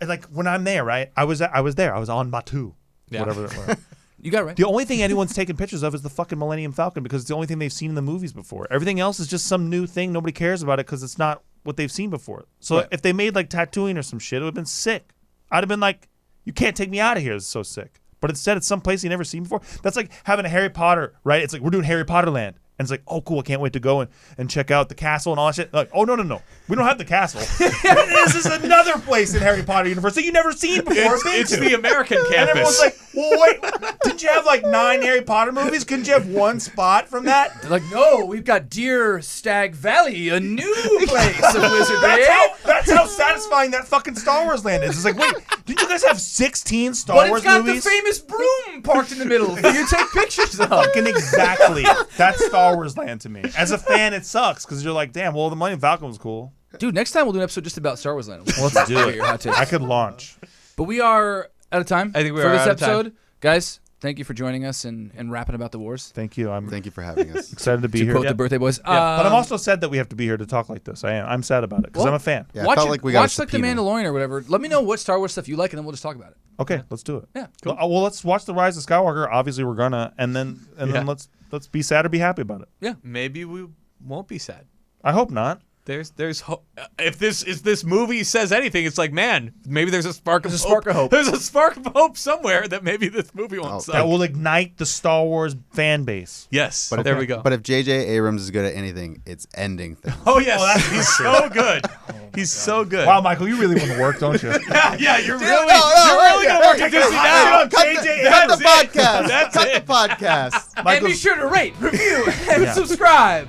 [SPEAKER 4] like, when I'm there, right? I was. I was there. I was on Batu.
[SPEAKER 2] Yeah.
[SPEAKER 4] Whatever. it was.
[SPEAKER 1] You got it right.
[SPEAKER 4] The only thing anyone's taking pictures of is the fucking Millennium Falcon because it's the only thing they've seen in the movies before. Everything else is just some new thing. Nobody cares about it because it's not what they've seen before. So if they made like tattooing or some shit, it would have been sick. I'd have been like, you can't take me out of here. It's so sick. But instead, it's some place you never seen before. That's like having a Harry Potter, right? It's like we're doing Harry Potter land. And it's like, oh, cool! I can't wait to go and, and check out the castle and all that shit. Like, oh no, no, no, we don't have the castle. this is another place in Harry Potter universe that you've never seen before.
[SPEAKER 2] it's
[SPEAKER 4] been
[SPEAKER 2] it's
[SPEAKER 4] to.
[SPEAKER 2] the American
[SPEAKER 4] And everyone's
[SPEAKER 2] campus.
[SPEAKER 4] like, well, wait, didn't you have like nine Harry Potter movies? Couldn't you have one spot from that?
[SPEAKER 1] They're like, no, we've got Deer Stag Valley, a new place of Wizard Bay.
[SPEAKER 4] That's how, that's how satisfying that fucking Star Wars land is. It's like, wait, didn't you guys have 16 Star
[SPEAKER 1] But
[SPEAKER 4] Wars
[SPEAKER 1] it's got
[SPEAKER 4] movies?
[SPEAKER 1] the famous broom parked in the middle for you to take pictures of.
[SPEAKER 4] fucking exactly. That's Star Wars land to me. As a fan, it sucks because you're like, damn, well, the Money Falcon was cool.
[SPEAKER 1] Dude, next time we'll do an episode just about Star Wars Land.
[SPEAKER 4] Let's do
[SPEAKER 1] Get your hot takes.
[SPEAKER 4] I could launch.
[SPEAKER 1] But we are out of time.
[SPEAKER 2] I think we
[SPEAKER 1] for
[SPEAKER 2] are
[SPEAKER 1] this
[SPEAKER 2] out of time.
[SPEAKER 1] episode, guys. Thank you for joining us and, and rapping about the wars.
[SPEAKER 4] Thank you. I'm
[SPEAKER 3] Thank you for having us.
[SPEAKER 4] excited to be
[SPEAKER 1] To
[SPEAKER 4] here.
[SPEAKER 1] quote the birthday boys.
[SPEAKER 4] But I'm
[SPEAKER 1] Um,
[SPEAKER 4] also sad that we have to be here to talk like this. I am. I'm sad about it because
[SPEAKER 1] Well-
[SPEAKER 4] I'm a fan.
[SPEAKER 3] Yeah, I
[SPEAKER 1] watch
[SPEAKER 3] felt
[SPEAKER 1] it-
[SPEAKER 3] like we got a
[SPEAKER 1] watch like the
[SPEAKER 3] subpoena.
[SPEAKER 1] Mandalorian or whatever. Let me know what Star Wars stuff you like, and then we'll just talk about it.
[SPEAKER 4] Okay, let's do it.
[SPEAKER 1] Yeah.
[SPEAKER 4] Well, uh, well, let's watch the Rise of Skywalker. Obviously, we're gonna, and then and
[SPEAKER 2] Yeah.
[SPEAKER 4] then let's let's be sad or be happy about it.
[SPEAKER 2] Maybe we won't be sad.
[SPEAKER 4] I hope not.
[SPEAKER 2] There's, there's. Ho- uh, if this if this movie says anything, it's like, man, maybe there's a spark of
[SPEAKER 4] There's a
[SPEAKER 2] hope.
[SPEAKER 4] spark of hope.
[SPEAKER 2] There's a spark of hope somewhere that maybe this movie won't
[SPEAKER 3] Oh,
[SPEAKER 2] suck.
[SPEAKER 4] that will ignite the Star Wars fan base.
[SPEAKER 2] yes,
[SPEAKER 3] But if-
[SPEAKER 2] there we go.
[SPEAKER 3] But if J.J. Abrams is good at anything, it's ending things.
[SPEAKER 2] oh yes, he's so good. he's so good.
[SPEAKER 4] Wow, Michael, you really want to work, don't you?
[SPEAKER 2] yeah, yeah, you're really,
[SPEAKER 3] no, no,
[SPEAKER 2] you're really
[SPEAKER 3] wait,
[SPEAKER 2] gonna work
[SPEAKER 3] hey,
[SPEAKER 2] at Disney
[SPEAKER 3] hey,
[SPEAKER 2] now.
[SPEAKER 3] cut the- Cut the podcast. Cut the podcast.
[SPEAKER 1] and be sure to rate, review, and subscribe.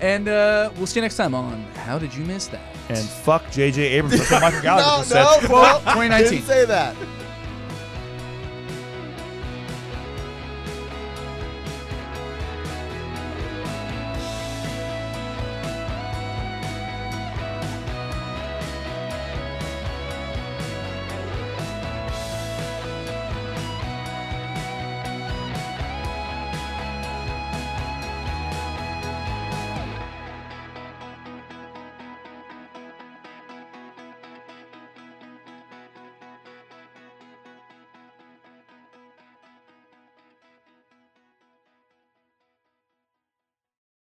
[SPEAKER 1] And uh, we'll see you next time on How Did You Miss That?
[SPEAKER 4] and fuck J.J. Abrams. That's what Michael Gallagher
[SPEAKER 3] No,
[SPEAKER 4] just said.
[SPEAKER 3] no, well,
[SPEAKER 1] 2019.
[SPEAKER 3] Didn't say that.